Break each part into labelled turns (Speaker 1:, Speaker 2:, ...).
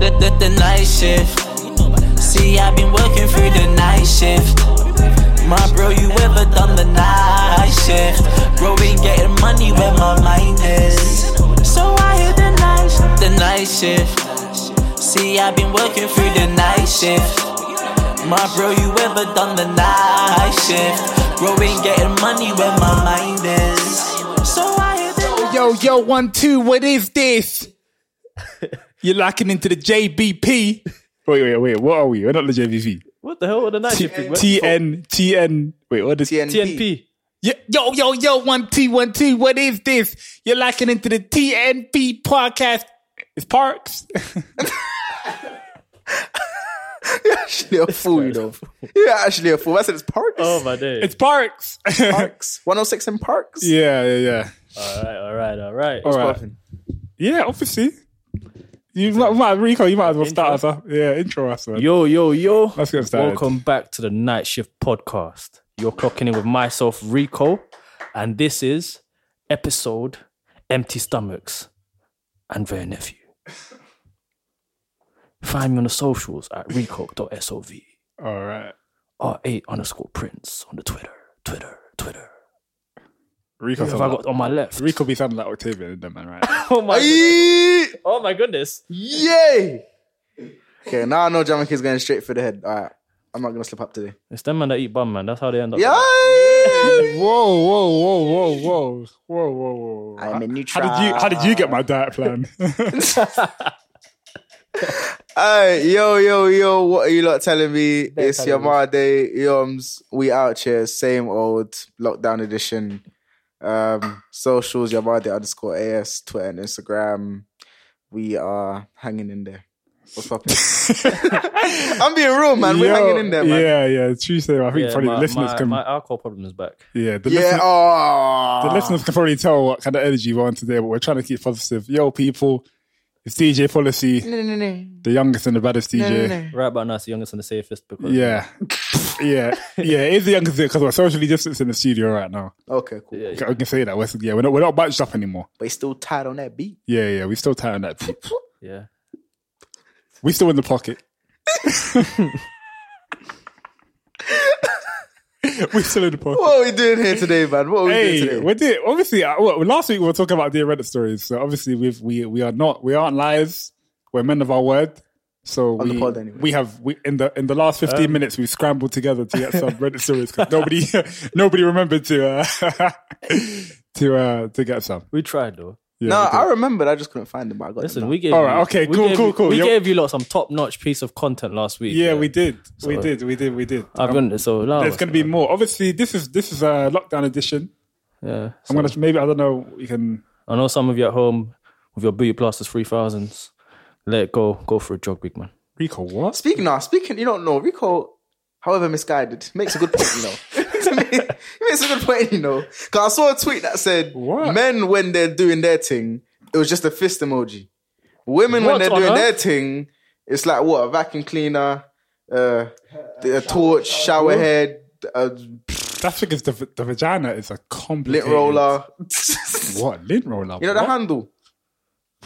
Speaker 1: the, the, the night shift. See, I've been working through the night shift. My bro, you ever done the night shift? Bro, been getting money where my mind is. So I hit the night, the night shift. See, I've been working through the night shift. My bro, you ever done the night shift? Bro, been getting money where my mind is. So I hit the night.
Speaker 2: Yo, yo, one, two, what is this? You're locking into the JBP.
Speaker 3: Wait, wait, wait. What are we? We're not the JVV.
Speaker 4: What the hell are the night
Speaker 3: T-
Speaker 4: shift people? T-
Speaker 3: TN, TN. Wait, what is
Speaker 2: TNP.
Speaker 4: TNP.
Speaker 2: Yo, yo, yo, yo, one T, one T, what is this? You're locking into the TNP podcast. It's Parks.
Speaker 5: actually a fool, you know. You're actually a fool. I said it's Parks.
Speaker 4: Oh my day.
Speaker 2: It's Parks.
Speaker 5: Parks. 106 in Parks.
Speaker 3: Yeah, yeah, yeah.
Speaker 4: all right, all right, all right.
Speaker 3: All right.
Speaker 5: Puffin.
Speaker 3: Yeah, obviously. You might, might, Rico, you might as well start us
Speaker 4: Intro?
Speaker 3: up. Yeah, intro us, man.
Speaker 4: Yo, yo, yo.
Speaker 3: Let's get started.
Speaker 4: Welcome back to the Night Shift Podcast. You're clocking in with myself, Rico, and this is episode Empty Stomachs and Their Nephew. Find me on the socials at rico.sov,
Speaker 3: All right.
Speaker 4: r8 underscore prince on the Twitter, Twitter, Twitter.
Speaker 3: Rico,
Speaker 4: Who have
Speaker 3: sound
Speaker 4: I
Speaker 3: like,
Speaker 4: got on my left?
Speaker 3: Rico be sounding like Octavian, isn't it, man, right?
Speaker 4: Oh my,
Speaker 5: Eee!
Speaker 4: oh my goodness.
Speaker 5: Yay! Okay, now I know Jamaica's going straight for the head. All right. I'm not going to slip up today.
Speaker 4: It's them man that eat bum, man. That's how they end up.
Speaker 5: Yay!
Speaker 3: whoa, whoa, whoa, whoa, whoa, whoa, whoa, whoa.
Speaker 5: I'm in neutral.
Speaker 3: How did you How did you get my diet plan?
Speaker 5: Hey, yo, yo, yo, what are you lot telling me? it's
Speaker 4: telling
Speaker 5: your Ma Day, Yoms. We out here, same old lockdown edition. Um, socials, your Ma Day underscore AS, Twitter and Instagram. We are hanging in there. What's up? I'm being real, man. We're
Speaker 3: Yo,
Speaker 5: hanging in there, man.
Speaker 3: Yeah, yeah. Tuesday, I think
Speaker 4: Yeah,
Speaker 3: probably
Speaker 4: my,
Speaker 3: the listeners
Speaker 4: my,
Speaker 3: can.
Speaker 4: my alcohol problem is back.
Speaker 3: yeah, ah. the
Speaker 5: Yeah,
Speaker 3: listeners.
Speaker 5: ah. aw.
Speaker 3: The listeners can probably tell what kind of energy we're on today, but we're trying to keep positive. Yo, people, it's DJ Policy,
Speaker 5: No, no, no.
Speaker 3: the youngest and the baddest DJ.
Speaker 4: Right about now, it's the youngest and the safest because
Speaker 3: Yeah, yeah, yeah. It is the youngest because we're socially distanced in the studio right now.
Speaker 5: Okay, cool.
Speaker 4: Yeah.
Speaker 3: I can say that. We're, yeah, we're not we're not bunched up anymore.
Speaker 5: But he's still tied on that beat.
Speaker 3: Yeah, yeah. We're still tied on that. Peep.
Speaker 4: yeah.
Speaker 3: We're still in the pocket. we're still in the pocket.
Speaker 5: What are we doing here today, man? What are we doing
Speaker 3: Hey,
Speaker 5: today?
Speaker 3: we did obviously. uh, Well, last week we were talking about the Reddit stories, so obviously we've we we are not we aren't liars. We're men of our word. So
Speaker 5: On
Speaker 3: we,
Speaker 5: the pod anyway.
Speaker 3: we have we in the in the last fifteen minutes we scrambled together to get some Reddit stories because nobody nobody remembered to uh, to uh, to get some.
Speaker 4: We tried though.
Speaker 3: Yeah,
Speaker 5: no,
Speaker 3: we did.
Speaker 5: I remembered. I just couldn't find him, but I got
Speaker 4: Listen,
Speaker 5: him.
Speaker 4: we gave
Speaker 3: All
Speaker 4: you-
Speaker 3: right, okay,
Speaker 4: we
Speaker 3: cool,
Speaker 4: gave
Speaker 3: cool,
Speaker 4: you-
Speaker 3: cool.
Speaker 4: We
Speaker 3: Yep.
Speaker 4: gave you lot some top notch piece of content last week.
Speaker 3: yeah, we did, we
Speaker 4: So-
Speaker 3: did, we did, we did.
Speaker 4: I've done it so now
Speaker 3: There's going to be more. Obviously, this is this is a lockdown edition.
Speaker 4: Yeah.
Speaker 3: I'm
Speaker 4: so-
Speaker 3: gonna maybe I don't know. You can
Speaker 4: I know some of you at home with your booty plasters three thousands. Let it go. Go for a jog, big man.
Speaker 3: Rico what?
Speaker 5: Speaking now, speaking, you don't know. Rico, however misguided, makes a good point, you know. To me, he makes a good point, you know. Because I saw a tweet that said,
Speaker 3: What?
Speaker 5: men, when they're doing their thing, it was just a fist emoji. Women,
Speaker 4: What
Speaker 5: when they're
Speaker 4: on
Speaker 5: doing
Speaker 4: earth?
Speaker 5: their thing, it's like what? A vacuum cleaner, uh, a torch, shower head, a
Speaker 3: That thing is the the vagina is a
Speaker 5: lint
Speaker 3: complicated
Speaker 5: roller.
Speaker 3: What lint roller?
Speaker 5: you know the
Speaker 3: What?
Speaker 5: handle?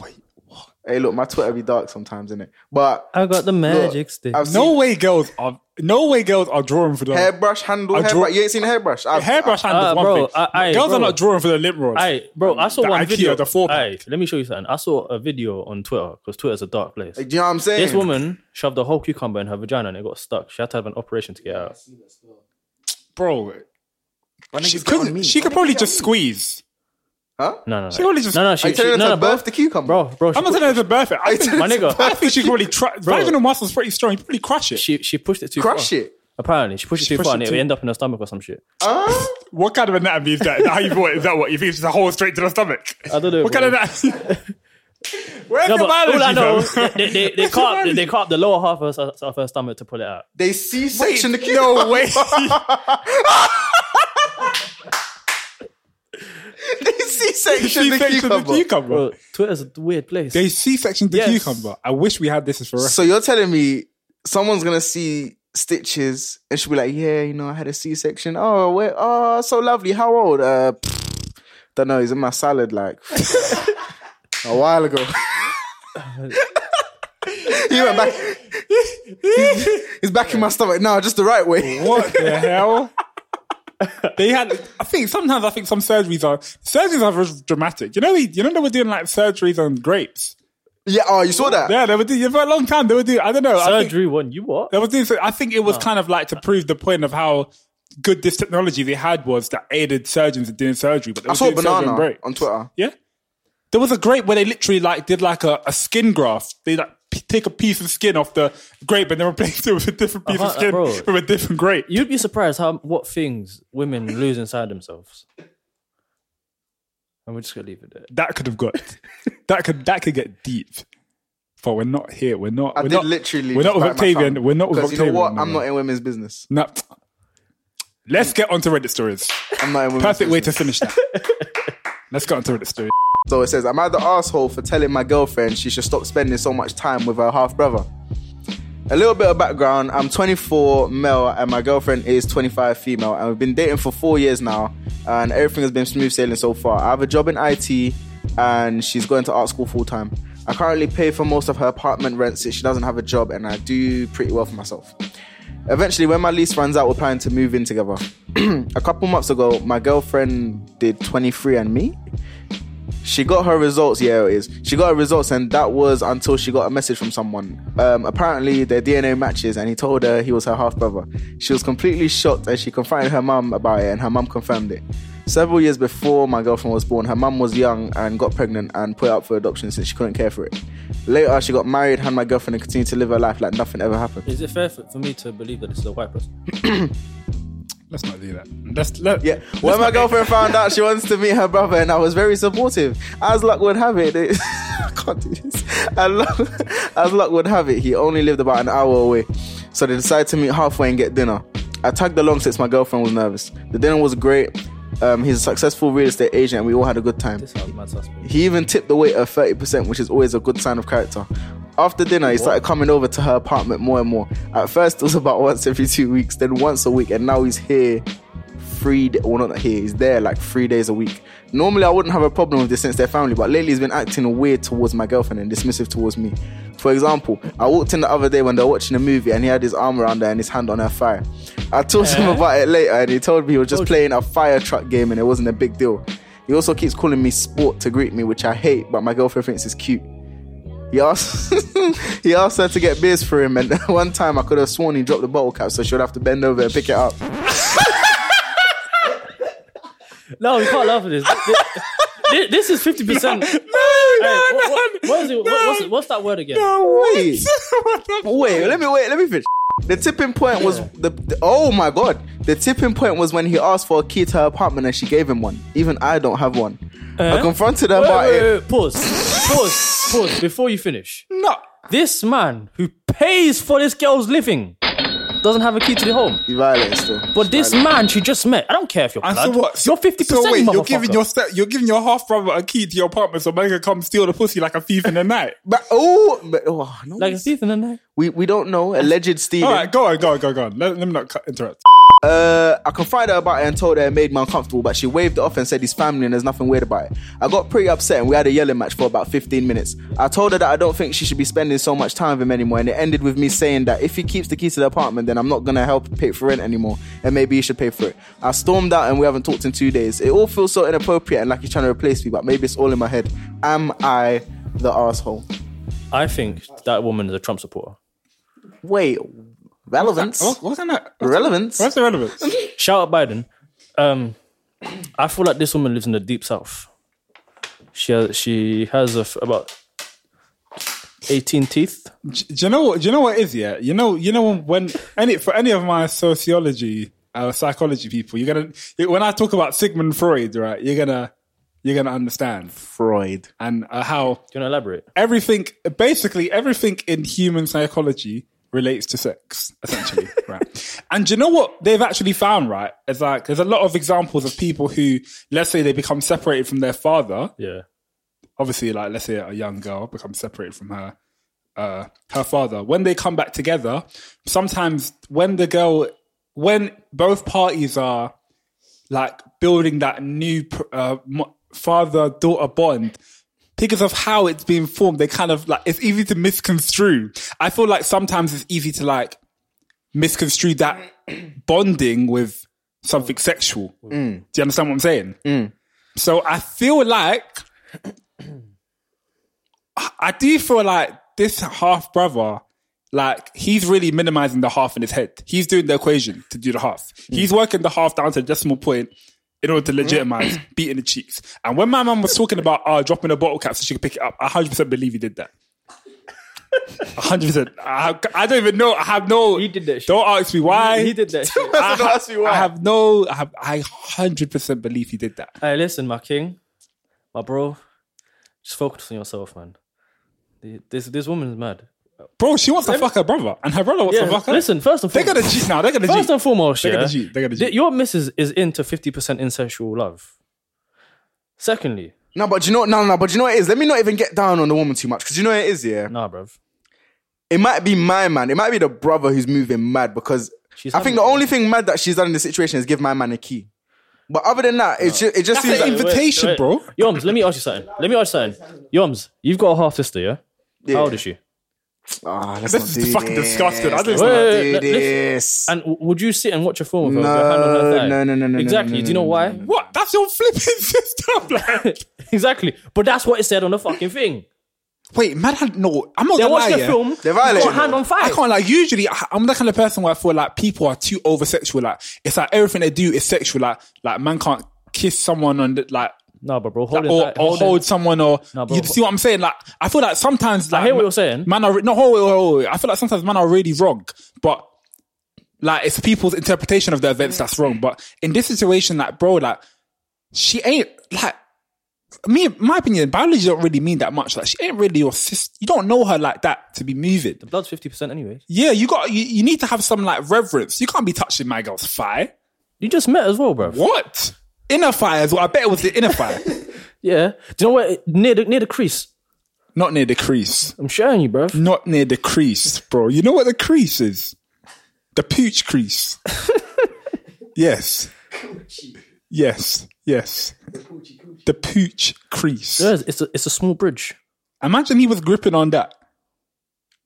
Speaker 3: Wait, what?
Speaker 5: Hey, look, my Twitter be dark sometimes, innit? But
Speaker 4: I got the magic stick.
Speaker 5: I've seen
Speaker 3: No way, girls are no way, girls are drawing for the
Speaker 5: hairbrush handle.
Speaker 3: I
Speaker 5: Hairbrush.
Speaker 3: draw-
Speaker 5: you ain't seen the hairbrush? I've,
Speaker 3: hairbrush handle.
Speaker 4: Uh,
Speaker 3: one
Speaker 4: bro,
Speaker 3: thing.
Speaker 4: I- I-
Speaker 3: girls
Speaker 4: bro.
Speaker 3: are not drawing for the lip rolls.
Speaker 4: Hey, bro, I saw
Speaker 3: the
Speaker 4: one
Speaker 3: IKEA,
Speaker 4: video.
Speaker 3: the four pack.
Speaker 4: Aye, let me show you something. I saw a video on Twitter because Twitter's a dark place.
Speaker 5: Do you know what I'm saying?
Speaker 4: This woman shoved a whole cucumber in her vagina and it got stuck. She had to have an operation to get out.
Speaker 3: bro. She
Speaker 5: get on
Speaker 3: could,
Speaker 5: me?
Speaker 3: she could probably just squeeze.
Speaker 5: Huh?
Speaker 4: No, no, no.
Speaker 3: She only just-
Speaker 4: no, no. She,
Speaker 5: Are you
Speaker 4: she,
Speaker 5: telling
Speaker 4: no,
Speaker 5: her
Speaker 4: no,
Speaker 5: to
Speaker 4: bro,
Speaker 5: birth the cucumber?
Speaker 4: bro, bro. She,
Speaker 3: I'm not saying it's a birthday. I think,
Speaker 4: my nigga,
Speaker 3: I think she could probably try.
Speaker 4: Bro.
Speaker 3: Vaginal muscle's pretty strong. You could probably crush it.
Speaker 4: she, she pushed it too far.
Speaker 5: Crush it.
Speaker 4: Apparently, she pushed it too
Speaker 3: pushed
Speaker 4: far
Speaker 3: it
Speaker 4: and it
Speaker 3: too-
Speaker 4: would end up in her stomach or some shit.
Speaker 5: Huh?
Speaker 3: what kind of anatomy is that? Is that how you brought it? Is that what you think it's just a hole straight to the stomach?
Speaker 4: I don't know,
Speaker 3: What kind of
Speaker 4: bro.
Speaker 3: anatomy? Where's
Speaker 4: No,
Speaker 3: the
Speaker 4: but all I know,
Speaker 3: biology?
Speaker 4: they, they, they, cut up, they cut up the lower half of her, of her stomach to pull it out.
Speaker 5: They see section the
Speaker 3: from? No
Speaker 5: cucumber.
Speaker 3: way.
Speaker 5: they see section the
Speaker 3: C-section the
Speaker 5: cucumber.
Speaker 3: cucumber.
Speaker 4: Bro, Twitter's a weird place.
Speaker 3: They C-section the
Speaker 4: Yes.
Speaker 3: cucumber. I wish we had this as for reference.
Speaker 5: So you're telling me someone's gonna see stitches and she'll be like, "Yeah, you know, I had a C-section. Oh, wait, oh, so lovely. How old? Uh, don't know. He's in my salad like a while ago." He went back. He's back in my stomach now, just the right way.
Speaker 3: What the hell? They had. I think sometimes I think some surgeries are surgeries are very dramatic. You know, we, you know they were doing like surgeries on grapes.
Speaker 5: Yeah. Oh, you saw that?
Speaker 3: Yeah, they were doing for a long time. They were doing. I don't know. I think,
Speaker 4: Surgery one, you what?
Speaker 3: they were doing. so- I think it
Speaker 4: Oh.
Speaker 3: was kind of like to prove the point of how good this technology they had was that aided surgeons in doing surgery. But they
Speaker 5: I
Speaker 3: were
Speaker 5: saw
Speaker 3: doing surgery on
Speaker 5: banana
Speaker 3: grapes.
Speaker 5: on Twitter.
Speaker 3: Yeah. There was a grape where they literally like did like a, a skin graft. They like p- take a piece of skin off the grape and then replace it with a different piece of
Speaker 4: Uh-huh,
Speaker 3: skin
Speaker 4: bro.
Speaker 3: from a different grape.
Speaker 4: You'd be surprised how what things women lose inside themselves. And we're just gonna leave it there.
Speaker 3: That could have got that could that could get deep. But we're not here. We're not.
Speaker 5: I
Speaker 3: we're
Speaker 5: did
Speaker 3: not,
Speaker 5: literally.
Speaker 3: We're not with
Speaker 5: just bite my
Speaker 3: Octavian.
Speaker 5: tongue.
Speaker 3: We're not with
Speaker 5: 'Cause
Speaker 3: Octavian.
Speaker 5: You know what?
Speaker 3: no
Speaker 5: I'm
Speaker 3: more.
Speaker 5: not in women's business.
Speaker 3: No. Let's get onto Reddit stories.
Speaker 5: I'm not in women's
Speaker 3: Perfect way to
Speaker 5: business.
Speaker 3: finish that. Let's get onto Reddit stories.
Speaker 5: So it says, "Am I the asshole for telling my girlfriend she should stop spending so much time with her half brother?" A little bit of background. I'm 24 male and my girlfriend is 25 female and we've been dating for four years now and everything has been smooth sailing so far. I have a job in IT and she's going to art school full time. I currently pay for most of her apartment rent since she doesn't have a job and I do pretty well for myself. Eventually, when my lease runs out, we're planning to move in together. a couple months ago, my girlfriend did 23 and me. She got her results. Yeah, it is. She got her results, and that was until she got a message from someone. Um, apparently, their DNA matches, and he told her he was her half brother. She was completely shocked, and she confronted her mum about it, and her mum confirmed it. Several years before my girlfriend was born, her mum was young and got pregnant and put it up for adoption since she couldn't care for it. Later, she got married, had my girlfriend, and continued to live her life like nothing ever happened.
Speaker 4: Is it fair for, for me to believe that this is a white person?
Speaker 3: Let's not do that. Let's let
Speaker 5: Yeah. When my girlfriend found out she wants to meet her brother, and I was very supportive. As luck would have it, it I can't do this. As luck, as luck would have it, he only lived about an hour away, so they decided to meet halfway and get dinner. I tagged along since my girlfriend was nervous. The dinner was great. Um, he's a successful real estate agent, and we all had a good time.
Speaker 4: This sounds mad suspect.
Speaker 5: He even tipped the waiter 30%, which is always a good sign of character. After dinner, he started coming over to her apartment more and more. At first, it was about once every two weeks, then once a week, and now he's here three d- well not here he's there like three days a week normally i wouldn't have a problem with this since they're family but lately he's been acting weird towards my girlfriend and dismissive towards me for example i walked in the other day when they were watching a movie and he had his arm around her and his hand on her thigh i told him about it later and he told me he was just playing a fire truck game and it wasn't a big deal he also keeps calling me sport to greet me which i hate but my girlfriend thinks it's cute he asked, he asked her to get beers for him, and one time I could have sworn he dropped the bottle cap, so she would have to bend over and pick it up.
Speaker 4: No, we can't laugh at this. Thi- thi- This, is fifty percent. No, what, what- what is it? what- what's, it- what's that word again?
Speaker 5: Wait, wait, let me wait, let me finish. The tipping point was the, the- oh my god. The tipping point was when he asked for a key to her apartment and she gave him one. Even I don't have one. I confronted her
Speaker 4: Eh? Wait,
Speaker 5: about
Speaker 4: wait,
Speaker 5: it.
Speaker 4: wait, Pause, pause, pause. Before you finish,
Speaker 3: No.
Speaker 4: this man who pays for this girl's living doesn't have a key to the home.
Speaker 5: He violated still.
Speaker 4: But this man she just met, I don't care if you're
Speaker 3: And
Speaker 4: blood.
Speaker 3: so what?
Speaker 4: You're fifty
Speaker 3: So
Speaker 4: percent.
Speaker 3: wait, you're giving your step, you're giving your half brother a key to your apartment so man can come steal the pussy like a thief in the night.
Speaker 5: But oh, but, oh no.
Speaker 4: like a thief in the night.
Speaker 5: we, we don't know. Alleged stealing.
Speaker 3: All right, go on, go on, go on, go on. Let, let me not cut, interrupt.
Speaker 5: Uh, I confided about it and told her it made me uncomfortable, but she waved it off and said he's family and there's nothing weird about it. I got pretty upset and we had a yelling match for about 15 minutes. I told her that I don't think she should be spending so much time with him anymore, and it ended with me saying that if he keeps the keys to the apartment, then I'm not gonna help pay for rent anymore, and maybe he should pay for it. I stormed out and we haven't talked in two days. It all feels so inappropriate and like he's trying to replace me, but maybe it's all in my head. Am I the asshole?
Speaker 4: I think that woman is a Trump supporter.
Speaker 5: Wait, relevance?
Speaker 3: What, what's that?
Speaker 5: Relevance?
Speaker 3: What's the relevance?
Speaker 4: Shout out Biden. Um, I feel like this woman lives in the deep south. She has, she has a f about eighteen teeth.
Speaker 3: do you know what? Do you know what it is yeah? You know, you know when, when any for any of my sociology, uh, psychology people, you're gonna when I talk about Sigmund Freud, right? You're gonna you're gonna understand
Speaker 5: Freud.
Speaker 3: and uh, how
Speaker 4: Do you want to elaborate?
Speaker 3: everything, basically everything in human psychology relates to sex, essentially, right? And do you know what they've actually found, right? It's like there's a lot of examples of people who, let's say, they become separated from their father,
Speaker 4: Yeah.
Speaker 3: obviously like let's say a young girl becomes separated from her uh her father when they come back together sometimes when the girl when both parties are like building that new uh, father daughter bond because of how it's being formed, they kind of like, it's easy to misconstrue. I feel like sometimes it's easy to like misconstrue that bonding with something
Speaker 4: Oh.
Speaker 3: sexual.
Speaker 4: Mm.
Speaker 3: Do you understand what I'm saying? So I feel like, I do feel like this half brother, like he's really minimizing the half in his head. He's doing the equation to do the half.
Speaker 4: Mm.
Speaker 3: He's working the half down to the decimal point in order to legitimize
Speaker 4: Mm.
Speaker 3: beating the cheeks. And when my mum was talking about uh, dropping a bottle cap so she could pick it up, I 100% believe he did that. 100%. I, I don't even know. I have no.
Speaker 4: He did that shit.
Speaker 3: Don't ask me why.
Speaker 4: He did that shit.
Speaker 3: I,
Speaker 5: Don't ask me why.
Speaker 3: I have no. I have. I 100% believe he did that.
Speaker 4: Hey, listen, my king, my bro, just focus on yourself, man. The- This this woman's mad.
Speaker 3: Bro, she wants to fuck her brother, and her brother wants to
Speaker 4: Yeah,
Speaker 3: fuck her.
Speaker 4: listen, first and
Speaker 3: they're gonna
Speaker 4: foremost-
Speaker 3: G now. They're gonna
Speaker 4: First
Speaker 3: G.
Speaker 4: and foremost,
Speaker 3: They're
Speaker 4: yeah,
Speaker 3: gonna G. They're gonna G.
Speaker 4: th- your missus is into fifty percent incestual love. Secondly,
Speaker 5: No, but do you know? No, no, but do you know what it is? Let me not even get down on the woman too much because you know what it is. Yeah,
Speaker 4: nah, bruv.
Speaker 5: it might be my man. It might be the brother who's moving mad because
Speaker 4: She's
Speaker 5: I
Speaker 4: having
Speaker 5: think the
Speaker 4: it.
Speaker 5: only thing mad that she's done in this situation is give my man a key. But other than that, it's just, it just seems
Speaker 3: an
Speaker 5: like,
Speaker 3: invi- Invitation, bro.
Speaker 4: Yoms, let me ask you something. Let me ask you something. Yoms, you've got a half sister, yeah? How old is she?
Speaker 5: Ah,
Speaker 3: This
Speaker 5: let's not
Speaker 3: is
Speaker 5: do
Speaker 3: fucking
Speaker 5: this.
Speaker 3: disgusting. I
Speaker 5: Let's
Speaker 3: don't-
Speaker 5: not
Speaker 4: Wait, wait, wait,
Speaker 5: do
Speaker 4: let- listen.
Speaker 5: this.
Speaker 4: And w- would you sit and watch a film with her? with your hand on her
Speaker 5: No,
Speaker 4: thigh?
Speaker 5: no, no, no, no, no,
Speaker 4: Exactly.
Speaker 5: no, no,
Speaker 4: Do you know
Speaker 5: no,
Speaker 4: why?
Speaker 3: What? That's your flipping system. Like,
Speaker 4: exactly. But that's what it said on the fucking thing.
Speaker 3: wait, man, I- no, I'm not
Speaker 4: They
Speaker 3: gonna
Speaker 4: watched
Speaker 3: lie.
Speaker 4: the
Speaker 3: yeah.
Speaker 4: film.
Speaker 5: They're
Speaker 4: you got
Speaker 5: violating
Speaker 4: a hand
Speaker 5: it.
Speaker 4: on fire.
Speaker 3: I can't like. Usually, I, I'm the kind of person where I feel like people are too over sexual. Like, it's like everything they do is sexual. Like, like man can't kiss someone on the, like.
Speaker 4: No, but bro, hold it.
Speaker 3: Or,
Speaker 4: back,
Speaker 3: or
Speaker 4: it.
Speaker 3: hold someone, or
Speaker 4: No, but-
Speaker 3: you see what I'm saying? Like, I feel like sometimes, like,
Speaker 4: hear what you're saying.
Speaker 3: Man, are re- no, hold, hold, hold. I feel like sometimes man are really wrong, but like it's people's interpretation of the events that's wrong. But in this situation, like, bro, like, she ain't like me. My opinion, biology don't really mean that much. Like, she ain't really your sister. You don't know her like that to be moving.
Speaker 4: Blood's fifty percent anyway.
Speaker 3: Yeah, you got you, you need to have some like reverence. You can't be touching my girl's thigh.
Speaker 4: You just met as well, bro.
Speaker 3: What inner thigh as well? I bet it was the inner thigh,
Speaker 4: Yeah. Do you know what? Near the near the crease.
Speaker 3: not near the crease.
Speaker 4: I'm showing you, bro.
Speaker 3: Not near the crease, bro. You know what the crease is? The pooch crease. yes. Yes. Yes. The pooch crease.
Speaker 4: It's a, it's a small bridge.
Speaker 3: Imagine he was gripping on that.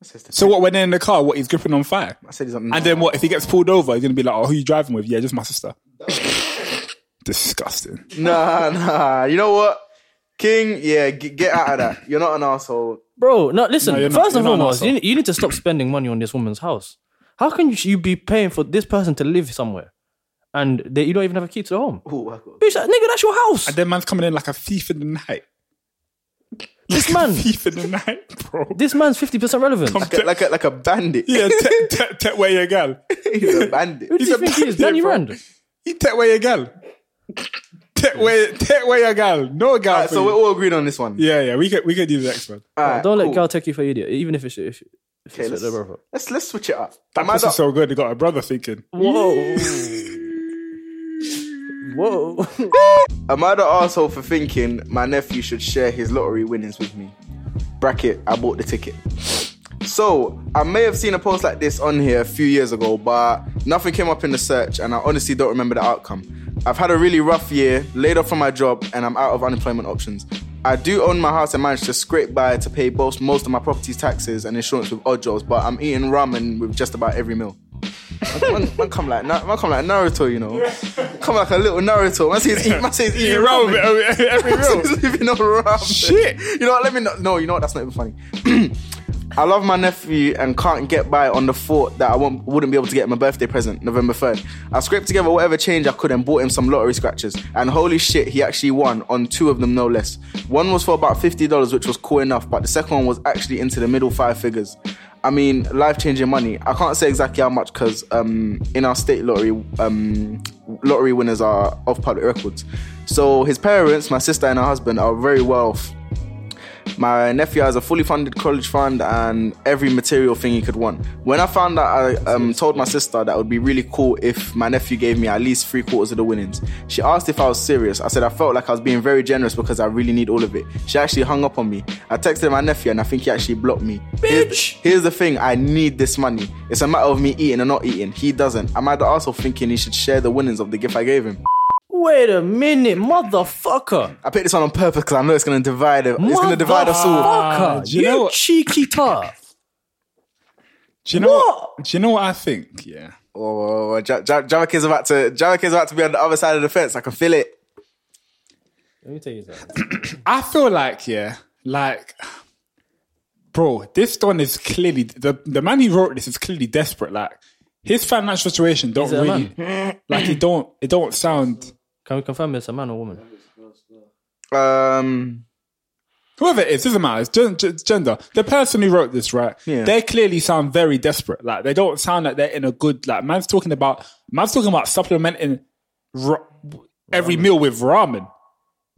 Speaker 3: So what? When they're in the car, what he's gripping on fire,
Speaker 5: I said he's on.
Speaker 3: and then what? If he gets pulled over, he's gonna be like, "Oh, who you driving with? Yeah, just my sister." Disgusting.
Speaker 5: nah, nah. Ah, You know what, King? Yeah, g- get out of that. You're not an asshole.
Speaker 4: Bro, no, listen.
Speaker 3: No, you're not-
Speaker 4: first and
Speaker 3: you're not an
Speaker 4: foremost, you,
Speaker 3: arsehole.
Speaker 4: need- you need to stop spending money on this woman's house. How can you, you be paying for this person to live somewhere and they, you don't even have a key to the home?
Speaker 5: Ooh, I got-
Speaker 4: Bitch, that, nigga, that's your house.
Speaker 3: Then man's coming in like a thief in the night.
Speaker 4: This man,
Speaker 3: Thief in the night, bro.
Speaker 4: this man's fifty percent relevant.
Speaker 3: Come-
Speaker 5: Like a, like a like a bandit.
Speaker 3: Yeah, te- te- te- where your gal?
Speaker 5: he's a bandit.
Speaker 4: Who do you
Speaker 3: he's a
Speaker 4: think he is,
Speaker 3: bandit,
Speaker 4: Danny
Speaker 3: bro.
Speaker 4: Rand?
Speaker 3: He take away your gal. Take away, take away your gal. No gal.
Speaker 5: Alright,
Speaker 3: for
Speaker 5: so
Speaker 3: you.
Speaker 5: we're all agreed on this one.
Speaker 3: yeah, yeah, we can we can do the next one.
Speaker 5: Alright,
Speaker 4: Don't let
Speaker 5: cool.
Speaker 4: girl take you for an idiot, even if it's if, if
Speaker 5: Okay,
Speaker 4: it's
Speaker 5: let's,
Speaker 4: their brother.
Speaker 5: let's let's switch it up.
Speaker 3: That
Speaker 5: Am I
Speaker 3: pussy's
Speaker 5: the-
Speaker 3: so good. They got a brother thinking.
Speaker 4: Whoa, whoa.
Speaker 5: Am I the asshole for thinking my nephew should share his lottery winnings with me? Bracket, I bought the ticket. So, I may have seen a post like this on here a few years ago, but nothing came up in the search, and I honestly don't remember the outcome. I've had a really rough year, laid off from my job, and I'm out of unemployment options. I do own my house and managed to scrape by to pay both most of my property's taxes and insurance with odd jobs, but I'm eating ramen with just about every meal. Man, man come like Na- man come like Naruto, you know. Come like a little Naruto. Man says eat, man says eat
Speaker 3: You're wrong,
Speaker 5: ramen.
Speaker 3: with every
Speaker 5: So
Speaker 3: real.
Speaker 5: he's living on ramen.
Speaker 3: Shit.
Speaker 5: You know what? Let me not. No, you know what? That's not even funny. I love my nephew and can't get by on the thought that I won't, wouldn't be able to get him a birthday present November 3rd. I scraped together whatever change I could and bought him some lottery scratchers. And holy shit, he actually won on two of them, no less. One was for about $50, which was cool enough, but the second one was actually into the middle five figures. I mean, life changing money. I can't say exactly how much because um, in our state lottery, um, lottery winners are off public records. So his parents, my sister, and her husband are very well off. My nephew has a fully funded college fund and every material thing he could want. When I found out, I um, told my sister that it would be really cool if my nephew gave me at least three quarters of the winnings. She asked if I was serious. I said I felt like I was being very generous because I really need all of it. She actually hung up on me. I texted my nephew and I think he actually blocked me. Bitch! Here's the thing I need this money. It's a matter of me eating or not eating. He doesn't. Am I the asshole thinking he should share the winnings of the gift I gave him?
Speaker 4: Wait a minute, motherfucker.
Speaker 5: I picked this one on purpose because I know it's gonna divide. It's gonna divide us all.
Speaker 4: Motherfucker.
Speaker 3: Do
Speaker 4: you
Speaker 3: you know what-
Speaker 4: cheeky tar.
Speaker 3: Do you know
Speaker 4: What?
Speaker 3: what? Do you know what I think? Yeah.
Speaker 5: Whoa, whoa, whoa. Ja- Ja- Javak is about to. Javak is about to be on the other side of the fence. I can feel it.
Speaker 4: Let me tell you something.
Speaker 3: I feel like yeah, like bro, this one is clearly the the man who wrote this is clearly desperate. Like his financial situation don't
Speaker 4: a
Speaker 3: really like it don't it don't sound
Speaker 4: Can we confirm it's a man or woman?
Speaker 5: Um,
Speaker 3: whoever it is doesn't matter. It's gen- gen- gender. The person who wrote this, right?
Speaker 5: Yeah.
Speaker 3: They clearly sound very desperate. Like they don't sound like they're in a good like. Man's talking about man's talking about supplementing ra- every meal with ramen.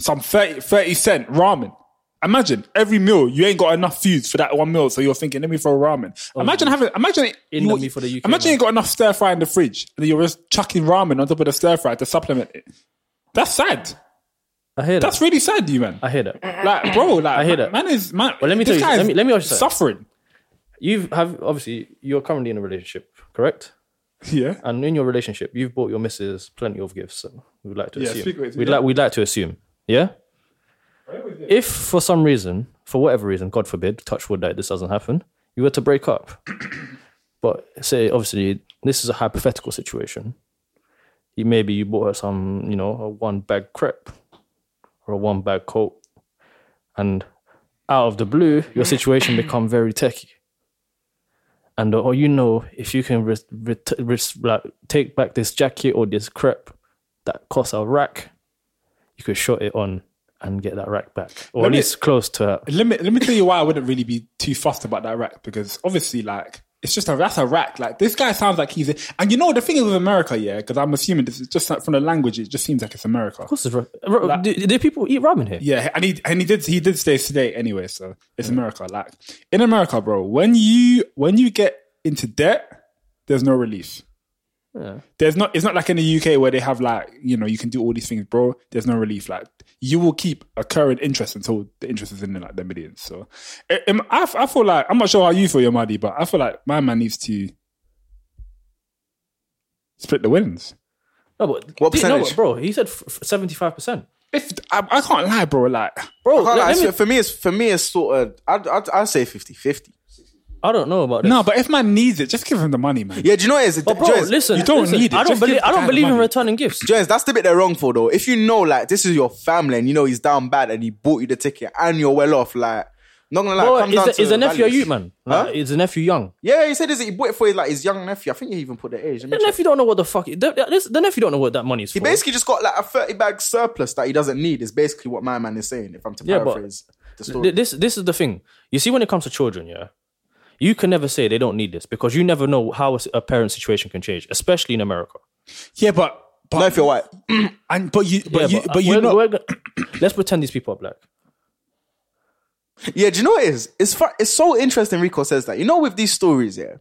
Speaker 3: Some 30, 30 cent ramen. Imagine every meal you ain't got enough foods for that one meal, so you're thinking, let me throw ramen. Imagine having imagine
Speaker 4: Oh. In the me for the UK,
Speaker 3: Imagine you
Speaker 4: man.
Speaker 3: ain't got enough stir fry in the fridge, and you're just chucking ramen on top of the stir fry to supplement it. That's sad.
Speaker 4: I hear that.
Speaker 3: That's really sad, you man.
Speaker 4: I hear that.
Speaker 3: Like, bro, like,
Speaker 4: I hear
Speaker 3: man,
Speaker 4: that.
Speaker 3: man is man.
Speaker 4: Well, let me
Speaker 3: this
Speaker 4: tell you-
Speaker 3: guy
Speaker 4: let
Speaker 3: is
Speaker 4: me- let me ask you something.
Speaker 3: suffering.
Speaker 4: You've have obviously you're currently in a relationship, correct?
Speaker 3: Yeah,
Speaker 4: And in your relationship, you've bought your missus plenty of gifts. so We'd like to
Speaker 3: Yeah,
Speaker 4: assume.
Speaker 3: speak with-
Speaker 4: we'd
Speaker 3: yeah.
Speaker 4: like we'd like to assume. Yeah. If for some reason, for whatever reason, God forbid, touch wood that this doesn't happen, you were to break up, but say obviously this is a hypothetical situation. You, maybe you bought her some, you know, a one bag crepe or a one bag coat, and out of the blue, your situation become very techie and or you know if you can res- ret- res- like, take back this jacket or this crepe that costs a rack, you could short it on and get that rack back, or
Speaker 3: Let
Speaker 4: at
Speaker 3: me-
Speaker 4: least close to that.
Speaker 3: let me let me tell you why I wouldn't really be too fussed about that rack because obviously, like, it's just a that's a rack. Like, this guy sounds like he's a, and you know the thing is with America, yeah, because I'm assuming this is just like, from the language, it just seems like it's America.
Speaker 4: What's this? ra- ra- do, do people eat ramen here?
Speaker 3: Yeah, and he and he did he did stay today anyway, so it's America. Like in America, bro, when you when you get into debt, there's no relief. There's not. It's not like in the UK where they have like you know you can do all these things, bro. There's no relief. Like you will keep accruing interest until the interest is in like the millions. So I, I'm- I, I feel like I'm not sure how you feel, your Yamadi, but I feel like my man needs to split the wins.
Speaker 4: No, but
Speaker 5: What
Speaker 4: do you know
Speaker 5: percentage?
Speaker 4: bro, he said seventy five percent.
Speaker 3: If I, I can't lie, bro, like
Speaker 4: Bro,
Speaker 5: I can't
Speaker 4: let-
Speaker 5: lie,
Speaker 4: let me-
Speaker 5: for me, it's for me, it's sort of. I'd, I'd, I'd say 50-50.
Speaker 4: I don't know about this.
Speaker 3: no, but if man needs it, just give him the money, man.
Speaker 5: Yeah, do you know what it is?
Speaker 4: but bro,
Speaker 5: do you know what it is?
Speaker 4: listen,
Speaker 3: you don't
Speaker 4: listen,
Speaker 3: need it.
Speaker 4: I don't
Speaker 3: Just
Speaker 4: believe.
Speaker 3: give
Speaker 4: I
Speaker 3: the
Speaker 4: don't
Speaker 3: guy the
Speaker 4: believe in
Speaker 3: money.
Speaker 4: returning gifts.
Speaker 5: Jones, that's the bit they're wrong for though. If you know like this is your family and you know he's down bad and he bought you the ticket and you're well off, like not gonna lie,
Speaker 4: Bro,
Speaker 5: it comes
Speaker 4: is,
Speaker 5: down
Speaker 4: the,
Speaker 5: to
Speaker 4: is the nephew a
Speaker 5: values.
Speaker 4: youth man? Like, Is the nephew young?
Speaker 5: Yeah, he said is he bought it for his like his young nephew. I think he even put the age. Let me
Speaker 4: The
Speaker 5: check.
Speaker 4: nephew don't know what the fuck. The, the- the nephew don't know what that money is for.
Speaker 5: He basically just got like a thirty bag surplus that he doesn't need. Is basically what my man is saying. If I'm to
Speaker 4: Yeah, but-
Speaker 5: paraphrase the story.
Speaker 4: Th- This this is the thing. You see, when it comes to children, yeah, you can never say they don't need this because you never know how a s- a parent situation can change, especially in America.
Speaker 3: Yeah, but but
Speaker 5: no, if you're white,
Speaker 3: and but you but
Speaker 4: Yeah, uh,
Speaker 3: you but you
Speaker 4: we're-
Speaker 3: know
Speaker 4: we're go- let's pretend these people are black.
Speaker 5: yeah. Do you know what it is? It's fu- it's so interesting. Rico says that. You know, with these stories, yeah.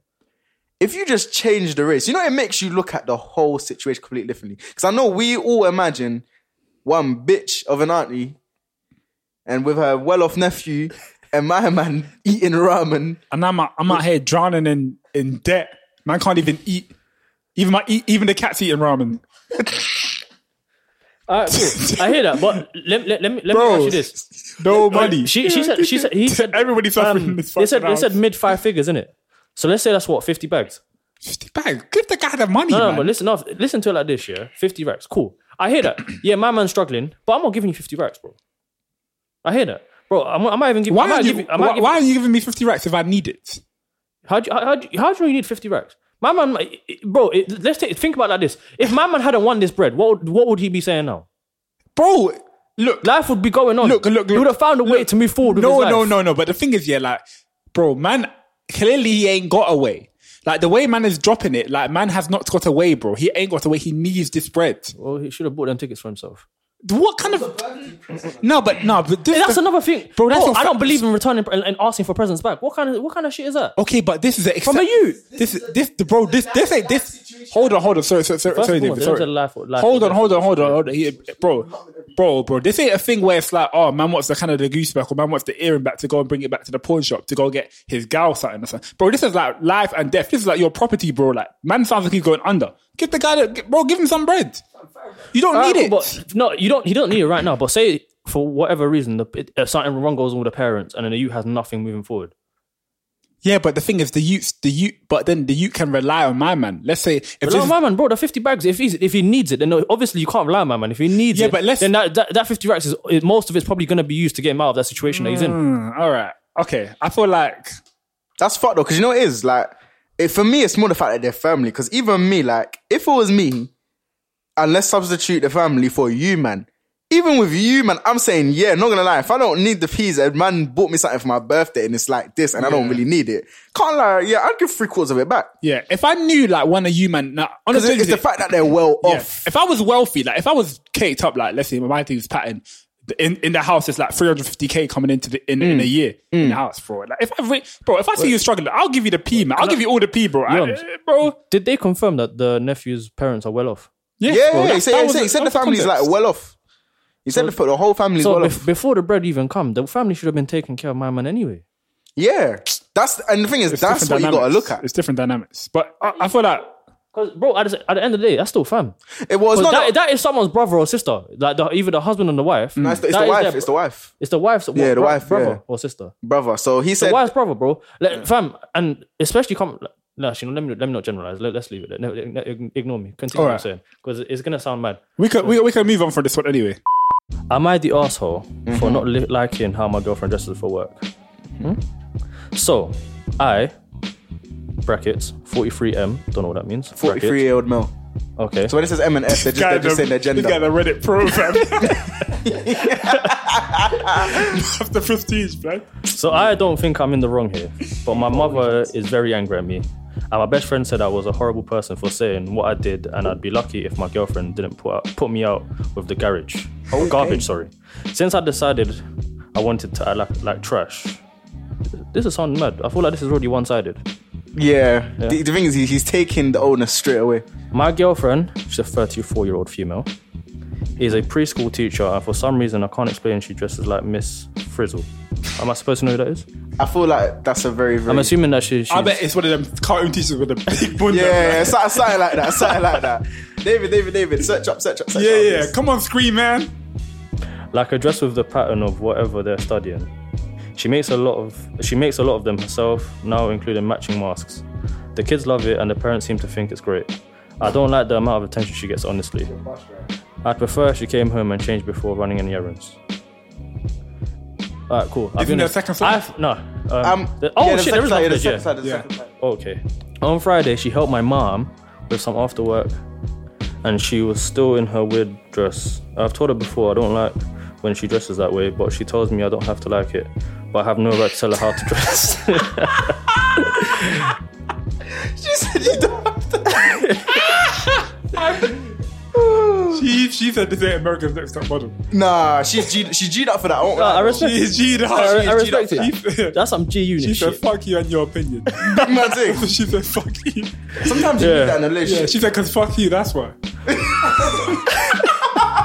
Speaker 5: If you just change the race, you know, it makes you look at the whole situation completely differently. Because I know we all imagine one bitch of an auntie and with her well off nephew and my man eating ramen.
Speaker 3: and I'm out, I'm out here drowning in in debt. Man can't even eat. Even my e- even the cat's eating ramen.
Speaker 4: All right, Uh, cool. I hear that, but let, let, let me let me ask you this.
Speaker 3: No money.
Speaker 4: She, she said she said he said um,
Speaker 3: Everybody's suffering in this
Speaker 4: they said
Speaker 3: fucking
Speaker 4: they said
Speaker 3: house.
Speaker 4: mid five figures, innit? So let's say that's what fifty bags.
Speaker 3: Fifty bag. Give the guy the money,
Speaker 4: No, no,
Speaker 3: man.
Speaker 4: but listen, no, listen to it like this, yeah. Fifty racks, cool. I hear that. Yeah, my man's struggling, but I'm not giving you fifty racks, bro. I hear that, bro. I'm, I might even give. I
Speaker 3: why
Speaker 4: might
Speaker 3: are you
Speaker 4: give, I might
Speaker 3: why,
Speaker 4: give-
Speaker 3: why are you giving me fifty racks if I need it?
Speaker 4: How do you, how, how do you, how do you need 50 racks? My man, like, bro, it, let's take, think about it like this. If my man hadn't won this bread, what would, what would he be saying now?
Speaker 3: Bro, look,
Speaker 4: Life would be going on.
Speaker 3: Look, look,
Speaker 4: He
Speaker 3: look.
Speaker 4: would have found a way to move forward with
Speaker 3: no,
Speaker 4: his life.
Speaker 3: no, no, no. But the thing is, yeah, like, bro, man, clearly he ain't got away. Like the way man is dropping it, like man has not got away, bro. He ain't got away. He needs this bread.
Speaker 4: Well, he should have bought them tickets for himself.
Speaker 3: What kind of? No, but no, but this,
Speaker 4: That's another thing.
Speaker 3: Bro, that's not
Speaker 4: I don't
Speaker 3: fa-
Speaker 4: believe in returning and, and asking for presents back. What kind of what kind of shit is that?
Speaker 3: Okay, but this is an
Speaker 4: From a youth.
Speaker 3: This is this the bro. This this ain't this. Hold on, hold on. Sorry, sorry, sorry,
Speaker 4: First
Speaker 3: sorry,
Speaker 4: of all,
Speaker 3: David,
Speaker 4: there is
Speaker 3: sorry.
Speaker 4: a life- life-
Speaker 3: hold on, hold on, hold on, hold on. He- bro, bro, bro, this ain't a thing where it's like, oh, man wants the kind of the goose back or man wants the earring back to go and bring it back to the pawn shop to go get his gal something or something. Bro, this is like life and death. This is like your property, bro. Like, man sounds like he's going under. Give the guy, the, bro, give him some bread. You don't need it.
Speaker 4: Uh, But no, you don't. You don't need it right now. But say for whatever reason, the, it, uh, something wrong goes on with the parents, and then the youth has nothing moving forward.
Speaker 3: Yeah, but the thing is, the youth, the youth, but then the youth can rely on my man. Let's say if
Speaker 4: Rely
Speaker 3: this
Speaker 4: on
Speaker 3: is-
Speaker 4: my man, bro. The fifty bags. If he's, if he needs it, then no- obviously you can't rely on my man. If he needs
Speaker 3: Yeah,
Speaker 4: it,
Speaker 3: but let's-
Speaker 4: then that, that, that fifty racks is is- most of it's probably going to be used to get him out of that situation that he's in.
Speaker 3: Mm, all right, okay. I feel like
Speaker 5: That's fucked though, because you know what it is? Like, it, for me, it's more the fact that they're family. Because even me, like, if it was me, and let's substitute the family for you, man. Even with you, man, I'm saying, yeah, not gonna lie. If I don't need the peas, a man bought me something for my birthday and it's like this, and I don't really need it. Can't lie, yeah, I'd give three quarters of it back.
Speaker 3: yeah. If I knew like one of you man, nah,
Speaker 5: Because
Speaker 3: honestly,
Speaker 5: it's the fact that they're well
Speaker 3: yeah,
Speaker 5: off.
Speaker 3: If I was wealthy, like if I was caked up, like let's say my thing's pattern in in the house, it's like 350k coming into the in,
Speaker 5: Mm.
Speaker 3: in a year in the house, bro. Like if I re- bro, if I see you struggling, I'll give you the P, man. I'll give you all the P, bro. I-
Speaker 4: Yums.
Speaker 3: eh, bro,
Speaker 4: Did they confirm that the nephew's parents are well off?
Speaker 3: yeah,
Speaker 5: Yeah,
Speaker 3: bro,
Speaker 5: yeah,
Speaker 3: that-
Speaker 5: he said,
Speaker 3: that
Speaker 5: he
Speaker 3: was
Speaker 5: said,
Speaker 3: a-
Speaker 5: he
Speaker 3: that
Speaker 5: said the
Speaker 3: was
Speaker 5: family's
Speaker 3: context.
Speaker 5: like well off. He said the, the whole family's
Speaker 4: So
Speaker 5: well
Speaker 4: bef-
Speaker 5: off.
Speaker 4: before the bread even come, the family should have been taking care of my man anyway.
Speaker 5: Yeah, that's and the thing is,
Speaker 3: It's
Speaker 5: that's what
Speaker 3: different
Speaker 5: you gotta
Speaker 3: dynamics.
Speaker 5: look at.
Speaker 3: It's different dynamics, but I, I feel like
Speaker 4: Because bro, at the, at the end of the day, that's still fam.
Speaker 5: It was
Speaker 4: But
Speaker 5: not.
Speaker 4: that, that is someone's brother or sister. Like the, either the husband and the wife.
Speaker 5: no, it's the, it's
Speaker 4: That
Speaker 5: the
Speaker 4: is
Speaker 5: wife.
Speaker 4: their-
Speaker 5: It's the wife,
Speaker 4: It's the wife's
Speaker 5: Yeah,
Speaker 4: what,
Speaker 5: the
Speaker 4: bro-
Speaker 5: wife,
Speaker 4: brother
Speaker 5: yeah.
Speaker 4: or sister.
Speaker 5: brother. So he
Speaker 4: The
Speaker 5: said,
Speaker 4: wife's brother, bro. Like, Fam, and especially come. No, actually, let me let me not generalize. Let, us leave it. there. No, no, ignore me. Continue what I'm
Speaker 3: right.
Speaker 4: saying because it's gonna sound mad.
Speaker 3: we could we, we could move on from this one anyway.
Speaker 4: Am I the asshole
Speaker 5: Mm-hmm.
Speaker 4: for not li- liking how my girlfriend dresses for work? Hmm? So, I brackets 43m. Don't know what that means. brackets.
Speaker 5: 43 year old male.
Speaker 4: Okay.
Speaker 5: So when it says M and S, they're just, they're just saying their
Speaker 3: This guy
Speaker 5: gender.
Speaker 3: done read it pro, fam. After prestige, man.
Speaker 4: So I don't think I'm in the wrong here, but my mother is very angry at me. And my best friend said I was a horrible person for saying what I did, and I'd be lucky if my girlfriend didn't put out, put me out with the garage, oh, garbage. Sorry. Since I decided I wanted to act like, like trash, this is sounding mad. I feel like this is already one-sided.
Speaker 5: Yeah. The, the thing is, he, he's taking the onus straight away.
Speaker 4: My girlfriend, she's a 34 year old female, is a preschool teacher, and for some reason I can't explain she dresses like Miss Frizzle. Am I supposed to know who that is?
Speaker 5: I feel like that's a very, very.
Speaker 4: I'm assuming that she. She's,
Speaker 3: I bet it's one of them cartoon teachers with a big bunda.
Speaker 5: yeah, yeah, yeah,
Speaker 3: man.
Speaker 5: something, something like that. Something like that. David, David, David. Search up, search up, search
Speaker 3: yeah,
Speaker 5: up.
Speaker 3: yeah. Come on, screen, man.
Speaker 4: like a dress with the pattern of whatever they're studying. She makes a lot of she makes a lot of them herself now, including matching masks. The kids love it, and the parents seem to think it's great. I don't like the amount of attention she gets, honestly. I'd prefer she came home and changed before running any errands. Alright, cool. I've
Speaker 3: Isn't
Speaker 4: been
Speaker 3: there a second slide?
Speaker 4: I've, no. Um,
Speaker 5: Um,
Speaker 4: the- oh
Speaker 5: yeah, the
Speaker 4: shit, there
Speaker 5: second
Speaker 4: is another bit,
Speaker 5: side, yeah, the
Speaker 4: yeah.
Speaker 5: second side, the
Speaker 3: Yeah.
Speaker 5: second side.
Speaker 4: Okay. On Friday, she helped my mom with some after work, and she was still in her weird dress. I've told her before I don't like when she dresses that way, but she tells me I don't have to like it, but I have no right to tell her how to dress.
Speaker 5: She said you don't have to.
Speaker 3: She, she said this ain't America's next top model.
Speaker 5: Nah, she's G'd, she's G'd up for that. I won't
Speaker 4: I
Speaker 5: lie.
Speaker 4: respect.
Speaker 3: She, she,
Speaker 4: I,
Speaker 3: she,
Speaker 4: I respect it.
Speaker 3: she-
Speaker 4: That's some G
Speaker 3: she
Speaker 4: unit
Speaker 3: said,
Speaker 4: shit.
Speaker 3: fuck you and your opinion.
Speaker 5: Big man thing.
Speaker 3: she said, fuck you.
Speaker 5: Sometimes you
Speaker 4: Yeah.
Speaker 5: need that in a
Speaker 3: Yeah,
Speaker 5: relationship.
Speaker 3: she said, because fuck you, that's why.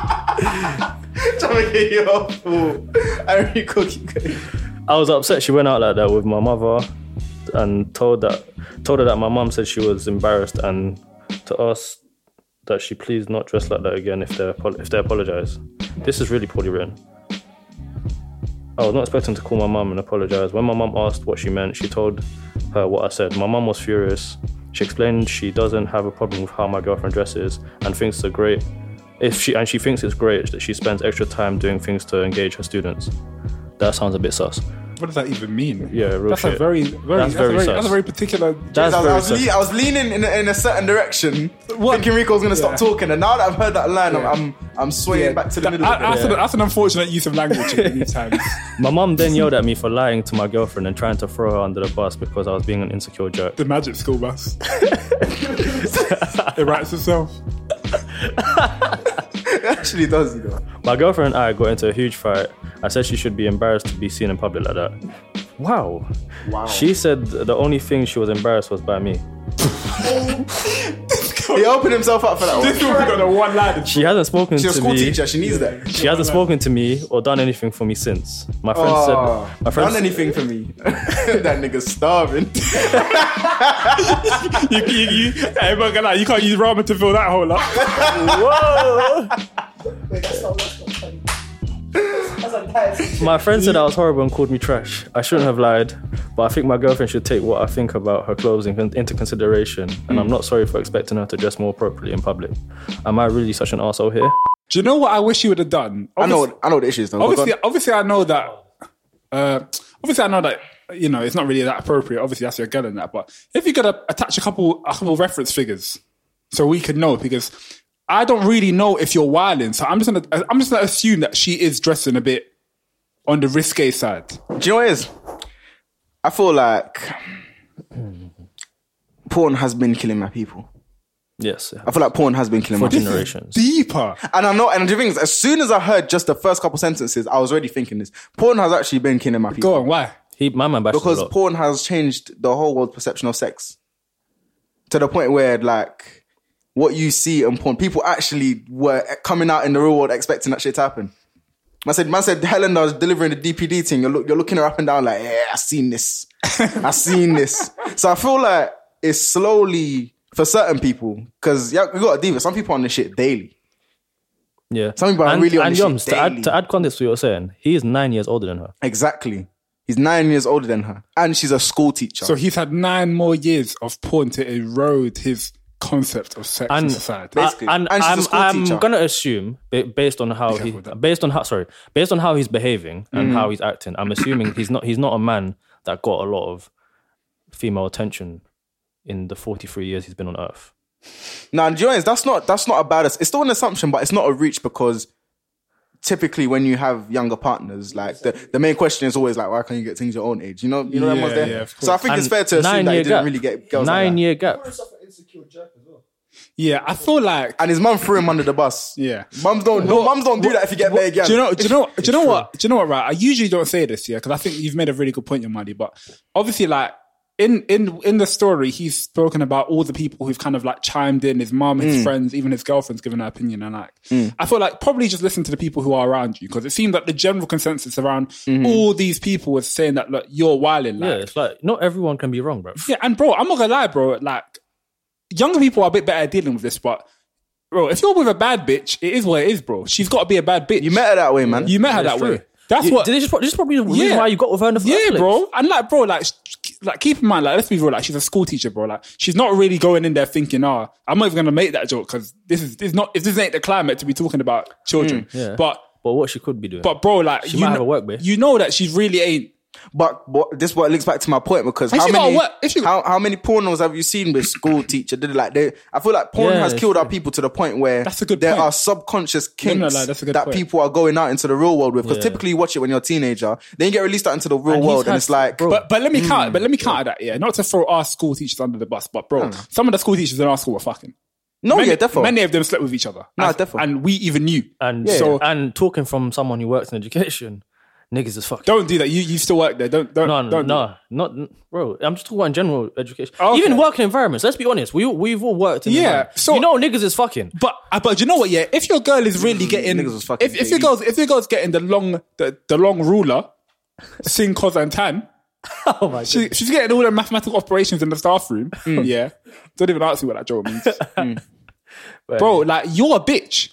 Speaker 5: Trying to get you off. Ooh. I really cook you.
Speaker 4: I was upset she went out like that with my mother, and told that told her that my mom said she was embarrassed and to ask that she please not dress like that again if they apo- if they apologize. This is really poorly written. I was not expecting to call my mum and apologize. When my mum asked what she meant, she told her what I said. My mum was furious. She explained she doesn't have a problem with how my girlfriend dresses and thinks they're great. If she and she thinks it's great that she spends extra time doing things to engage her students. That sounds a bit sus.
Speaker 3: What does that even mean?
Speaker 4: Yeah, real
Speaker 3: that's
Speaker 4: shit.
Speaker 3: A very, very, that's,
Speaker 4: That's very
Speaker 3: a very,
Speaker 4: sus.
Speaker 3: that's a very particular.
Speaker 4: That's
Speaker 5: I was, I
Speaker 4: very
Speaker 5: was,
Speaker 4: sus.
Speaker 5: lea- I was leaning in a, in a certain direction,
Speaker 3: What?
Speaker 5: thinking Rico was going to
Speaker 3: Yeah.
Speaker 5: stop talking. And now that I've heard that line, I'm, I'm I'm swaying back to the
Speaker 3: That-
Speaker 5: middle.
Speaker 3: that-
Speaker 5: of
Speaker 3: that's,
Speaker 5: it.
Speaker 3: an, that's an unfortunate use of language at many times.
Speaker 4: My mum then yelled at me for lying to my girlfriend and trying to throw her under the bus because I was being an insecure jerk.
Speaker 3: The magic school bus. it writes itself.
Speaker 5: It actually does, you know.
Speaker 4: My girlfriend and I got into a huge fight. I said she should be embarrassed to be seen in public like that. Wow. Wow. She said the only thing she was embarrassed was by me.
Speaker 5: He opened himself up for that
Speaker 3: This
Speaker 5: one.
Speaker 3: woman got a one line.
Speaker 4: She hasn't spoken
Speaker 5: She's a
Speaker 4: to
Speaker 5: school
Speaker 4: me.
Speaker 5: teacher. She needs that.
Speaker 4: She hasn't spoken to me or done anything for me since. My friend
Speaker 5: Oh,
Speaker 4: said. My friend
Speaker 5: done
Speaker 4: s-
Speaker 5: anything for me. that nigga's starving.
Speaker 3: You, you, you, hey, but like, you can't use ramen to fill that hole up.
Speaker 4: My friend said I was horrible and called me trash. I shouldn't have lied, but I think my girlfriend should take what I think about her clothes in, into consideration, and
Speaker 5: Hmm.
Speaker 4: I'm not sorry for expecting her to dress more appropriately in public. Am I really such an arsehole here?
Speaker 3: Do you know what I wish you would have done?
Speaker 5: I know. I know the issues though. But
Speaker 3: obviously,
Speaker 5: go
Speaker 3: obviously, I know that. Uh, obviously, I know that you know it's not really that appropriate. Obviously, that's your girl and that. But if you could uh, attach a couple, a couple reference figures, so we could know because I don't really know if you're wilding. So I'm just gonna, I'm just gonna assume that she is dressing a bit on the risque side.
Speaker 5: on. Do you know what it is? I feel like porn has been killing my people.
Speaker 4: Yes,
Speaker 5: I feel like porn has been killing my people.
Speaker 4: generations.
Speaker 3: Deeper.
Speaker 5: And I know, and the thing is, as soon as I heard just the first couple sentences, I was already thinking this. Porn has actually been killing my people.
Speaker 3: Go on. Why?
Speaker 4: He, my man bashed a
Speaker 5: because
Speaker 4: lot.
Speaker 5: porn has changed the whole world's perception of sex to the point where like what you see in porn people actually were coming out in the real world expecting that shit to happen man said man said Helen was delivering the DPD thing you're, look, you're looking her up and down like yeah I seen this I seen this so I feel like it's slowly for certain people because yeah you got a diva some people on this shit daily
Speaker 4: yeah,
Speaker 5: Something about
Speaker 4: and,
Speaker 5: really on
Speaker 4: and
Speaker 5: this shit
Speaker 4: Yoms, to add
Speaker 5: daily.
Speaker 4: to add context to what you're saying, he is nine years older than her.
Speaker 5: exactly he's nine years older than her and she's a school teacher
Speaker 3: So he's had nine more years of porn to erode his concept of sex in
Speaker 4: And,
Speaker 3: society.
Speaker 4: I-
Speaker 5: Basically.
Speaker 4: and,
Speaker 5: And she's a
Speaker 4: I'm,
Speaker 5: school
Speaker 4: I'm
Speaker 5: teacher.
Speaker 4: gonna assume ba- based on how he,
Speaker 3: with that.
Speaker 4: based on how sorry, based on how he's behaving and
Speaker 5: Mm.
Speaker 4: how he's acting, I'm assuming he's not he's not a man that got a lot of female attention in the 43 years he's been on Earth.
Speaker 5: Now, do you know what? that's not that's not a bad. It's still an assumption, but it's not a reach because typically when you have younger partners, like the, the main question is always like, why can't you get things your own age? You know, you know them
Speaker 3: Yeah,
Speaker 5: ones there.
Speaker 3: yeah, of course.
Speaker 5: so I think it's
Speaker 4: And
Speaker 5: fair to assume
Speaker 4: nine
Speaker 5: that he
Speaker 4: year
Speaker 5: didn't
Speaker 4: gap.
Speaker 5: really get girls.
Speaker 4: nine
Speaker 5: like that.
Speaker 4: year gap.
Speaker 3: yeah, I feel like
Speaker 5: and his mum threw him under the bus.
Speaker 3: Yeah.
Speaker 5: mums don't. No, mums don't do that if you get
Speaker 3: Well,
Speaker 5: there again.
Speaker 3: Do you know? Do you know? Do you know what? Do you know what? Right. I usually don't say this, yeah, because I think you've made a really good point, your money. But obviously, like in in in the story, he's spoken about all the people who've kind of like chimed in. His mom, his friends, even his girlfriend's given her opinion, and like I feel like probably just listen to the people who are around you because it seemed like the general consensus around all these people was saying that look, you're wilding, like
Speaker 4: Yeah, it's like not everyone can be wrong, bro.
Speaker 3: yeah, and bro, I'm not gonna lie, bro. Like, younger people are a bit better at dealing with this, but bro, if you're with a bad bitch, it is what it is, bro. She's got to be a bad bitch.
Speaker 5: you met her that way, man.
Speaker 3: You met her that way. That's what.
Speaker 4: This is prob- this is probably the reason
Speaker 3: Yeah.
Speaker 4: why you got with her in the first
Speaker 3: yeah,
Speaker 4: place.
Speaker 3: bro. And like, bro, like, sh- like, keep in mind, like, let's be real. Like, she's a school teacher, bro. Like, she's not really going in there thinking, "Ah, I'm not even gonna make that joke because this is this is not if this ain't the climate to be talking about children."
Speaker 4: Mm, yeah.
Speaker 3: But
Speaker 4: But what she could be doing.
Speaker 3: but bro, like, you
Speaker 4: might have
Speaker 3: know,
Speaker 4: a work bitch.
Speaker 3: you know that she really ain't.
Speaker 5: But, but this what links back to my point because
Speaker 3: If
Speaker 5: how
Speaker 3: she got
Speaker 5: many
Speaker 3: what- if she-
Speaker 5: how, how many pornos have you seen with school teacher? Did it like they? I feel like porn
Speaker 4: Yeah,
Speaker 5: has
Speaker 4: it's
Speaker 5: killed our people to the point where
Speaker 3: That's a good
Speaker 5: there
Speaker 3: point.
Speaker 5: are subconscious
Speaker 3: no, no,
Speaker 5: kinks
Speaker 3: that's a good
Speaker 5: that
Speaker 3: point.
Speaker 5: people are going out into the real world with. Because
Speaker 4: Yeah.
Speaker 5: typically you watch it when you're a teenager, then you get released out into the real
Speaker 3: And he's
Speaker 5: world, and
Speaker 3: had-
Speaker 5: it's like
Speaker 3: but but let me
Speaker 4: Mm,
Speaker 3: count. But let me counter that. Yeah, not to throw our school teachers under the bus, but bro,
Speaker 4: Mm.
Speaker 3: some of the school teachers in our school were fucking.
Speaker 5: no,
Speaker 3: many,
Speaker 5: Oh, yeah, definitely.
Speaker 3: many of them slept with each other.
Speaker 5: Nah,
Speaker 3: And-
Speaker 5: defo.
Speaker 3: And we even knew.
Speaker 4: and
Speaker 3: so
Speaker 4: and talking from someone who works in education, niggas is fucking.
Speaker 3: don't do that. You you still work there. Don't don't
Speaker 4: No,
Speaker 3: don't
Speaker 4: no,
Speaker 3: do Oh,
Speaker 4: no, not bro. I'm just talking about in general education,
Speaker 3: Okay.
Speaker 4: even working environments. Let's be honest, we we've all worked. in
Speaker 3: Yeah,
Speaker 4: environment.
Speaker 3: so-
Speaker 4: you know niggas is fucking.
Speaker 3: But uh, but you know what? Yeah, if your girl is really getting
Speaker 5: Mm, niggas was fucking
Speaker 3: if, if your girl's if your girl's getting the long the, the long ruler, sin cos and tan.
Speaker 4: Oh my
Speaker 3: She, she's getting all the mathematical operations in the staff room.
Speaker 5: Mm.
Speaker 3: Yeah, don't even ask me what that joke means, Mm. bro. Like you're a bitch,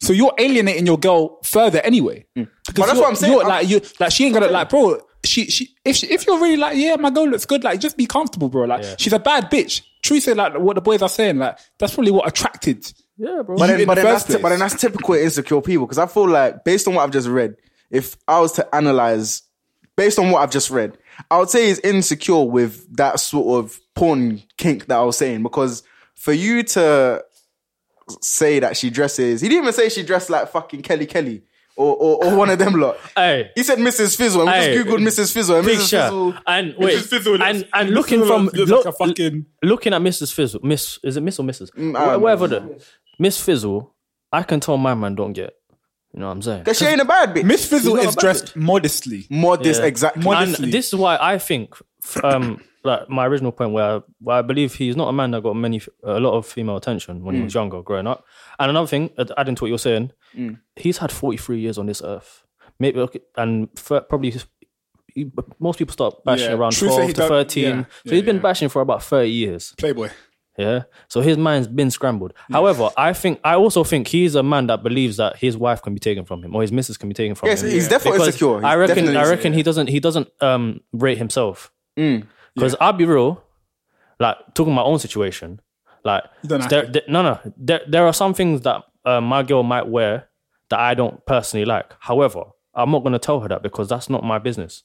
Speaker 3: so you're alienating your girl further anyway. Because
Speaker 5: Mm. But that's
Speaker 3: you're-
Speaker 5: what I'm saying.
Speaker 3: you're
Speaker 5: I'm-
Speaker 3: like you, like she ain't gonna like, bro. She she if she, if you're really like, yeah, my girl looks good. Like just be comfortable, bro. Like
Speaker 4: Yeah.
Speaker 3: she's a bad bitch. True, say like what the boys are saying. Like that's probably what attracted.
Speaker 4: yeah, bro.
Speaker 5: but
Speaker 3: you
Speaker 5: then,
Speaker 3: in
Speaker 5: but
Speaker 3: the
Speaker 5: then
Speaker 3: first
Speaker 5: that's ti-
Speaker 3: place.
Speaker 5: but then that's typical insecure people because I feel like based on what I've just read, if I was to analyze based on what I've just read, I would say he's insecure with that sort of porn kink that I was saying because for you to say that she dresses, he didn't even say she dressed like fucking Kelly Kelly or or, or one of them lot.
Speaker 4: Hey.
Speaker 5: He said Mrs. Fizzle. And we
Speaker 4: Hey.
Speaker 5: just googled Mrs. Fizzle. And Mrs. Fizzle.
Speaker 4: Picture and wait,
Speaker 3: Mrs. Fizzle looks-
Speaker 4: and and
Speaker 3: Mrs.
Speaker 4: looking
Speaker 3: Fizzle
Speaker 4: from
Speaker 3: looks
Speaker 4: look-
Speaker 3: like a fucking- Mm,
Speaker 4: looking at Mrs. Fizzle, Miss is it Miss or Mrs.
Speaker 5: I don't
Speaker 4: Wh- Whatever the Miss Fizzle, I can tell my man don't get. You know what I'm saying?
Speaker 5: She ain't a bad bitch.
Speaker 3: Miss Fizzle
Speaker 4: not
Speaker 3: is
Speaker 4: a bad
Speaker 5: Mm.
Speaker 3: dressed modestly.
Speaker 5: Modest,
Speaker 4: Yeah.
Speaker 5: exactly.
Speaker 3: Modest.
Speaker 4: And
Speaker 3: Honestly.
Speaker 4: this is why I think f- um, like my original point where I, where I believe he's not a man that got many a lot of female attention when he
Speaker 3: Mm.
Speaker 4: was younger growing up. And another thing, ad- adding to what you're saying,
Speaker 3: Mm.
Speaker 4: he's had 43 years on this earth, maybe okay, and f- probably. his- he- most people start bashing
Speaker 3: Yeah.
Speaker 4: around
Speaker 3: True, so
Speaker 4: 12
Speaker 3: he
Speaker 4: to
Speaker 3: don't-
Speaker 4: 13.
Speaker 3: yeah,
Speaker 4: So
Speaker 3: yeah,
Speaker 4: he's been
Speaker 3: yeah.
Speaker 4: bashing for about 30 years.
Speaker 3: Playboy.
Speaker 4: Yeah. So his mind's been scrambled. However, I think I also think he's a man that believes that his wife can be taken from him or his missus can be taken from
Speaker 5: Yes,
Speaker 4: him.
Speaker 5: he's definitely
Speaker 4: Because
Speaker 5: insecure. He's
Speaker 4: I reckon
Speaker 5: definitely
Speaker 4: I reckon
Speaker 5: insecure. Mm.
Speaker 4: he doesn't he doesn't um rate himself. Because I'll be real, like talking my own situation, like
Speaker 3: don't have
Speaker 4: there,
Speaker 3: to.
Speaker 4: there- no no there, there are some things that uh, my girl might wear that I don't personally like. However, I'm not gonna tell her that because that's not my business.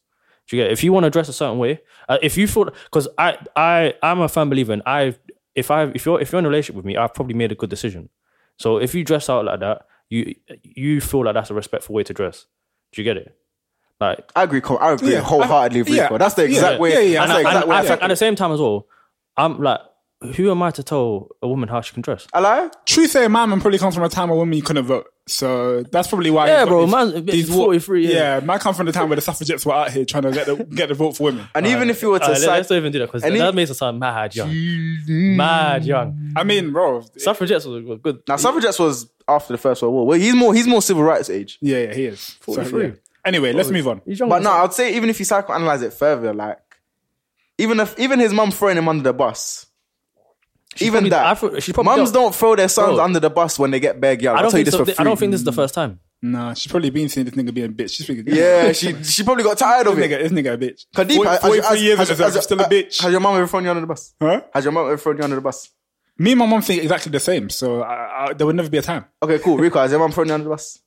Speaker 4: Do you get? If you want to dress a certain way, uh, if you thought, because I, I, I'm a firm believer, in I, if I, if you're, if you're in a relationship with me, I've probably made a good decision. So if you dress out like that, you, you feel like that's a respectful way to dress. Do you get it? Like,
Speaker 5: I agree. Cole. I agree
Speaker 3: Yeah, I-
Speaker 5: wholeheartedly with
Speaker 3: yeah,
Speaker 5: Rico. That's the
Speaker 3: yeah,
Speaker 5: exact way.
Speaker 3: yeah, yeah, and
Speaker 5: That's the
Speaker 4: I-
Speaker 5: exact
Speaker 4: and
Speaker 5: way.
Speaker 4: I
Speaker 5: I,
Speaker 4: think at
Speaker 5: felt.
Speaker 4: the same time as well, I'm like, who am I to tell a woman how she can dress?
Speaker 5: I lie.
Speaker 3: Truth saying, my man probably comes from a time where women couldn't vote. So that's probably why.
Speaker 4: Yeah,
Speaker 3: he's got
Speaker 4: bro,
Speaker 3: these-
Speaker 4: man's-
Speaker 3: these wa-
Speaker 4: 43, yeah.
Speaker 3: Yeah, man come from the time where the suffragettes were out here trying to get the, get the vote for women.
Speaker 5: And even if you were to,
Speaker 4: Uh, let,
Speaker 5: side-
Speaker 4: us not even do that because
Speaker 5: any-
Speaker 4: that makes us sound mad young, mad young.
Speaker 3: I mean, bro. it-
Speaker 4: Suffragettes were were good.
Speaker 5: now suffragettes was after the First World War. Well, he's more he's more civil rights age.
Speaker 3: yeah, yeah, he is. So,
Speaker 4: 43.
Speaker 3: yeah. Anyway, let's move on.
Speaker 4: He's young
Speaker 5: But
Speaker 4: as
Speaker 5: no,
Speaker 4: hell.
Speaker 5: I'd say even if you psychoanalyze it further, like even if even his mum throwing him under the bus, even
Speaker 4: probably- I
Speaker 5: that
Speaker 4: thought- she probably
Speaker 5: mums
Speaker 4: don't-
Speaker 5: don't throw their sons
Speaker 4: Bro.
Speaker 5: under the bus when they get big. Yeah,
Speaker 4: I
Speaker 5: I'll
Speaker 4: don't
Speaker 5: tell you
Speaker 4: think
Speaker 5: this
Speaker 4: so.
Speaker 5: for free.
Speaker 4: I don't think this is the first time.
Speaker 3: Nah, she's probably been seeing this nigga being a bitch. She's thinking,
Speaker 5: Yeah, she she probably got tired of
Speaker 3: This
Speaker 5: it.
Speaker 3: nigga, this nigga a bitch.
Speaker 5: Kadeem,
Speaker 3: Forty-
Speaker 5: has- has-
Speaker 3: 43
Speaker 5: has-
Speaker 3: years
Speaker 5: has-
Speaker 3: of herself,
Speaker 5: has-
Speaker 3: still a
Speaker 5: has-
Speaker 3: bitch.
Speaker 5: Has your mum ever thrown you under the bus?
Speaker 3: Huh?
Speaker 5: Has your mum ever thrown you under the bus?
Speaker 3: Me and my mom think exactly the same, so I, I, there would never be a time.
Speaker 5: Okay, cool. Rico, has your mum thrown you under the bus?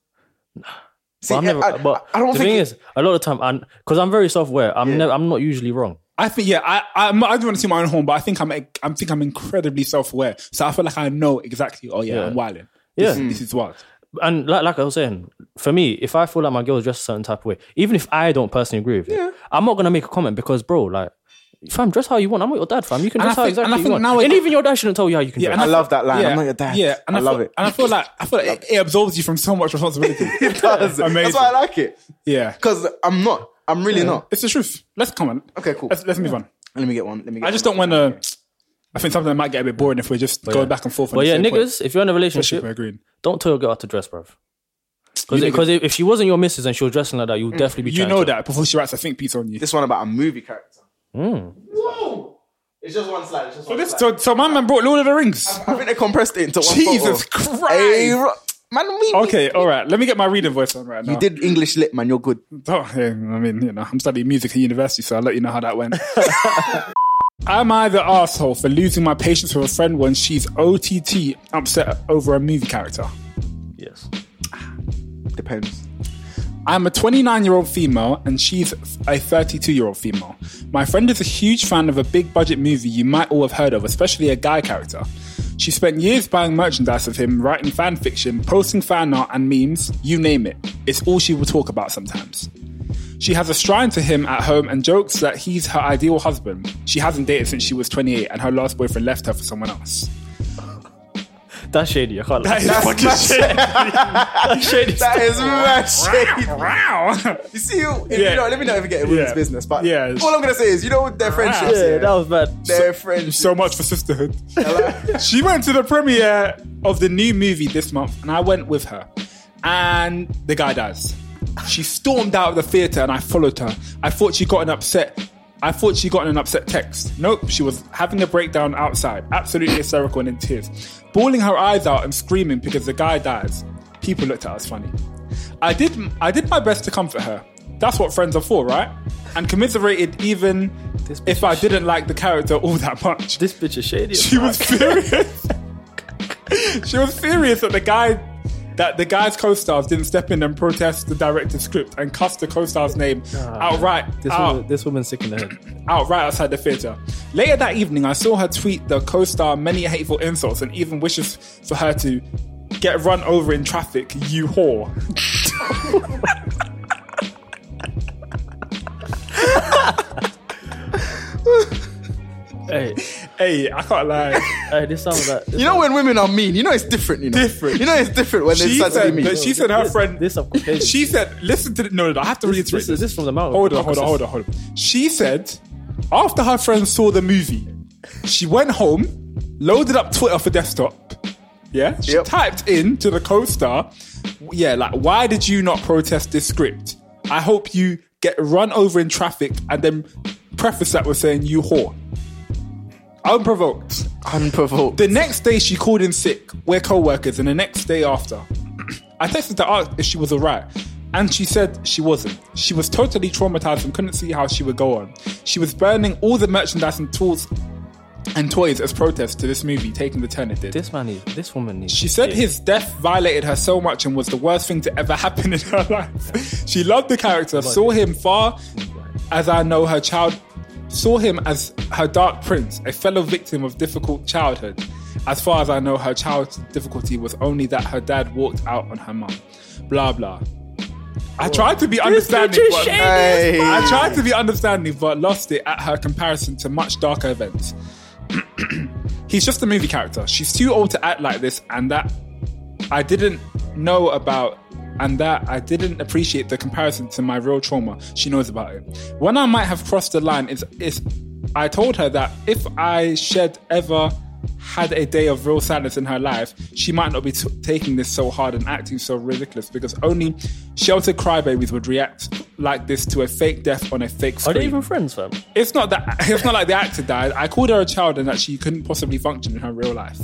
Speaker 5: See,
Speaker 4: But I'm never.
Speaker 5: I,
Speaker 4: but
Speaker 5: I don't
Speaker 4: the
Speaker 5: think
Speaker 4: thing
Speaker 5: it-
Speaker 4: is, a lot of time, and because I'm very self-aware, I'm never. I'm not usually wrong.
Speaker 3: I think, yeah, I, I'm, I don't want to see my own horn, but I think I'm, I'm think I'm incredibly self-aware, so I feel like I know exactly. Oh yeah,
Speaker 4: Yeah.
Speaker 3: I'm wilding.
Speaker 4: Yeah.
Speaker 3: This, this is wild.
Speaker 4: And like, like I was saying, for me, if I feel like my girl's dressed a certain type of way, even if I don't personally agree with it, I'm not gonna make a comment because, bro, like, fam, dress how you want. I'm not your dad, fam. You can
Speaker 3: And
Speaker 4: dress
Speaker 3: I
Speaker 4: how
Speaker 3: think- and
Speaker 4: exactly
Speaker 3: I
Speaker 4: you
Speaker 3: think
Speaker 4: want.
Speaker 3: now
Speaker 4: and
Speaker 3: it-
Speaker 4: even your dad shouldn't tell you how you can
Speaker 3: and
Speaker 4: dress.
Speaker 5: I love that line. I'm not your dad.
Speaker 3: Yeah, and
Speaker 5: I love
Speaker 3: feel,
Speaker 5: it.
Speaker 3: And I feel like I feel like it, it absorbs you from so much responsibility.
Speaker 5: it does. That's
Speaker 3: Amazing.
Speaker 5: why I like it.
Speaker 3: yeah,
Speaker 5: Because I'm not. I'm really not.
Speaker 3: it's the truth. Let's come on.
Speaker 5: Okay, cool.
Speaker 3: Let's, let's move on.
Speaker 5: Let me get one. Let me get
Speaker 3: I just don't want to. I think something might get a bit boring if we're just going back and forth. on
Speaker 4: But
Speaker 3: the
Speaker 4: Oh, yeah,
Speaker 3: same point,
Speaker 4: niggas, if you're in a
Speaker 3: especially
Speaker 4: relationship,
Speaker 3: if we're agreeing.
Speaker 4: don't tell a girl how to dress, bruv. Because if she wasn't your missus and she was dressing like that, you'd definitely be.
Speaker 3: Mm. You
Speaker 4: trying
Speaker 3: know
Speaker 4: to-
Speaker 3: that before she writes a think piece on you.
Speaker 5: This one about a movie character. Whoa! It's just one slide. It's just one
Speaker 3: This-
Speaker 5: slide.
Speaker 3: so, so my man brought Lord of the Rings.
Speaker 5: I think they compressed it into one
Speaker 3: Jesus
Speaker 5: photo.
Speaker 3: Christ.
Speaker 5: Hey, ro- man, we,
Speaker 3: Okay, all right. Let me get my reading voice on right now.
Speaker 5: You did English lit, man. You're good.
Speaker 3: Oh, yeah, I mean, you know, I'm studying music at university, so I'll let you know how that went. Am I the asshole for losing my patience with a friend when she's OTT upset over a movie character?
Speaker 4: Yes.
Speaker 5: Depends.
Speaker 3: I'm a 29 year old female and she's a 32 year old female. My friend is a huge fan of a big budget movie you might all have heard of, especially a guy character. She spent years buying merchandise of him, writing fan fiction, posting fan art and memes, you name it. It's all she will talk about sometimes. She has a shrine to him at home and jokes that he's her ideal husband. She hasn't dated since she was 28 and her last boyfriend left her for someone else.
Speaker 4: That's shady. I can't lie.
Speaker 3: That's
Speaker 4: shady.
Speaker 5: That is mad shade.
Speaker 3: wow!
Speaker 5: You see, you, if
Speaker 3: Yeah.
Speaker 5: you know, let me not even get in women's
Speaker 3: Yeah.
Speaker 5: business, but
Speaker 3: Yeah.
Speaker 5: all I'm gonna say is, you know, their friendships,
Speaker 4: Yeah,
Speaker 5: yeah,
Speaker 4: that was bad.
Speaker 5: their friendships.
Speaker 3: So much for sisterhood. she went to the premiere of the new movie this month, and I went with her. And the guy dies. She stormed out of the theater, and I followed her. I thought she got an upset. I thought she got an upset text. Nope, she was having a breakdown outside, absolutely hysterical and in tears, bawling her eyes out and screaming because the guy dies. People looked at us funny. I did I did my best to comfort her. That's what friends are for, right? And commiserated even
Speaker 4: This
Speaker 3: if I didn't like the character all that much.
Speaker 4: This bitch is shady.
Speaker 3: she was furious. she was furious that the guy that the guy's co-stars didn't step in and protest the director's script and cussed the co-star's name outright.
Speaker 4: Ah, This,
Speaker 3: out
Speaker 4: woman, this woman's sick in the head.
Speaker 3: out right outside the theatre. Later that evening, I saw her tweet the co star many hateful insults and even wishes for her to get run over in traffic, you whore.
Speaker 4: hey,
Speaker 3: Hey, I can't lie.
Speaker 4: hey, this sounds like.
Speaker 5: You know when women are mean, you know it's different. You know,
Speaker 3: Different.
Speaker 5: You know it's different when they
Speaker 3: She
Speaker 5: decide to be
Speaker 3: said,
Speaker 5: mean.
Speaker 3: that she said her friend.
Speaker 4: This some Caucasian.
Speaker 3: She said, listen to the. No, no, I have to read
Speaker 4: this,
Speaker 3: reiterate
Speaker 4: this,
Speaker 3: this.
Speaker 4: is this from the mouth.
Speaker 3: Hold on, hold on, hold on, hold on. She said After her friend saw the movie, she went home, loaded up Twitter for desktop. Yeah, she
Speaker 5: Yep.
Speaker 3: typed in to the co-star, yeah, like why did you not protest this script? I hope you get run over in traffic, and then preface that with saying you whore. Unprovoked.
Speaker 5: Unprovoked.
Speaker 3: The next day she called in sick. We're co-workers, and the next day after, I texted to ask if she was alright, and she said she wasn't. She was totally traumatized and couldn't see how she would go on. She was burning all the merchandise and tools and toys as protest to this movie, taking the turn it did.
Speaker 4: This man needs. This woman needs.
Speaker 3: She said
Speaker 4: dick.
Speaker 3: his death violated her so much and was the worst thing to ever happen in her life. She loved the character, saw him far as I know her child, saw him as her dark prince, a fellow victim of difficult childhood. As far as I know, her child's difficulty was only that her dad walked out on her mum. Blah blah. I tried to be understanding,
Speaker 4: bitch is
Speaker 3: but
Speaker 4: shady
Speaker 5: Hey.
Speaker 3: I tried to be understanding, but lost it at her comparison to much darker events. He's just a movie character. She's too old to act like this, and that I didn't know about, and that I didn't appreciate the comparison to my real trauma. She knows about it. When I might have crossed the line is is I told her that if I shed ever had a day of real sadness in her life, she might not be t- taking this so hard and acting so ridiculous because only sheltered crybabies would react like this to a fake death on a fake
Speaker 4: Are
Speaker 3: screen
Speaker 4: they even friends, fam?
Speaker 3: it's not that it's not like the actor died. I called her a child and that she couldn't possibly function in her real life.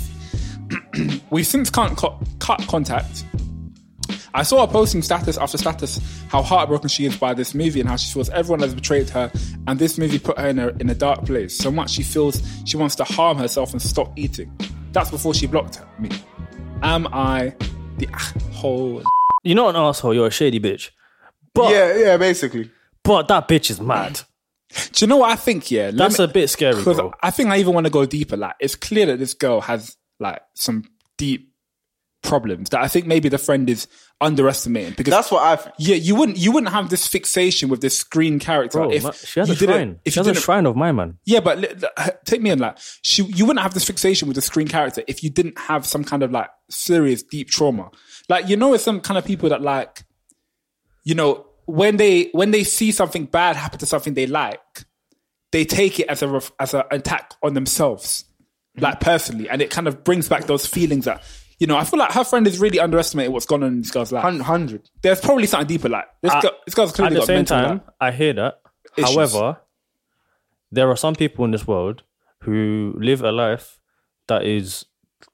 Speaker 3: We've since can't co- cut contact. I saw her posting status after status how heartbroken she is by this movie and how she feels everyone has betrayed her and this movie put her in a, in a dark place so much she feels she wants to harm herself and stop eating. That's before she blocked her, me. Am I the whole?
Speaker 4: You're not an asshole. You're a shady bitch. But
Speaker 5: yeah, yeah, basically.
Speaker 4: but that bitch is mad.
Speaker 3: Do you know what I think? Yeah, Let
Speaker 4: That's
Speaker 3: me-
Speaker 4: a bit scary,
Speaker 3: because
Speaker 4: bro.
Speaker 3: I think I even want to go deeper. Like, it's clear that this girl has like some deep problems that I think maybe the friend is underestimating. Because
Speaker 5: That's what I. think.
Speaker 3: yeah, you wouldn't you wouldn't have this fixation with this screen character
Speaker 4: Bro,
Speaker 3: if
Speaker 4: ma- she has
Speaker 3: you
Speaker 4: a
Speaker 3: didn't.
Speaker 4: shrine.
Speaker 3: If
Speaker 4: she
Speaker 3: you
Speaker 4: has a
Speaker 3: didn't,
Speaker 4: shrine of my man.
Speaker 3: yeah, but li- li- take me in. Like, she, you wouldn't have this fixation with the screen character if you didn't have some kind of like serious deep trauma. Like, you know, it's some kind of people that like, you know, when they when they see something bad happen to something they like, they take it as a ref- as an attack on themselves,
Speaker 4: Mm-hmm.
Speaker 3: like personally, and it kind of brings back those feelings that. You know, I feel like her friend is really underestimating what's gone on in this girl's life.
Speaker 5: Hun- Hundred.
Speaker 3: There's probably something deeper. Like this,
Speaker 4: Uh,
Speaker 3: girl, this girl's
Speaker 4: At
Speaker 3: clearly
Speaker 4: the
Speaker 3: got
Speaker 4: same
Speaker 3: mental.
Speaker 4: time,
Speaker 3: like,
Speaker 4: I hear that.
Speaker 3: issues.
Speaker 4: However, there are some people in this world who live a life that is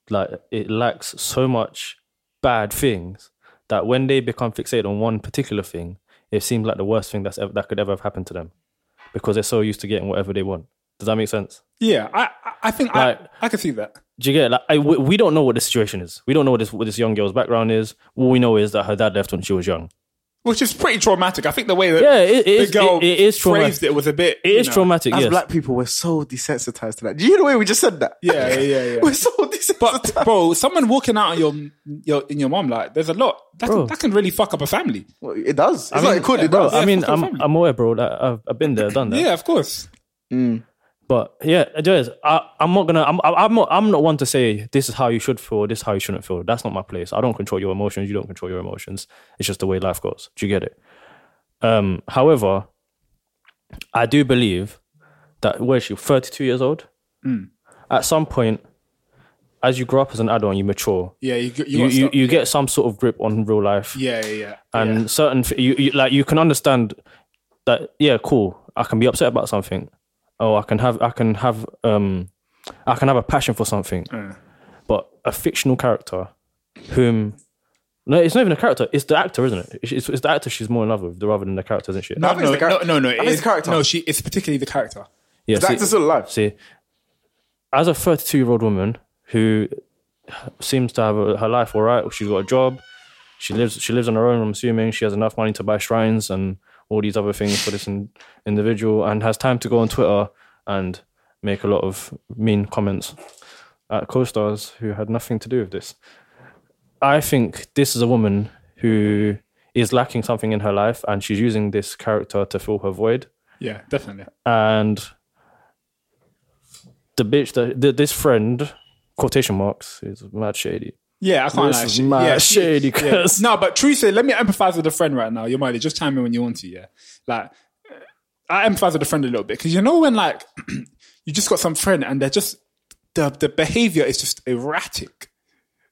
Speaker 4: like it lacks so much bad things that when they become fixated on one particular thing, it seems like the worst thing that's ever, that could ever have happened to them because they're so used to getting whatever they want. Does that make sense?
Speaker 3: yeah, I, I- I think
Speaker 4: Like-
Speaker 3: I, I can see that.
Speaker 4: Do you get it? like I, we, we don't know what the situation is. We don't know what this what this young girl's background is. All we know is that her dad left when she was young.
Speaker 3: which is pretty traumatic. I think the way that
Speaker 4: Yeah, it- it
Speaker 3: the
Speaker 4: is-
Speaker 3: girl
Speaker 4: it- it is
Speaker 3: phrased
Speaker 4: traumatic.
Speaker 3: it was a bit.
Speaker 4: It is traumatic.
Speaker 5: As
Speaker 4: Yes,
Speaker 5: black people, we're so desensitized to that. Do you hear the way we just said that?
Speaker 3: Yeah, yeah, yeah, yeah.
Speaker 5: we're so desensitized.
Speaker 3: But bro, someone walking out on your, your in your mom like there's a lot that
Speaker 4: Bro.
Speaker 3: can, that can really fuck up a family.
Speaker 5: Well, it does. It's not it could.
Speaker 3: yeah,
Speaker 5: it
Speaker 3: bro,
Speaker 5: does.
Speaker 4: I mean
Speaker 3: fuck your
Speaker 4: I'm
Speaker 3: family.
Speaker 4: I'm aware, bro. Like, I've, I've been there, done that.
Speaker 3: Yeah, of course.
Speaker 4: But yeah, Jez, I, I'm not gonna. I'm, I'm not. I'm not one to say this is how you should feel. This is how you shouldn't feel. That's not my place. I don't control your emotions. You don't control your emotions. It's just the way life goes. Do you get it? Um, however, I do believe that where is she 32 years old.
Speaker 3: Mm.
Speaker 4: At some point, as you grow up as an adult, and you mature.
Speaker 3: Yeah, you you,
Speaker 4: You,
Speaker 3: gotta
Speaker 4: you,
Speaker 3: stop.
Speaker 4: you get some sort of grip on real life
Speaker 3: yeah, yeah, yeah.
Speaker 4: and certain f- you, you like you can understand that yeah cool i can be upset about something oh i can have i can have um i can have a passion for something but a fictional character whom no it's not even a character it's the actor isn't it it's, it's, it's the actor she's more in love with rather than the character isn't she
Speaker 3: No,
Speaker 5: I think
Speaker 3: no,
Speaker 5: it's the
Speaker 3: no,
Speaker 5: char-
Speaker 3: no, no.
Speaker 5: I
Speaker 3: it
Speaker 5: think it's
Speaker 3: is-
Speaker 5: the character.
Speaker 3: No, she. It's particularly the character.
Speaker 4: yeah,
Speaker 5: The actor's still alive.
Speaker 4: see as a 32 year old woman who seems to have a, her life all right she's got a job she lives she lives on her own i'm assuming she has enough money to buy shrines and all these other things for this in, individual and has time to go on twitter and make a lot of mean comments at co-stars who had nothing to do with this i think this is a woman who is lacking something in her life and she's using this character to fill her void
Speaker 3: Yeah, definitely.
Speaker 4: and the bitch that th- this friend quotation marks is mad shady.
Speaker 3: Yeah, I can't.
Speaker 4: This
Speaker 3: lie.
Speaker 4: is
Speaker 3: She-
Speaker 4: mad
Speaker 3: yeah, she-
Speaker 4: shady,
Speaker 3: yeah.
Speaker 4: cuz.
Speaker 3: No, but truth say, let me empathize with a friend right now. You're Just chime in when you want to. Yeah, like I empathize with a friend a little bit because you know when like you just got some friend and they're just the the behavior is just erratic.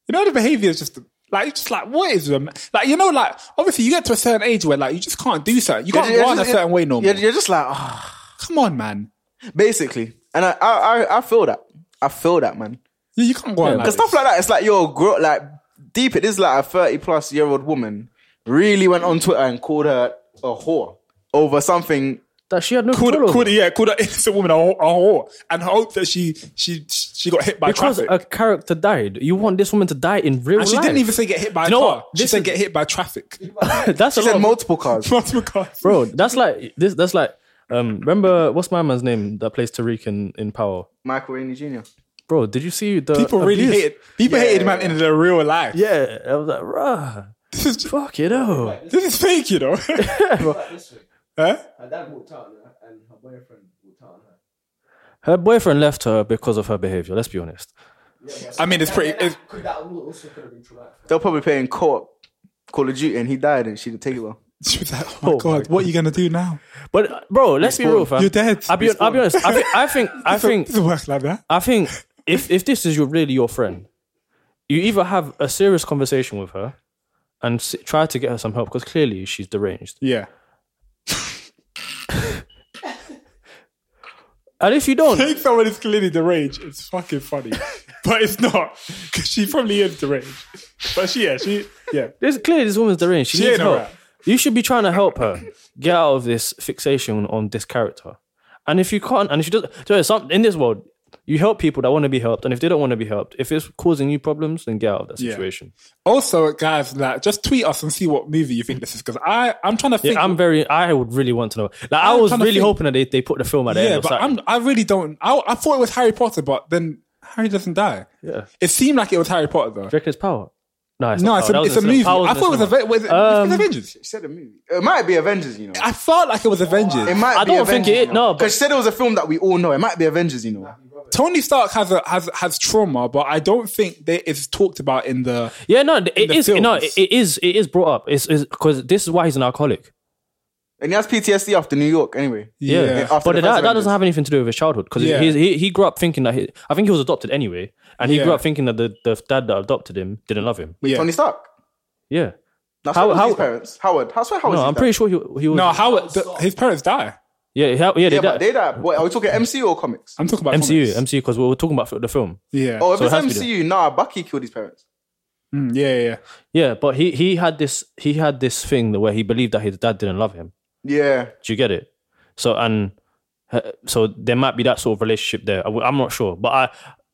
Speaker 3: You know the behavior is just like you're just like what is them like you know like obviously you get to a certain age where like you just can't do something. You can't
Speaker 5: You're
Speaker 3: run a
Speaker 5: just-
Speaker 3: certain way no more.
Speaker 5: You're, you're just like, ah,
Speaker 3: Come on, man.
Speaker 5: basically. And I, I, I, I feel that. I feel that, man.
Speaker 3: You, you can't go on like
Speaker 5: Because stuff
Speaker 3: this.
Speaker 5: like that, it's like you're grow, like deep. It is like a thirty-plus year old woman really went on Twitter and called her a whore over something.
Speaker 4: That she had no
Speaker 3: Called,
Speaker 4: control over.
Speaker 3: called, yeah, called an innocent woman a, whore- a whore and hope that she she she got hit by
Speaker 4: because
Speaker 3: traffic.
Speaker 4: a character died. You want this woman to die in real
Speaker 3: and she
Speaker 4: life.
Speaker 3: didn't even say get hit by a
Speaker 4: you know
Speaker 3: car.
Speaker 4: what?
Speaker 3: She
Speaker 4: This
Speaker 3: said
Speaker 4: is-
Speaker 3: get hit by traffic.
Speaker 4: that's a
Speaker 5: She said
Speaker 4: lot, of-
Speaker 5: multiple cars.
Speaker 3: Multiple cars.
Speaker 4: bro. That's like this. That's like um. Remember what's my man's name that plays Tariq in in Power?
Speaker 5: Michael Rainey Jr.
Speaker 4: Bro, did you see the
Speaker 3: People really
Speaker 4: abuse?
Speaker 3: hated. People hated man in their real life.
Speaker 4: Yeah, I was like, rah,
Speaker 3: This is ju-
Speaker 4: fuck you know.
Speaker 3: this is fake, you know. huh?
Speaker 6: Her dad walked out on her, and her boyfriend walked out on her.
Speaker 4: Her boyfriend left her because of her behavior. Let's be honest.
Speaker 3: I mean, it's pretty. It's,
Speaker 6: Could that also could have been traumatic?
Speaker 5: They're probably playing co-op Call of Duty, and he died, and she didn't take it well.
Speaker 3: she was like, "Oh my god, what are you gonna do now?
Speaker 4: But uh, bro, let's be real, fam.
Speaker 3: You're dead.
Speaker 4: I'll be, I'll be honest. I think, I think, I think,
Speaker 3: Doesn't work like that."
Speaker 4: I think, if if this is your really your friend, you either have a serious conversation with her, and s- try to get her some help because clearly she's deranged.
Speaker 3: Yeah.
Speaker 4: And if you don't,
Speaker 3: Think someone is clearly deranged. It's fucking funny, but it's not because she probably is deranged. But she, yeah, she, yeah.
Speaker 4: this clearly this woman's deranged. She,
Speaker 3: She
Speaker 4: needs
Speaker 3: ain't a
Speaker 4: help.
Speaker 3: rat.
Speaker 4: You should be trying to help her get out of this fixation on this character. And if you can't, and if she doesn't, do you know, some, in this world, you help people that want to be helped, and if they don't want to be helped, if it's causing you problems, then get out of that
Speaker 3: Yeah.
Speaker 4: situation.
Speaker 3: Also, guys, like, just tweet us and see what movie you think this is because I, I'm trying to think.
Speaker 4: I'm very. I would really want to know. Like i
Speaker 3: I'm
Speaker 4: was
Speaker 3: trying to
Speaker 4: really
Speaker 3: think-
Speaker 4: hoping that they, they put the film at the end.
Speaker 3: yeah,
Speaker 4: or
Speaker 3: but
Speaker 4: something.
Speaker 3: I'm, I really don't. I, I thought it was Harry Potter, but then Harry doesn't die.
Speaker 4: Yeah.
Speaker 3: It seemed like it was Harry Potter though.
Speaker 4: Do you reckon it's power. No, it's
Speaker 3: No,
Speaker 4: not
Speaker 3: it's
Speaker 4: Power. That
Speaker 3: a,
Speaker 4: was
Speaker 3: it's a
Speaker 4: in the
Speaker 3: movie.
Speaker 4: cinema. Power was
Speaker 3: I
Speaker 4: in the
Speaker 3: thought it was,
Speaker 4: cinema.
Speaker 3: Ave- was it, it's Avengers.
Speaker 5: She said a movie. It might be Avengers, you know.
Speaker 3: I felt like it was Avengers.
Speaker 5: It might
Speaker 4: I
Speaker 5: be
Speaker 4: don't think
Speaker 5: Avengers,
Speaker 4: it-
Speaker 5: you know.
Speaker 4: no, but-
Speaker 5: she said it was a film that we all know. It might be Avengers, you know.
Speaker 3: Tony Stark has a, has has trauma, but I don't think that it's talked about in the.
Speaker 4: Yeah, no, it
Speaker 3: the
Speaker 4: is. No,
Speaker 3: films.
Speaker 4: it, it is. It is brought up. It's because this is why he's an alcoholic.
Speaker 5: And he has PTSD after New York, anyway.
Speaker 4: Yeah, but that,
Speaker 5: after the first
Speaker 4: that
Speaker 5: Avengers.
Speaker 4: doesn't have anything to do with his childhood because
Speaker 3: Yeah.
Speaker 4: he, he he grew up thinking that he, I think he was adopted anyway, and he
Speaker 3: Yeah.
Speaker 4: grew up thinking that the, the dad that adopted him didn't love him.
Speaker 5: With
Speaker 3: Yeah.
Speaker 5: Tony Stark.
Speaker 4: Yeah,
Speaker 5: That's
Speaker 4: How-
Speaker 5: how,
Speaker 4: how-
Speaker 5: his parents. Howard. That's where Howard.
Speaker 4: no, I'm pretty sure he he was.
Speaker 3: No, Howard. The, his parents die.
Speaker 4: yeah, he- yeah,
Speaker 5: Yeah,
Speaker 4: they
Speaker 5: but
Speaker 4: died.
Speaker 5: they died. What, are we talking MCU or comics?
Speaker 3: I'm talking about
Speaker 4: MCU,
Speaker 3: comics.
Speaker 4: MCU, because we were talking about the film.
Speaker 3: yeah.
Speaker 5: Oh, if
Speaker 4: So it
Speaker 5: it's
Speaker 4: has to be
Speaker 5: MCU, nah, Bucky killed his parents.
Speaker 3: Mm, yeah, yeah, yeah.
Speaker 4: Yeah, but he he had this he had this thing where he believed that his dad didn't love him.
Speaker 5: Yeah.
Speaker 4: Do you get it? So and uh, so there might be that sort of relationship there. I, am not sure, but I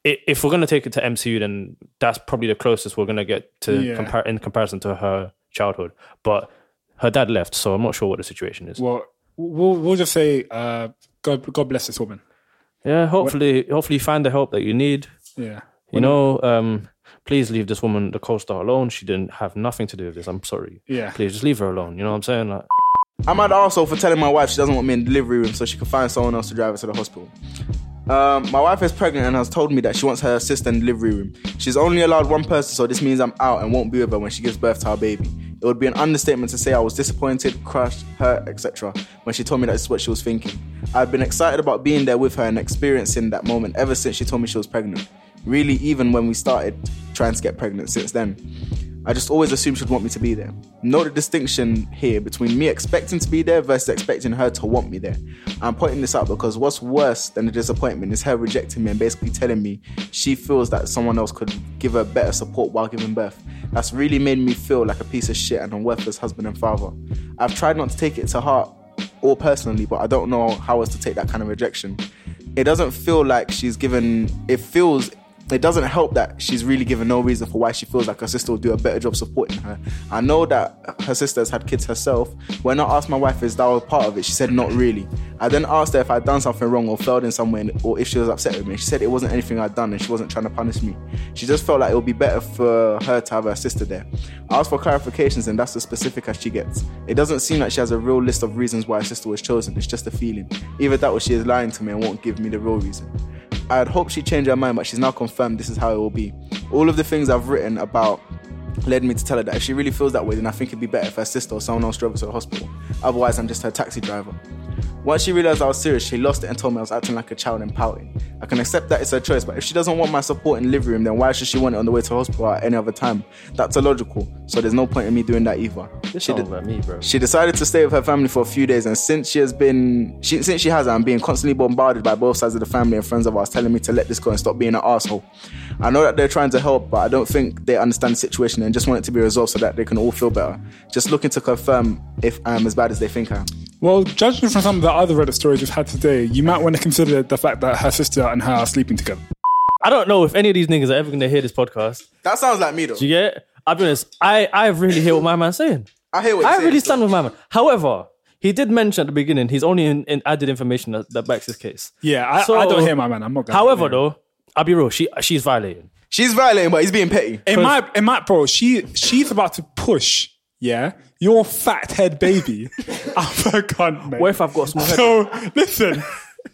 Speaker 4: i- if we're gonna take it to MCU, then that's probably the closest we're gonna get to
Speaker 3: Yeah.
Speaker 4: compar- in comparison to her childhood. But her dad left, so I'm not sure what the situation is.
Speaker 3: Well, we'll we'll just say uh, God God bless this woman.
Speaker 4: yeah, hopefully, hopefully you find the help that you need.
Speaker 3: Yeah.
Speaker 4: You know, um, please leave this woman, the co-star, alone. She didn't have nothing to do with this. I'm sorry.
Speaker 3: Yeah.
Speaker 4: Please just leave her alone. You know what I'm saying? Like,
Speaker 5: I'm at also for telling my wife she doesn't want me in the delivery room so she can find someone else to drive her to the hospital. Um, my wife is pregnant and has told me that she wants her sister in the delivery room. She's only allowed one person, so this means I'm out and won't be with her when she gives birth to our baby. It would be an understatement to say I was disappointed, crushed, hurt, etc. when she told me that's what she was thinking. I've been excited about being there with her and experiencing that moment ever since she told me she was pregnant. Really, even when we started trying to get pregnant since then. I just always assumed she'd want me to be there. Note the distinction here between me expecting to be there versus expecting her to want me there. I'm pointing this out because what's worse than the disappointment is her rejecting me and basically telling me she feels that someone else could give her better support while giving birth. That's really made me feel like a piece of shit and a worthless husband and father. I've tried not to take it to heart or personally, but I don't know how else to take that kind of rejection. It doesn't feel like she's given, it feels it doesn't help that she's really given no reason for why she feels like her sister will do a better job supporting her. I know that her sister's had kids herself. When I asked my wife if that was part of it, she said not really. I then asked her if I'd done something wrong or failed in some way or if she was upset with me. She said it wasn't anything I'd done and she wasn't trying to punish me. She just felt like it would be better for her to have her sister there. I asked for clarifications and that's as specific as she gets. It doesn't seem like she has a real list of reasons why her sister was chosen. It's just a feeling. Either that or she is lying to me and won't give me the real reason. I had hoped she'd change her mind, but she's now confirmed this is how it will be. All of the things I've written about led me to tell her that if she really feels that way, then I think it'd be better if her sister or someone else drove her to the hospital. Otherwise, I'm just her taxi driver. Once she realized I was serious, she lost it and told me I was acting like a child and pouting. I can accept that it's her choice, but if she doesn't want my support in living room, then why should she want it on the way to hospital at any other time? That's illogical, so there's no point in me doing that either.
Speaker 4: This
Speaker 5: She
Speaker 4: sounds
Speaker 5: did-
Speaker 4: like me, bro.
Speaker 5: she decided to stay with her family for a few days, and since she has been, she, since she has, I'm being constantly bombarded by both sides of the family and friends of ours telling me to let this go and stop being an asshole. I know that they're trying to help, but I don't think they understand the situation and just want it to be resolved so that they can all feel better. Just looking to confirm if I'm as bad as they think I am.
Speaker 3: Well, judging from some of the other Reddit stories we've had today, you might want to consider the fact that her sister and her are sleeping together.
Speaker 4: I don't know if any of these niggas are ever gonna hear this podcast.
Speaker 5: That sounds like me though.
Speaker 4: Do you get? it? I'll be honest. I I really hear what my man's saying.
Speaker 5: I hear what you're
Speaker 4: I
Speaker 5: saying.
Speaker 4: really stand with my man. However, he did mention at the beginning he's only in, in added information that, that backs his case.
Speaker 3: Yeah, I,
Speaker 4: So-
Speaker 3: I don't hear my man. I'm not. Gonna
Speaker 4: However,
Speaker 3: yeah.
Speaker 4: though, I'll be real. She she's violating.
Speaker 5: She's violating, but he's being petty.
Speaker 3: in my in my bro, she she's about to push. Yeah, your fat head baby. I'm a cunt, mate.
Speaker 4: What if I've got a small head?
Speaker 3: So listen,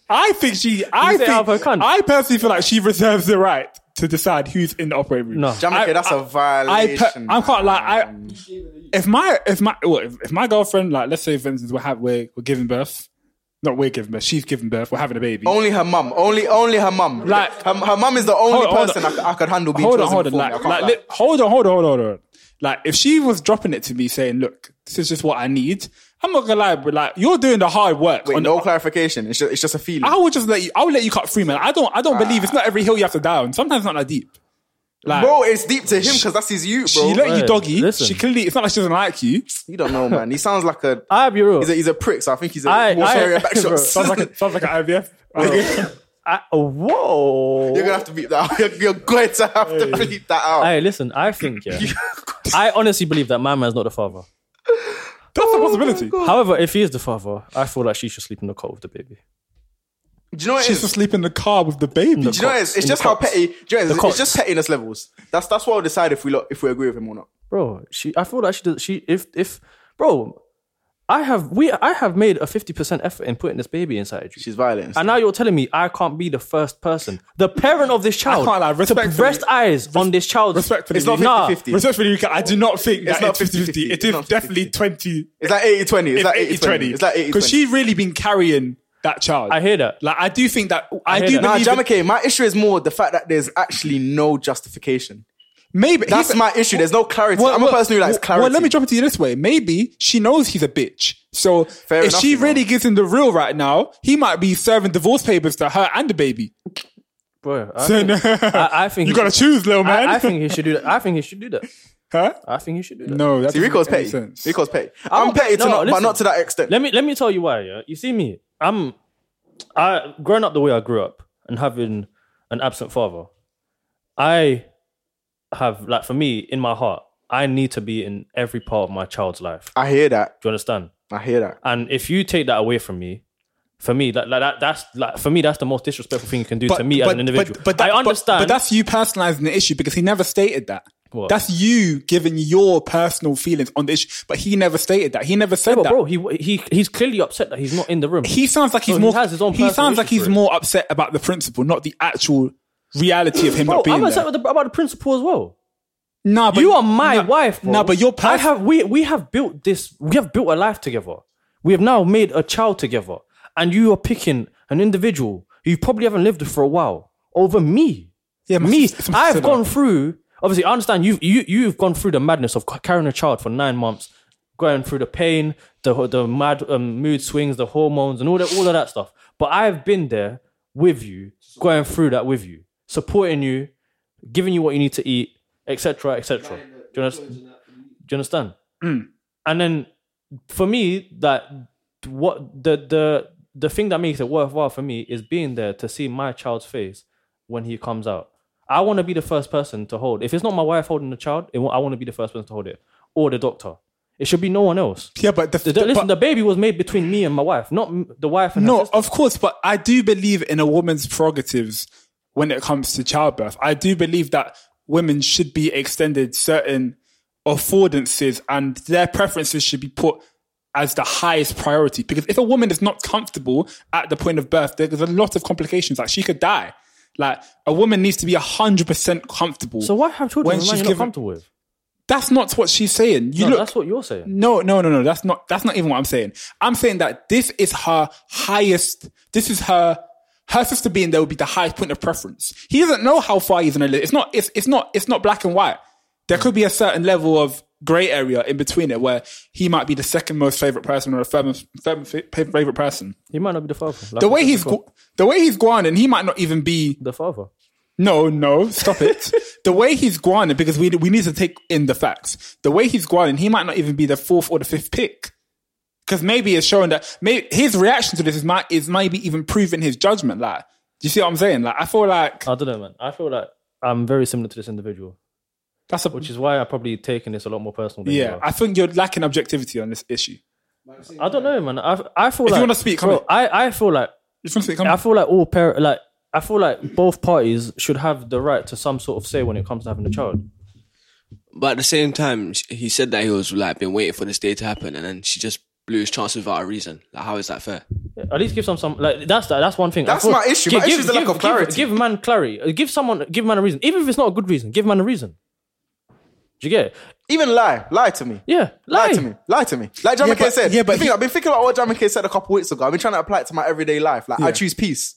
Speaker 3: I think she. I
Speaker 4: You say
Speaker 3: think
Speaker 4: out of her cunt.
Speaker 3: I personally feel like she reserves the right to decide who's in the operating room.
Speaker 4: No.
Speaker 5: Jamaica,
Speaker 3: I-
Speaker 5: that's a
Speaker 3: I- I,
Speaker 5: violation.
Speaker 3: per- I'm quite like I. If my if my well, if, if my girlfriend like let's say for instance we're, ha- we're we're giving birth, not we're giving birth, she's giving birth, we're having a baby.
Speaker 5: only her mum. Only, only her mum.
Speaker 3: Like-
Speaker 5: her, her mum is the only
Speaker 3: Hold on, hold
Speaker 5: person
Speaker 3: on.
Speaker 5: I, I could handle being
Speaker 3: hold on,
Speaker 5: chosen
Speaker 3: hold on,
Speaker 5: for me. I
Speaker 3: like,
Speaker 5: can't
Speaker 3: like,
Speaker 5: lie.
Speaker 3: li- hold on, hold on, hold on, hold on. Like if she was dropping it to me saying, "Look, this is just what I need," I'm not gonna lie, but like you're doing the hard work.
Speaker 5: Wait,
Speaker 3: on
Speaker 5: no
Speaker 3: the,
Speaker 5: clarification. It's just, it's just a feeling.
Speaker 3: I would just let you. I would let you cut free, man. I don't. I don't believe it's not every hill you have to die on. Sometimes it's not that deep. Like
Speaker 5: Bro, it's deep to him because that's his you,
Speaker 3: she
Speaker 5: bro.
Speaker 3: let you
Speaker 4: Hey,
Speaker 3: doggy.
Speaker 4: listen.
Speaker 3: She clearly. It's not like she doesn't like you.
Speaker 5: you don't know, man. He sounds like a
Speaker 4: I'll be real.
Speaker 5: he's a, he's a prick. So I think he's a
Speaker 4: I-
Speaker 5: more
Speaker 4: I-
Speaker 5: area back
Speaker 4: bro,
Speaker 5: shots.
Speaker 3: Sounds like a, sounds like an IVF.
Speaker 4: I- whoa.
Speaker 5: You're gonna have to beat that. out. You're, you're going to have to bleep that out.
Speaker 4: Hey, listen. I think yeah. I honestly believe that my man's not the father.
Speaker 3: That's a possibility.
Speaker 4: However, if he is the father, I feel like she should sleep in the cot with the baby.
Speaker 5: do you know what it
Speaker 3: She's
Speaker 5: is?
Speaker 3: asleep in the car with the baby.
Speaker 5: do you know what it is? It's
Speaker 4: in
Speaker 5: just
Speaker 4: the
Speaker 5: how
Speaker 4: cops.
Speaker 5: petty. Do you know what it is?
Speaker 4: The
Speaker 5: It's just
Speaker 4: cops.
Speaker 5: pettiness levels. That's that's what I'll decide if we lo- if we agree with him or not.
Speaker 4: bro. She, I feel like she does. She, if, if, bro, I have we, I have made a fifty percent effort in putting this baby inside you,
Speaker 5: She's violent.
Speaker 4: and now you're telling me I can't be the first person, the parent of this child,
Speaker 3: can't lie,
Speaker 4: to
Speaker 3: respectfully-
Speaker 4: rest eyes on this child.
Speaker 3: Respectfully,
Speaker 5: It's not
Speaker 4: Nah.
Speaker 5: 50-50.
Speaker 3: Respectfully, Luca, I do not think
Speaker 5: It's
Speaker 3: that
Speaker 5: not
Speaker 3: it's 50 50.
Speaker 5: 50-50.
Speaker 3: It
Speaker 5: It's
Speaker 3: is
Speaker 5: not
Speaker 3: definitely 20
Speaker 5: It's like 80 20. It's like 80 20. It's like 80
Speaker 3: Because she really been carrying that child.
Speaker 4: I hear that.
Speaker 3: Like, I do think that. I,
Speaker 4: hear
Speaker 3: do
Speaker 4: that.
Speaker 5: Nah,
Speaker 3: believe. it-
Speaker 5: Jamake, my issue is more the fact that there's actually no justification.
Speaker 3: maybe
Speaker 5: That's
Speaker 3: he's-
Speaker 5: my issue. There's no clarity.
Speaker 3: Well,
Speaker 5: I'm a
Speaker 3: well,
Speaker 5: person who likes
Speaker 3: well,
Speaker 5: clarity.
Speaker 3: Well, let me drop it to you this way. Maybe she knows he's a bitch. So if
Speaker 5: enough,
Speaker 3: she
Speaker 5: you know.
Speaker 3: really gives him the real right now, he might be serving divorce papers to her and the baby.
Speaker 4: bro. I,
Speaker 3: So,
Speaker 4: think, I, I think
Speaker 3: you
Speaker 4: he-
Speaker 3: got to choose, little man.
Speaker 4: I, I think he should do that. I think he should do that.
Speaker 3: Huh?
Speaker 4: I think he should do that.
Speaker 3: No, that's
Speaker 5: See, Rico's petty.
Speaker 3: Sense.
Speaker 5: Rico's petty. I'm,
Speaker 4: not
Speaker 5: petty
Speaker 4: petty.
Speaker 5: to
Speaker 4: No,
Speaker 5: not, but
Speaker 4: listen.
Speaker 5: not to that extent.
Speaker 4: Let me let me tell you why. Yeah, you see me. I'm, I growing up the way I grew up and having an absent father. I have like for me in my heart, I need to be in every part of my child's life.
Speaker 5: I hear that.
Speaker 4: Do you understand?
Speaker 5: I hear that.
Speaker 4: And if you take that away from me. For me, that, like, that that's like for me, that's the most disrespectful thing you can do to me as an individual.
Speaker 3: But, but that-
Speaker 4: I
Speaker 3: but-
Speaker 4: understand.
Speaker 3: But, that's you personalizing the issue because he never stated that.
Speaker 4: What?
Speaker 3: That's you giving your personal feelings on the issue, but he never stated that. He never said
Speaker 4: but
Speaker 3: that.
Speaker 4: bro, he he he's clearly upset that he's not in the room.
Speaker 3: he sounds like he's
Speaker 4: he
Speaker 3: more.
Speaker 4: has his own
Speaker 3: he
Speaker 4: personal
Speaker 3: sounds like
Speaker 4: issue
Speaker 3: he's
Speaker 4: for it.
Speaker 3: more upset about the principle, not the actual reality of him
Speaker 4: bro,
Speaker 3: not being
Speaker 4: I'm upset
Speaker 3: there.
Speaker 4: with the, about the principal as well.
Speaker 3: Nah, but
Speaker 4: you are my
Speaker 3: nah,
Speaker 4: wife. Bro.
Speaker 3: nah, but your
Speaker 4: I
Speaker 3: pers-
Speaker 4: have we we have built this. We have built a life together. We have now made a child together, and you are picking an individual who you probably haven't lived with for a while over me.
Speaker 3: Yeah, my
Speaker 4: me.
Speaker 3: sister- my
Speaker 4: I've
Speaker 3: sister.
Speaker 4: gone through. Obviously, I understand you. You you've gone through the madness of carrying a child for nine months, going through the pain, the the mad um, mood swings, the hormones, and all that all of that stuff. But I've been there with you, going through that with you, supporting you, giving you what you need to eat, etc., etc. Do you understand? Do you understand? And then for me, that what the the the thing that makes it worthwhile for me is being there to see my child's face when he comes out. I want to be the first person to hold. If it's not my wife holding the child, it, wa- I want to be the first person to hold it or the doctor. It should be no one else.
Speaker 3: Yeah, but the,
Speaker 4: The- the-
Speaker 3: but-
Speaker 4: listen, the baby was made between me and my wife, not m- the wife and her
Speaker 3: No,
Speaker 4: sister.
Speaker 3: of course, but I do believe in a woman's prerogatives when it comes to childbirth. I do believe that women should be extended certain affordances and their preferences should be put as the highest priority. Because if a woman is not comfortable at the point of birth, there- there's a lot of complications. Like she could die. Like a woman needs to be hundred percent comfortable.
Speaker 4: So why have
Speaker 3: when
Speaker 4: children when
Speaker 3: she's
Speaker 4: you're not
Speaker 3: given-
Speaker 4: comfortable with?
Speaker 3: That's not what she's saying. You
Speaker 4: No,
Speaker 3: look.
Speaker 4: that's what you're saying.
Speaker 3: No, no, no, no. That's not. That's not even what I'm saying. I'm saying that this is her highest. This is her. Her sister being there would be the highest point of preference. He doesn't know how far he's gonna live. It's not. It's. It's not. It's not black and white. There could be a certain level of gray area in between it where he might be the second most favorite person or the third, most- third fa- favorite person.
Speaker 4: He might not be the father. like
Speaker 3: The
Speaker 4: I
Speaker 3: way
Speaker 4: said
Speaker 3: he's
Speaker 4: before.
Speaker 3: gu- the way he's guaning, he might not even be
Speaker 4: the father.
Speaker 3: no, no, stop it. the way he's guaning, because we we need to take in the facts. The way he's guaning, he might not even be the fourth or the fifth pick. Because maybe it's showing that maybe his reaction to this is might is maybe even proving his judgment. Like, do you see what I'm saying? Like, I feel like
Speaker 5: Uh,
Speaker 4: I don't know, man. I feel like I'm very similar to this individual,
Speaker 3: that's a
Speaker 4: which is why I've probably taken this a lot more personal. Than
Speaker 3: yeah.
Speaker 4: You
Speaker 3: I
Speaker 4: are.
Speaker 3: think you're lacking objectivity on this issue.
Speaker 4: I, don't know, man. I I feel
Speaker 3: If you
Speaker 4: like
Speaker 3: wanna speak, come
Speaker 4: bro,
Speaker 3: in.
Speaker 4: I I feel like
Speaker 3: You just want to come?
Speaker 4: I feel like all par- like I feel like both parties should have the right to some sort of say when it comes to having a child.
Speaker 7: But at the same time, sh- he said that he was like been waiting for this day to happen, and then she just blew his chance without a reason. Like, how is that fair?
Speaker 4: At least give some some like that's that, that's one thing. I
Speaker 5: That's my issue. My issue is the lack of clarity.
Speaker 4: Give, man clarity. Uh, Give someone give man a reason, even if it's not a good reason. Give man a reason. Do you get? It?
Speaker 5: Even lie, lie to me.
Speaker 4: Yeah,
Speaker 5: Lie.
Speaker 4: lie.
Speaker 5: to me. Lie to me. Like Jamaica
Speaker 3: but-
Speaker 5: said.
Speaker 3: yeah, but
Speaker 5: The thing,
Speaker 3: he-
Speaker 5: I've been thinking about what Jamaica said a couple weeks ago. I've been trying to apply it to my everyday life. Like I choose peace.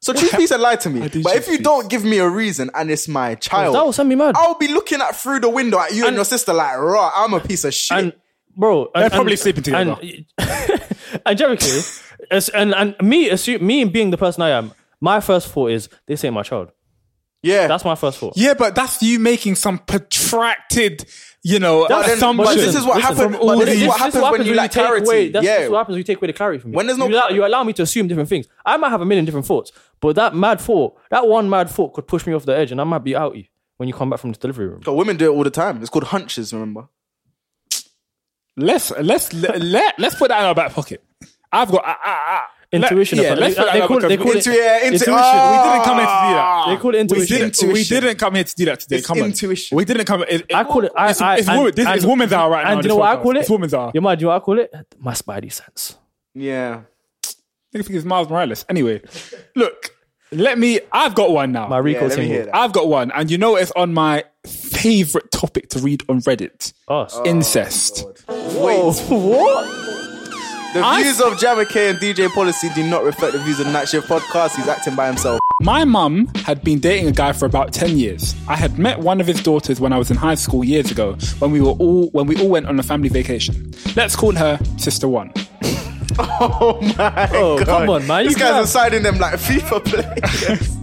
Speaker 5: So choose peace and lie to me.
Speaker 3: do
Speaker 5: But
Speaker 3: choose
Speaker 5: if you
Speaker 3: peace.
Speaker 5: don't give me a reason and it's my child,
Speaker 4: Oh, That will send me mad.
Speaker 5: I'll be looking at through the window at you and, your sister like, raw, I'm a piece of shit.
Speaker 4: and bro, and,
Speaker 3: They're probably
Speaker 4: and-
Speaker 3: sleeping together.
Speaker 4: And, and Jericho, as, and and me, assume, me being the person I am, my first thought is this ain't my child.
Speaker 5: yeah.
Speaker 4: That's my first thought.
Speaker 3: yeah, but that's you making some protracted, you know,
Speaker 4: That's-
Speaker 3: assumption.
Speaker 5: but this is what happened-
Speaker 3: from all
Speaker 5: but this
Speaker 3: these-
Speaker 5: is what happens when you lack
Speaker 4: take
Speaker 5: clarity.
Speaker 4: Away, that's
Speaker 5: Yeah.
Speaker 4: that's what happens when you take away the clarity from me.
Speaker 5: When there's no-
Speaker 4: you allow, you allow me to assume different things. I might have a million different thoughts, but that mad thought, that one mad thought, could push me off the edge, and I might be out you when you come back from the delivery room.
Speaker 5: But women do it all the time. It's called hunches, remember?
Speaker 3: Let's let's let, let us put that in our back pocket. I've got ah, ah, ah.
Speaker 4: Intuition,
Speaker 3: Let, yeah,
Speaker 4: apparently.
Speaker 3: let's put that
Speaker 4: They
Speaker 3: in our
Speaker 4: call it-
Speaker 3: back
Speaker 4: they
Speaker 3: pocket.
Speaker 4: call it-
Speaker 5: Intu- yeah, intu-
Speaker 3: Intuition. we didn't come here to do that.
Speaker 4: They call it
Speaker 3: We
Speaker 4: intuition.
Speaker 3: didn't, we
Speaker 5: Intuition.
Speaker 3: didn't come here to do that today.
Speaker 5: It's
Speaker 3: come on.
Speaker 5: intuition.
Speaker 3: We didn't come. It, it,
Speaker 4: I call it. I,
Speaker 3: it's,
Speaker 4: I,
Speaker 3: it's,
Speaker 4: and-
Speaker 3: woman, this,
Speaker 4: and-
Speaker 3: it's woman's hour right now.
Speaker 4: And
Speaker 3: on
Speaker 4: do
Speaker 3: this
Speaker 4: you know what I
Speaker 3: podcast.
Speaker 4: call it?
Speaker 3: It's woman's hour.
Speaker 4: You might do what I call it? My spidey sense.
Speaker 5: Yeah.
Speaker 3: I think it's Miles Morales. Anyway, look. Let me. I've got one now.
Speaker 4: My
Speaker 5: Yeah,
Speaker 4: Rico
Speaker 5: let me hear
Speaker 4: single.
Speaker 5: that.
Speaker 3: I've got one, and you know it's on my favorite topic to read on Reddit:
Speaker 4: Us.
Speaker 5: Uh,
Speaker 3: incest.
Speaker 4: Whoa, Oh, what?
Speaker 5: The
Speaker 3: I-
Speaker 5: views of Jamaica and DJ Policy do not reflect the views of Night Shift Podcast. He's acting by himself.
Speaker 3: My mum had been dating a guy for about 10 years. I had met one of his daughters when I was in high school years ago when we were all when we all went on a family vacation. Let's call her Sister 1.
Speaker 5: Oh my god.
Speaker 4: come on, man.
Speaker 5: These
Speaker 4: You
Speaker 5: guys
Speaker 4: can't-
Speaker 5: are signing them like FIFA players.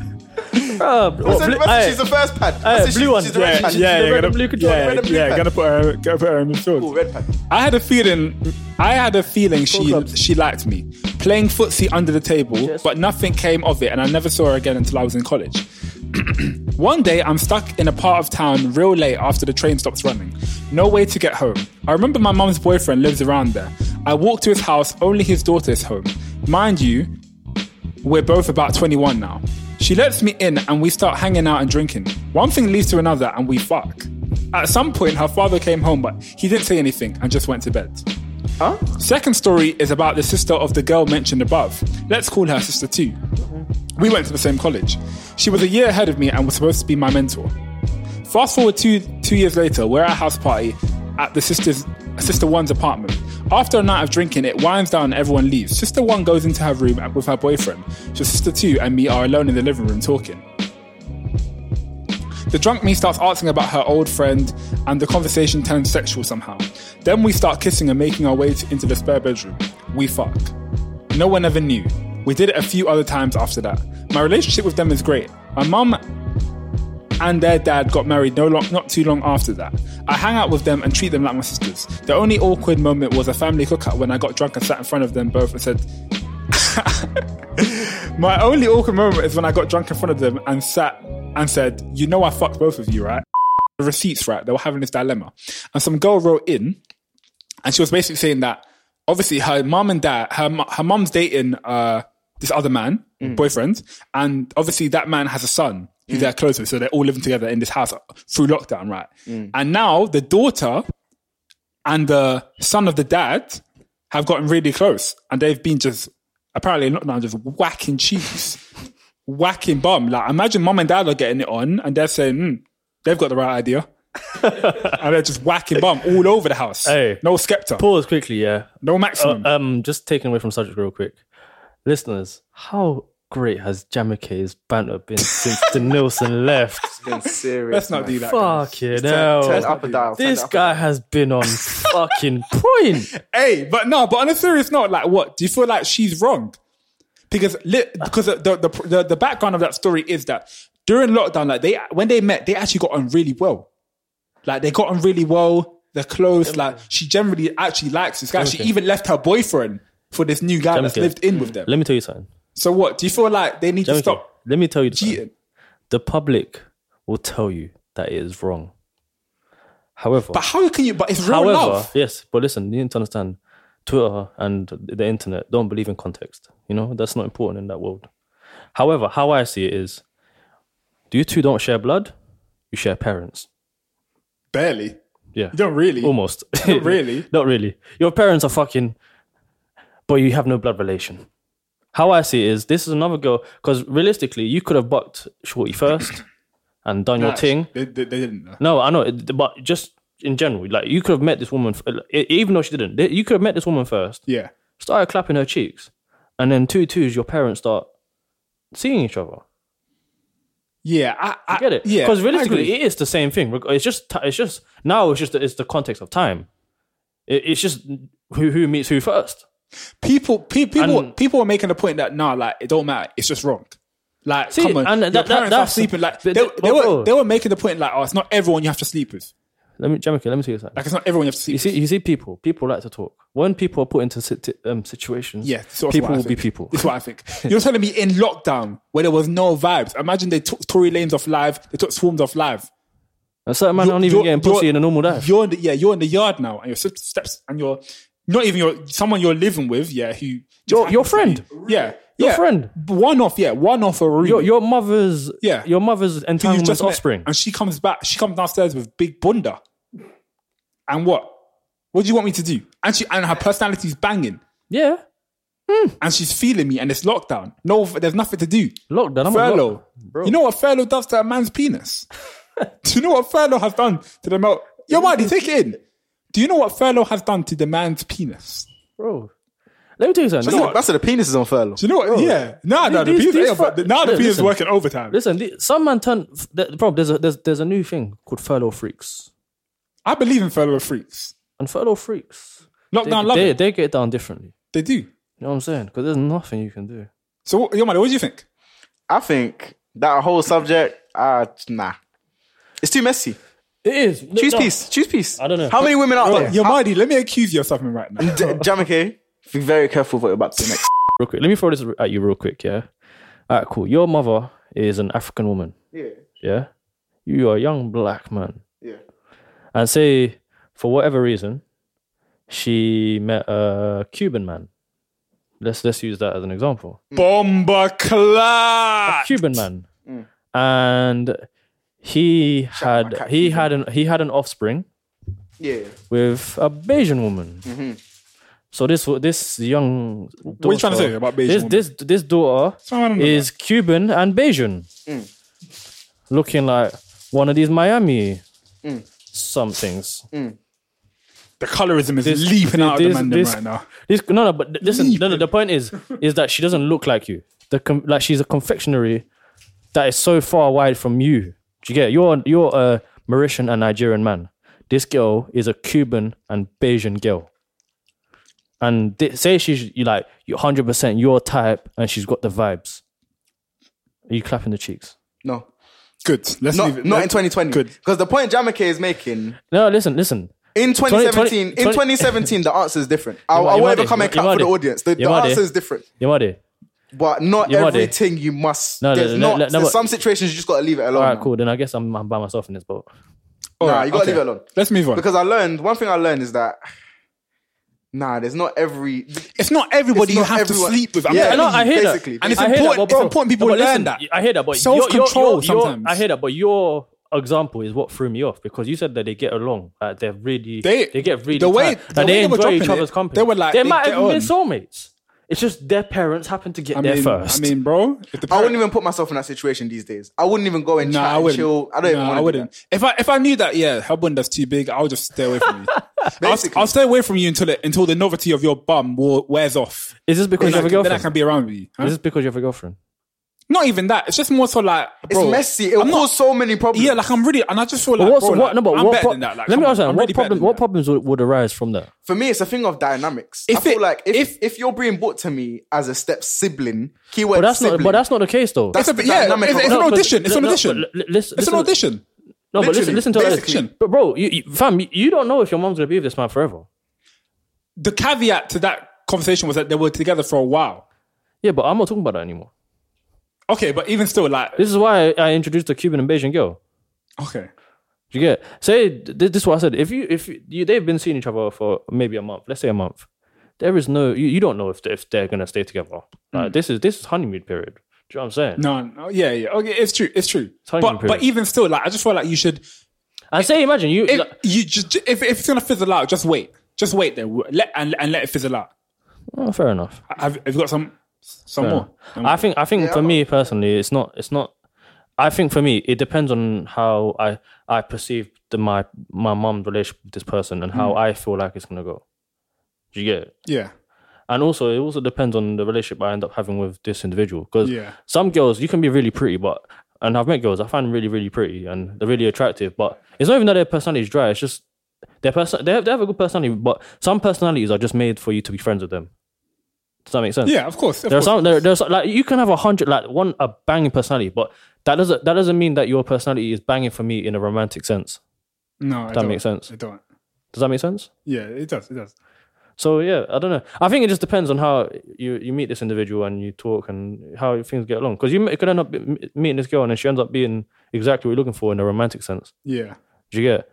Speaker 4: Bruh, what,
Speaker 5: That's
Speaker 4: Uh, bl-
Speaker 5: the-
Speaker 4: aye,
Speaker 5: she's the first pad.
Speaker 4: aye,
Speaker 5: That's it,
Speaker 4: blue one.
Speaker 5: She's the red pad.
Speaker 4: yeah,
Speaker 3: yeah,
Speaker 4: red
Speaker 3: gonna,
Speaker 4: and blue control,
Speaker 3: yeah,
Speaker 5: red and blue
Speaker 3: yeah,
Speaker 5: pad.
Speaker 3: gonna put her gonna put her in the shorts.
Speaker 5: Ooh, red pad.
Speaker 3: I had a feeling I had a feeling she she liked me. Playing footsie under the table, but nothing came of it and I never saw her again until I was in college. One day, I'm stuck in a part of town real late after the train stops running. No way to get home. I remember my mum's boyfriend lives around there. I walk to his house, only his daughter is home. Mind you, we're both about 21 now. She lets me in and we start hanging out and drinking. One thing leads to another and we fuck. At some point, her father came home, but he didn't say anything and just went to bed.
Speaker 5: Huh?
Speaker 3: Second story is about the sister of the girl mentioned above. Let's call her Sister 2. We went to the same college. She was a year ahead of me and was supposed to be my mentor. Fast forward two two years later, we're at a house party at the sister's sister one's apartment. After a night of drinking, it winds down and everyone leaves. Sister one goes into her room with her boyfriend. So sister two and me are alone in the living room talking. The drunk me starts asking about her old friend, and the conversation turns sexual somehow. Then we start kissing and making our way to, into the spare bedroom. We fuck. No one ever knew. We did it a few other times after that. My relationship with them is great. My mum and their dad got married no long, not too long after that. I hang out with them and treat them like my sisters. The only awkward moment was a family cookout when I got drunk and sat in front of them both and said, My only awkward moment is when I got drunk in front of them and sat and said, You know, I fucked both of you, right? The receipts, right? They were having this dilemma. And some girl wrote in and she was basically saying that obviously her mum and dad, her, mu- her mum's dating uh, this other man, boyfriend, and obviously that man has a son who they're close with. So they're all living together in this house through lockdown, right? And now the daughter and the son of the dad have gotten really close and they've been just apparently in lockdown just whacking cheeks, whacking bum. Like imagine mum and dad are getting it on and they're saying, mm, "Hmm, they've got the right idea. and they're just whacking bum all over the house.
Speaker 4: Hey.
Speaker 3: no Oh, Skepta,
Speaker 4: Pause quickly, yeah.
Speaker 3: no maximum.
Speaker 4: Um, just taking away from subject real quick, listeners, how great has Jamike's banter been since Danielson left?
Speaker 5: Been serious.
Speaker 3: Let's not
Speaker 5: man.
Speaker 3: do that. guys.
Speaker 4: Fuck it hell.
Speaker 5: Turn up and down. turn
Speaker 4: Oh, this
Speaker 5: up and
Speaker 4: guy has been on fucking point.
Speaker 3: Hey, but no, but on a serious note, like what? Do you feel like she's wrong? Because li- because the the, the the background of that story is that during lockdown, like they when they met, they actually got on really well. Like they got on really well. They're close. Like she generally actually likes this guy. She even left her boyfriend for this new guy that's
Speaker 4: Jamaican.
Speaker 3: lived in with them.
Speaker 4: Let me tell you something.
Speaker 3: So what? Do you feel like they need to
Speaker 4: Jamaican,
Speaker 3: stop
Speaker 4: Let me tell you something.
Speaker 3: cheating?
Speaker 4: The public will tell you that it is wrong. However,
Speaker 3: But how can you? But it's real
Speaker 4: however,
Speaker 3: love.
Speaker 4: yes, but listen, you need to understand Twitter and the internet don't believe in context. You know, that's not important in that world. However, how I see it is you two don't share blood, you share parents.
Speaker 3: Barely.
Speaker 4: Yeah.
Speaker 3: You don't really.
Speaker 4: Almost.
Speaker 3: Not really.
Speaker 4: Not really. Your parents are fucking, but you have no blood relation. How I see it is this is another girl, because realistically, you could have bucked Shorty first and done your thing.
Speaker 3: They, they, they didn't. know.
Speaker 4: No, I know, it- but just in general, like you could have met this woman, f- e- even though she didn't, you could have met this woman first,
Speaker 3: Yeah.
Speaker 4: started clapping her cheeks, and then two twos, your parents start seeing each other.
Speaker 3: Yeah. I, I
Speaker 4: Get it?
Speaker 3: Yeah.
Speaker 4: Because
Speaker 3: I
Speaker 4: realistically,
Speaker 3: agree.
Speaker 4: it is the same thing. Reg- It's just, ti- it's just now. It's just, the- it's the context of time. It, it's just who who meets who first.
Speaker 3: people pe- people
Speaker 4: And-
Speaker 3: people are making the point that nah, like it don't matter. It's just wrong. Like,
Speaker 4: See,
Speaker 3: come on,
Speaker 4: and
Speaker 3: your
Speaker 4: that- that-
Speaker 3: parents are
Speaker 4: that's-
Speaker 3: sleeping. Like they,
Speaker 4: but-
Speaker 3: they,
Speaker 4: but-
Speaker 3: were
Speaker 4: bro.
Speaker 3: they were making the point like, oh, it's not everyone you have to sleep with.
Speaker 4: Let me, Jamaica, let me tell you something.
Speaker 3: Like it's not everyone you have to
Speaker 4: You
Speaker 3: sleep.
Speaker 4: see,
Speaker 3: with.
Speaker 4: you see, people. People like to talk. When people are put into sit- um, situations,
Speaker 3: Yeah, sort of
Speaker 4: people
Speaker 3: what I
Speaker 4: will be
Speaker 3: think.
Speaker 4: people.
Speaker 3: This is what I think. You're telling me in lockdown where there was no vibes. Imagine they took Tory Lanes off live. They took Swarms off live.
Speaker 4: And certain man
Speaker 3: You're-
Speaker 4: aren't even
Speaker 3: you're-
Speaker 4: getting pussy
Speaker 3: you're-
Speaker 4: in a normal life.
Speaker 3: You're in the, yeah, you're in the yard now, and your sip- steps, and you're not even your someone you're living with. Yeah, who
Speaker 4: Your- your friend.
Speaker 3: Yeah,
Speaker 4: Your
Speaker 3: yeah.
Speaker 4: friend.
Speaker 3: One off. Yeah, one off a room.
Speaker 4: Your, your mother's
Speaker 3: Yeah.
Speaker 4: your mother's
Speaker 3: who you've
Speaker 4: entanglement's
Speaker 3: met,
Speaker 4: offspring.
Speaker 3: and she comes back. She comes downstairs with big bunda, and what? What do you want me to do? And she and her personality's banging,
Speaker 4: yeah,
Speaker 3: and she's feeling me, and it's lockdown. No, there's nothing to do.
Speaker 4: lockdown. I'm
Speaker 3: furlough.
Speaker 4: A bro.
Speaker 3: You know what furlough does to a man's penis? do you know what furlough has done to the male? Yo, Marty, take it in. Do you know what furlough has done to the man's penis?
Speaker 4: bro. Let me tell you something.
Speaker 5: down. That's what the penis is on furlough.
Speaker 3: Do you know what? Yeah. Nah, nah, the
Speaker 4: These-
Speaker 3: penis,
Speaker 4: these
Speaker 3: yeah, but
Speaker 4: fu-
Speaker 3: now the
Speaker 4: Look,
Speaker 3: penis is
Speaker 4: listen.
Speaker 3: working overtime.
Speaker 4: Listen, the- some man turn the the problem. There's a there's there's a new thing called furlough freaks,
Speaker 3: I believe in furlough freaks.
Speaker 4: and furlough freaks they,
Speaker 3: Lockdown love
Speaker 4: they,
Speaker 3: it.
Speaker 4: they get down differently.
Speaker 3: They do.
Speaker 4: You know what I'm saying? Because there's nothing you can do.
Speaker 3: So, what- yo, Marty, what do you think?
Speaker 5: I think that whole subject, uh, nah. It's too messy.
Speaker 4: It is
Speaker 5: Choose peace. Choose peace.
Speaker 4: I don't know.
Speaker 5: How many women out there?
Speaker 3: Yo, Marty, let me accuse you of something right now.
Speaker 5: D- Jamike, be very careful what you're about to do next.
Speaker 4: Real quick, let me throw this at you real quick. Yeah. Alright, cool. Your mother is an African woman.
Speaker 5: Yeah.
Speaker 4: Yeah. You are a young black man.
Speaker 5: Yeah.
Speaker 4: And say, for whatever reason, she met a Cuban man. Let's let's use that as an example.
Speaker 3: Bomba clat.
Speaker 4: Cuban man,
Speaker 3: Mm.
Speaker 4: and he had
Speaker 5: cat
Speaker 4: he had an he had an offspring
Speaker 5: Yeah.
Speaker 4: with a Bayesian woman. So this wa- this young what
Speaker 3: Mm-hmm. are you trying to say about Bayesian
Speaker 4: This
Speaker 3: woman?
Speaker 4: this this daughter
Speaker 3: wrong with
Speaker 4: is Cuban and Bayesian, looking like one of these Miami somethings.
Speaker 3: The colorism is
Speaker 4: This-
Speaker 3: leaping out
Speaker 4: this-
Speaker 3: of the man them
Speaker 4: this-
Speaker 3: right now.
Speaker 4: This, no, no, but th- listen, no, no. The point is, is that she doesn't look like you. The com- like she's a confectionery that is so far wide from you. Do you get? It? You're you're a Mauritian and Nigerian man. This girl is a Cuban and Bayesian girl. And th- say she's you like you're hundred percent your type, and she's got the vibes. Are you clapping the cheeks?
Speaker 5: No.
Speaker 3: Good. Let's leave
Speaker 5: Not,
Speaker 3: it.
Speaker 5: not
Speaker 3: Let-
Speaker 5: in 2020.
Speaker 3: Good.
Speaker 5: Because the point Jamike is making
Speaker 4: No, listen, listen.
Speaker 5: in 2017,
Speaker 4: 20
Speaker 5: in 2017, the answer is different. I,
Speaker 4: You
Speaker 5: I
Speaker 4: are
Speaker 5: won't
Speaker 4: there.
Speaker 5: ever come and
Speaker 4: You
Speaker 5: clap
Speaker 4: are
Speaker 5: for the
Speaker 4: there.
Speaker 5: audience. The, the
Speaker 4: You are
Speaker 5: answer
Speaker 4: there.
Speaker 5: is different.
Speaker 4: Yamade.
Speaker 5: But not
Speaker 4: You are there.
Speaker 5: everything you must.
Speaker 4: No, no,
Speaker 5: there's
Speaker 4: no,
Speaker 5: not.
Speaker 4: no, no,
Speaker 5: there's
Speaker 4: but-
Speaker 5: some situations you just got to leave it alone.
Speaker 4: All right,
Speaker 5: man.
Speaker 4: cool. Then I guess I'm, I'm by myself in this boat.
Speaker 3: All
Speaker 5: Nah,
Speaker 3: right,
Speaker 5: you gotta
Speaker 3: okay.
Speaker 5: leave it alone.
Speaker 3: Let's move on.
Speaker 5: Because I learned one thing. I learned is that nah, there's not every.
Speaker 3: it's not everybody
Speaker 5: It's
Speaker 3: you
Speaker 5: not
Speaker 3: have
Speaker 5: everyone.
Speaker 3: to sleep with. I'm
Speaker 5: Yeah,
Speaker 3: telling
Speaker 4: I know,
Speaker 3: you.
Speaker 4: I hear
Speaker 5: basically.
Speaker 4: that.
Speaker 3: And it's
Speaker 4: I hear that,
Speaker 3: important-
Speaker 4: but bro-
Speaker 3: it's important people
Speaker 4: but
Speaker 3: learn
Speaker 4: listen,
Speaker 3: that.
Speaker 4: I hear that, but your- your- your-
Speaker 3: Self-control
Speaker 4: your-
Speaker 3: sometimes.
Speaker 4: I hear that, but your example is what threw me off because you said that they get along, like they're really,
Speaker 3: They-
Speaker 4: they, get really
Speaker 3: the way-
Speaker 4: tight,
Speaker 3: the
Speaker 4: like
Speaker 3: way
Speaker 4: they
Speaker 3: they were
Speaker 4: enjoy each
Speaker 3: dropping it,
Speaker 4: other's company.
Speaker 3: they were like,
Speaker 4: they,
Speaker 3: they
Speaker 4: might
Speaker 3: get
Speaker 4: have even been
Speaker 3: on.
Speaker 4: soulmates. It's just their parents happen to get
Speaker 3: I
Speaker 4: there
Speaker 3: mean,
Speaker 4: first.
Speaker 3: I mean, bro. If the
Speaker 5: I
Speaker 3: parent-
Speaker 5: wouldn't even put myself in that situation these days. I wouldn't even go and
Speaker 3: Nah,
Speaker 5: chat
Speaker 3: I
Speaker 5: and
Speaker 3: wouldn't.
Speaker 5: chill. I don't even
Speaker 3: Nah,
Speaker 5: want
Speaker 3: I
Speaker 5: to.
Speaker 3: wouldn't. If I if I knew that, yeah, Hellblender's too big, I'll just stay away from you. I'll,
Speaker 5: Basically.
Speaker 3: I'll stay away from you until it, until the novelty of your bum wa- wears off.
Speaker 4: is this because
Speaker 3: Then
Speaker 4: you
Speaker 3: I,
Speaker 4: have a
Speaker 3: can, then I
Speaker 4: girlfriend?
Speaker 3: can be around with you. huh?
Speaker 4: Is this because you have a girlfriend?
Speaker 3: Not even that. It's just more so like
Speaker 5: It's
Speaker 3: bro,
Speaker 5: messy. It'll
Speaker 3: I'm not-
Speaker 5: cause so many problems.
Speaker 3: Yeah, like I'm really, and I just feel like,
Speaker 4: But what's,
Speaker 3: bro,
Speaker 4: what,
Speaker 3: like,
Speaker 4: no, but
Speaker 3: I'm
Speaker 4: what
Speaker 3: better
Speaker 4: pro-
Speaker 3: than that. Like,
Speaker 4: let
Speaker 3: come
Speaker 4: me
Speaker 3: on,
Speaker 4: ask you,
Speaker 3: I'm
Speaker 4: what,
Speaker 3: really better
Speaker 4: problem,
Speaker 3: than
Speaker 4: what
Speaker 3: that.
Speaker 4: problems would, would arise from that?
Speaker 5: for me, it's a thing of dynamics. I
Speaker 3: If
Speaker 5: feel
Speaker 3: it-
Speaker 5: like if,
Speaker 3: if-
Speaker 5: if you're being brought to me as a step sibling,
Speaker 4: But
Speaker 5: keyword
Speaker 4: that's
Speaker 5: sibling.
Speaker 4: not. But that's not the case, though.
Speaker 5: That's
Speaker 3: It's a-
Speaker 5: the
Speaker 3: yeah,
Speaker 5: dynamic
Speaker 3: it's-
Speaker 5: of-
Speaker 3: it's
Speaker 5: No,
Speaker 3: an
Speaker 4: but-
Speaker 3: audition. It's an
Speaker 4: no,
Speaker 3: audition.
Speaker 4: but li- listen-
Speaker 3: It's an
Speaker 4: listen-
Speaker 3: audition.
Speaker 4: No, but listen,
Speaker 3: Literally,
Speaker 4: listen to what I-
Speaker 3: basically.
Speaker 4: But bro, you, you, fam, you, you don't know if your mom's gonna be with this man forever.
Speaker 3: The caveat to that conversation was that they were together for a while.
Speaker 4: Yeah, but I'm not talking about that anymore.
Speaker 3: Okay, but even still, like,
Speaker 4: This is why I introduced a Cuban and Beijing girl.
Speaker 3: okay,
Speaker 4: Do you get? Say th- this is what I said. If you if you, they've been seeing each other for maybe a month, let's say a month, there is no you, you don't know if they- if they're gonna stay together. Like this is this is honeymoon period. Do you know what I'm saying?
Speaker 3: Mm. no, no, yeah, yeah, okay, it's true, it's true.
Speaker 4: Time
Speaker 3: but
Speaker 4: period.
Speaker 3: but even still, like, I just feel like you should
Speaker 4: I say, imagine you.
Speaker 3: if,
Speaker 4: like-
Speaker 3: you just ju- if, if it's gonna fizzle out, just wait, just wait there, let and, and let it fizzle out.
Speaker 4: oh, fair enough.
Speaker 3: Have, have you got some some more?
Speaker 4: I think I think for me personally, it's not it's not. I think for me, it depends on how I I perceive the, my my mom's relationship with this person and how I feel like it's gonna go. Do you get it?
Speaker 3: Yeah,
Speaker 4: And also, it also depends on the relationship I end up having with this individual. Because
Speaker 3: Yeah.
Speaker 4: some girls, you can be really pretty, but and I've met girls I find really really pretty and they're really attractive, but it's not even that their personality is dry. It's just their person they have, they have a good personality, but some personalities are just made for you to be friends with them. Does that make sense?
Speaker 3: yeah, of course. Of
Speaker 4: There are
Speaker 3: course.
Speaker 4: some. There, there's like you can have a hundred, like one a banging personality, but that doesn't that doesn't mean that your personality is banging for me in a romantic sense.
Speaker 3: no,
Speaker 4: that makes sense.
Speaker 3: It don't.
Speaker 4: Does that make sense?
Speaker 3: Yeah, it does. It does.
Speaker 4: So yeah, I don't know. I think it just depends on how you, you meet this individual and you talk and how things get along. Because you m- could end up m- meeting this girl and then she ends up being exactly what you're looking for in a romantic sense.
Speaker 3: Yeah,
Speaker 4: Do you get?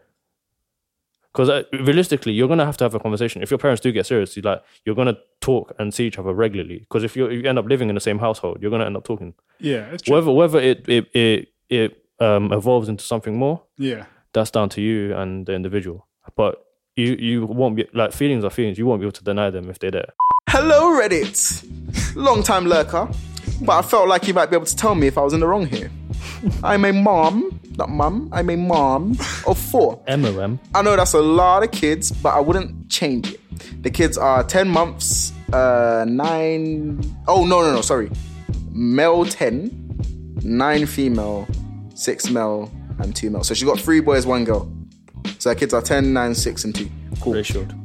Speaker 4: Because uh, realistically, you're gonna have to have a conversation. If your parents do get serious, you like you're gonna talk and see each other regularly. Because if you you end up living in the same household, you're gonna end up talking.
Speaker 3: yeah, it's true.
Speaker 4: whether whether it it it, it um, evolves into something more,
Speaker 3: yeah,
Speaker 4: that's down to you and the individual. But you you won't be like feelings are feelings. You won't be able to deny them if they're there.
Speaker 5: Hello, Reddit. Long time lurker, but I felt like you might be able to tell me if I was in the wrong here. I'm a mom, not mum, I'm a mom of four.
Speaker 4: M.
Speaker 5: I know that's a lot of kids, but I wouldn't change it. The kids are 10 months, uh, nine. Oh, no, no, no, sorry. Male 10, nine female, six male, and two male. So she got three boys, one girl. So her kids are 10, nine, six, and two. Cool.
Speaker 4: Ratioed.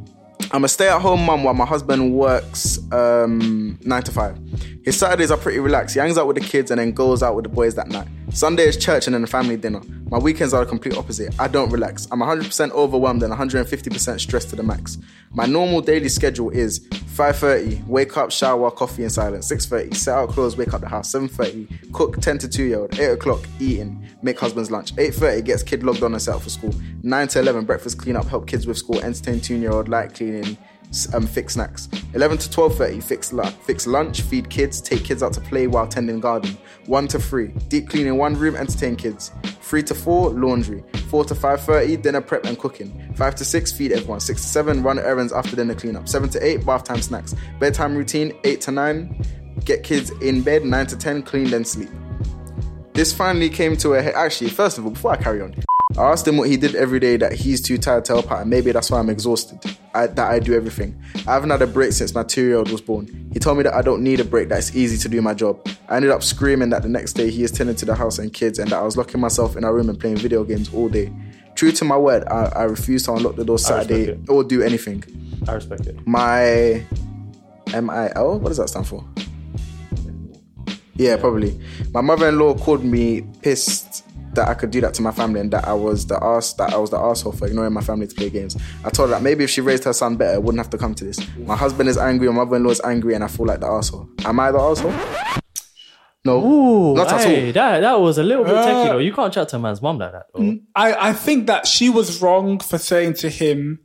Speaker 5: I'm a stay at home mum while my husband works um, nine to five. His Saturdays are pretty relaxed. He hangs out with the kids and then goes out with the boys that night. Sunday is church and then a family dinner. My weekends are the complete opposite. I don't relax. I'm 100% overwhelmed and 150% stressed to the max. My normal daily schedule is 5.30, wake up, shower, coffee in silence. 6.30, set out clothes, wake up the house. 7.30, cook 10 to 2 year old. 8 o'clock, eating, make husband's lunch. 8.30, gets kid logged on and set out for school. 9 to 11, breakfast, clean up, help kids with school, entertain 2 year old, light cleaning, s- um, fix snacks. 11 to 12.30, fix, lu- fix lunch, feed kids, take kids out to play while tending garden. 1 to 3, deep clean in one room, entertain kids. 3 to 4, laundry. 4 to 5.30, dinner prep and cooking. 5 to 6, feed everyone. 6 to 7, run errands after dinner cleanup. 7 to 8, bath time snacks. Bedtime routine, 8 to 9, get kids in bed. 9 to 10, clean then sleep. This finally came to a head. Actually, first of all, before I carry on, I asked him what he did every day that he's too tired to help out, and maybe that's why I'm exhausted. I, that I do everything. I haven't had a break since my two year old was born. He told me that I don't need a break, that it's easy to do my job. I ended up screaming that the next day he is tending to the house and kids, and that I was locking myself in our room and playing video games all day. True to my word, I, I refused to unlock the door Saturday
Speaker 4: it.
Speaker 5: or do anything.
Speaker 4: I respect it.
Speaker 5: My M I L? What does that stand for? Yeah, probably. My mother-in-law called me pissed that I could do that to my family and that I was the arse that I was the asshole for ignoring my family to play games. I told her that maybe if she raised her son better, it wouldn't have to come to this. My husband is angry, my mother-in-law is angry, and I feel like the asshole. Am I the asshole? No, not at all.
Speaker 4: Hey, that that was a little bit
Speaker 3: Uh,
Speaker 4: techie though. You can't chat to a man's mom like that. Though.
Speaker 3: Mm. I, I think that she was wrong for saying to him,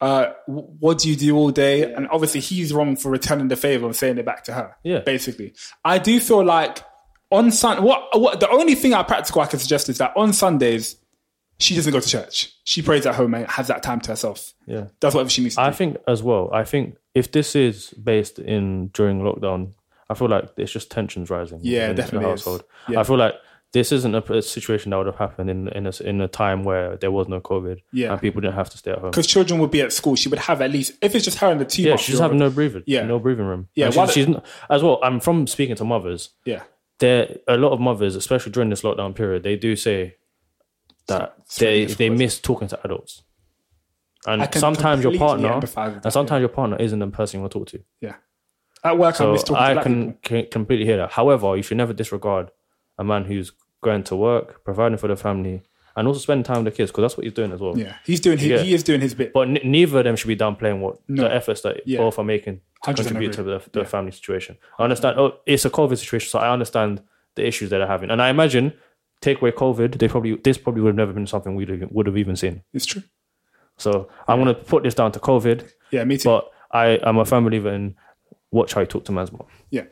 Speaker 3: uh, w- "What do you do all day?" And obviously, he's wrong for returning the favor and saying it back to her.
Speaker 4: Yeah.
Speaker 3: basically, I do feel like on Sun. What, what the only thing I practical I can suggest is that on Sundays, She doesn't go to church. She prays at home and has that time to herself.
Speaker 4: Yeah.
Speaker 3: That's whatever she needs to
Speaker 4: I
Speaker 3: do.
Speaker 4: think as well. I think if this is based in during lockdown, I feel like it's just tensions rising.
Speaker 3: Yeah,
Speaker 4: in
Speaker 3: definitely
Speaker 4: The
Speaker 3: is.
Speaker 4: household.
Speaker 3: Yeah.
Speaker 4: I feel like this isn't a, a situation that would have happened in in a, in a time where there was no COVID.
Speaker 3: Yeah.
Speaker 4: and people didn't have to stay at home.
Speaker 3: Because children would be at school. She would have at least, if it's just her and the team.
Speaker 4: Yeah, she's just having no breathing.
Speaker 3: Yeah.
Speaker 4: no breathing room.
Speaker 3: Yeah,
Speaker 4: And
Speaker 3: while
Speaker 4: she's, she's not, as well. I'm from speaking to mothers.
Speaker 3: Yeah.
Speaker 4: There, a lot of mothers, especially during this lockdown period, they do say that they they miss talking to adults.
Speaker 3: I
Speaker 4: And
Speaker 3: can
Speaker 4: sometimes your
Speaker 3: completely
Speaker 4: partner,
Speaker 3: empathise with that,
Speaker 4: and sometimes your partner isn't the person you want to talk to.
Speaker 3: Yeah. At work, I'm
Speaker 4: So
Speaker 3: just talking to
Speaker 4: I
Speaker 3: black
Speaker 4: can,
Speaker 3: people.
Speaker 4: can completely hear that. However, you should never disregard a man who's going to work, providing for the family, and also spending time with the kids because that's what he's doing as well.
Speaker 3: Yeah. He's doing his,
Speaker 4: Yeah.
Speaker 3: he is doing his bit.
Speaker 4: But n- neither of them should be downplaying what the efforts that
Speaker 3: Yeah.
Speaker 4: both are making to
Speaker 3: 100%
Speaker 4: contribute to
Speaker 3: agree.
Speaker 4: the, the family situation. I understand. Oh, it's a COVID situation, so I understand the issues that they're having, and I imagine take away COVID, they probably this probably would have never been something we would have even seen.
Speaker 3: it's true.
Speaker 4: So I'm gonna put this down to COVID,
Speaker 3: Yeah, me too.
Speaker 4: but I am a firm believer in watch how you talk to man's mom.
Speaker 3: yeah.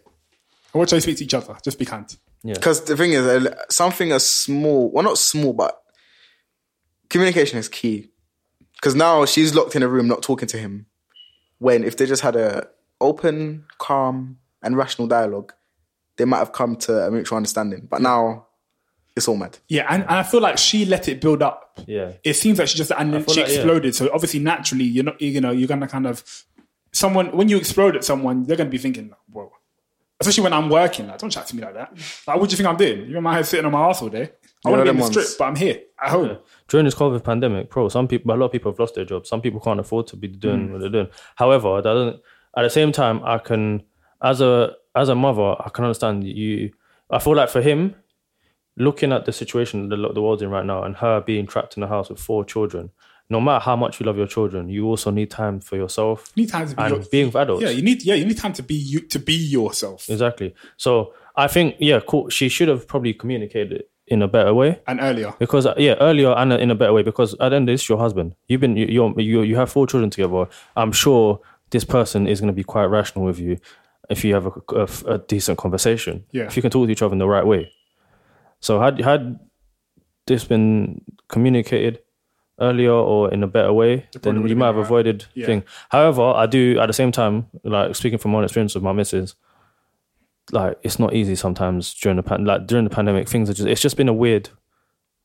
Speaker 3: I watch how you speak to each other. Just be kind.
Speaker 5: Because the thing is, uh, something as small, well, not small, but communication is key. Because now she's locked in a room, not talking to him. When if they just had a open, calm, and rational dialogue, they might have come to a mutual understanding. But now, it's all mad.
Speaker 3: Yeah, and, and I feel like she let it build up.
Speaker 4: Yeah.
Speaker 3: it seems like she just and then
Speaker 4: feel
Speaker 3: she
Speaker 4: like, yeah.
Speaker 3: exploded. So obviously, naturally, you're not you know you're gonna kind of someone when you explode at someone, they're gonna be thinking, like, whoa. Especially when I'm working, like don't chat to me like that. Like, what do you think I'm doing? You're in my house sitting on my ass all day. I want to
Speaker 5: know
Speaker 3: be in the
Speaker 5: them
Speaker 3: strip,
Speaker 5: ones.
Speaker 3: but I'm here at home.
Speaker 4: during this COVID pandemic, bro, some people, a lot of people have lost their jobs. Some people can't afford to be doing
Speaker 3: Mm.
Speaker 4: what they're doing. However, that doesn't. At the same time, I can, as a as a mother, I can understand you. I feel like for him, looking at the situation the, lo- the world's in right now, and her being trapped in a house with four children. No matter how much you love your children, you also need time for yourself.
Speaker 3: You need time to be
Speaker 4: and
Speaker 3: your-
Speaker 4: being with adults.
Speaker 3: Yeah, you need yeah you need time to be you to be yourself
Speaker 4: exactly. So I think yeah, cool. She should have probably communicated in a better way.
Speaker 3: and earlier.
Speaker 4: Because uh, yeah, earlier and in a better way. Because at the end, it's your husband. You've been you you're, you you have four children together. I'm sure this person is going to be quite rational with you if you have a, a- a decent conversation.
Speaker 3: Yeah.
Speaker 4: If you can talk to each other in the right way. So had had this been communicated earlier or in a better way, then you might have avoided thing. However, I do at the same time, like speaking from my own experience with my missus, like it's not easy sometimes during the pan- like during the pandemic, things are just it's just been a weird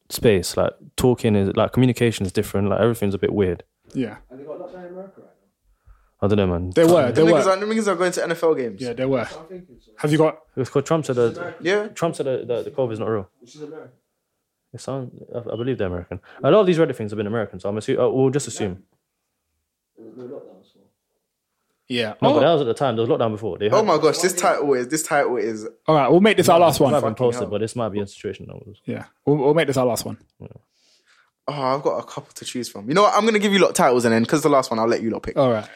Speaker 4: space. Like talking is like communication is different. Like everything's a bit weird.
Speaker 3: Yeah,
Speaker 6: And they got locked down in America right now.
Speaker 4: I don't know, man.
Speaker 3: they were they
Speaker 5: The niggas,
Speaker 3: were
Speaker 5: are, the niggas are going to NFL games.
Speaker 3: yeah they were.
Speaker 6: I'm thinking so.
Speaker 3: Have you got
Speaker 4: It's called Trump said the
Speaker 5: Yeah.
Speaker 4: Trump said the, the, the COVID is not real.
Speaker 6: Which is America.
Speaker 4: It sounds, I, I believe they're American. A lot of these Reddit things have been American, so I'm assuming, uh, we'll just assume.
Speaker 6: There was no lockdown, so.
Speaker 3: yeah?
Speaker 4: No, but
Speaker 3: Oh,
Speaker 4: that was at the time. There was lockdown before. They
Speaker 5: Oh
Speaker 4: had-
Speaker 5: my gosh, this title is this title is oh,
Speaker 3: all right, we'll make this our last
Speaker 4: might have been
Speaker 3: one.
Speaker 4: posted, but this might be a situation that was.
Speaker 3: Yeah, we'll, we'll make this our last one.
Speaker 5: oh I've got a couple to choose from. You know what? I'm gonna give you lot titles and then because the last one I'll let you lot pick.
Speaker 3: All right,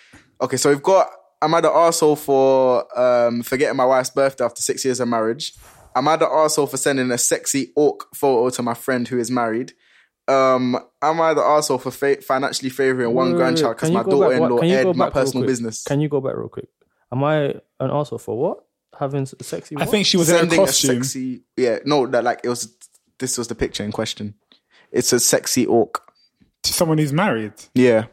Speaker 5: Okay, so we've got I'm at the arsehole for um, forgetting my wife's birthday after six years of marriage. I'm at the arsehole for sending a sexy orc photo to my friend who is married. Um, I'm at the arsehole for fa- financially favouring one
Speaker 4: Wait, wait,
Speaker 5: grandchild
Speaker 4: wait,
Speaker 5: because
Speaker 4: can you
Speaker 5: my
Speaker 4: go back-
Speaker 5: daughter in law
Speaker 4: what- can you go
Speaker 5: aired my
Speaker 4: back real
Speaker 5: personal
Speaker 4: quick?
Speaker 5: business.
Speaker 4: Can you go back real quick? Am I an arsehole for what? Having s- sexy.
Speaker 3: I
Speaker 4: what?
Speaker 3: think she was in a
Speaker 5: sending a
Speaker 3: costume.
Speaker 5: sexy, yeah, no, that like it was. This was the picture in question. It's a sexy orc.
Speaker 3: to someone who's married.
Speaker 5: Yeah,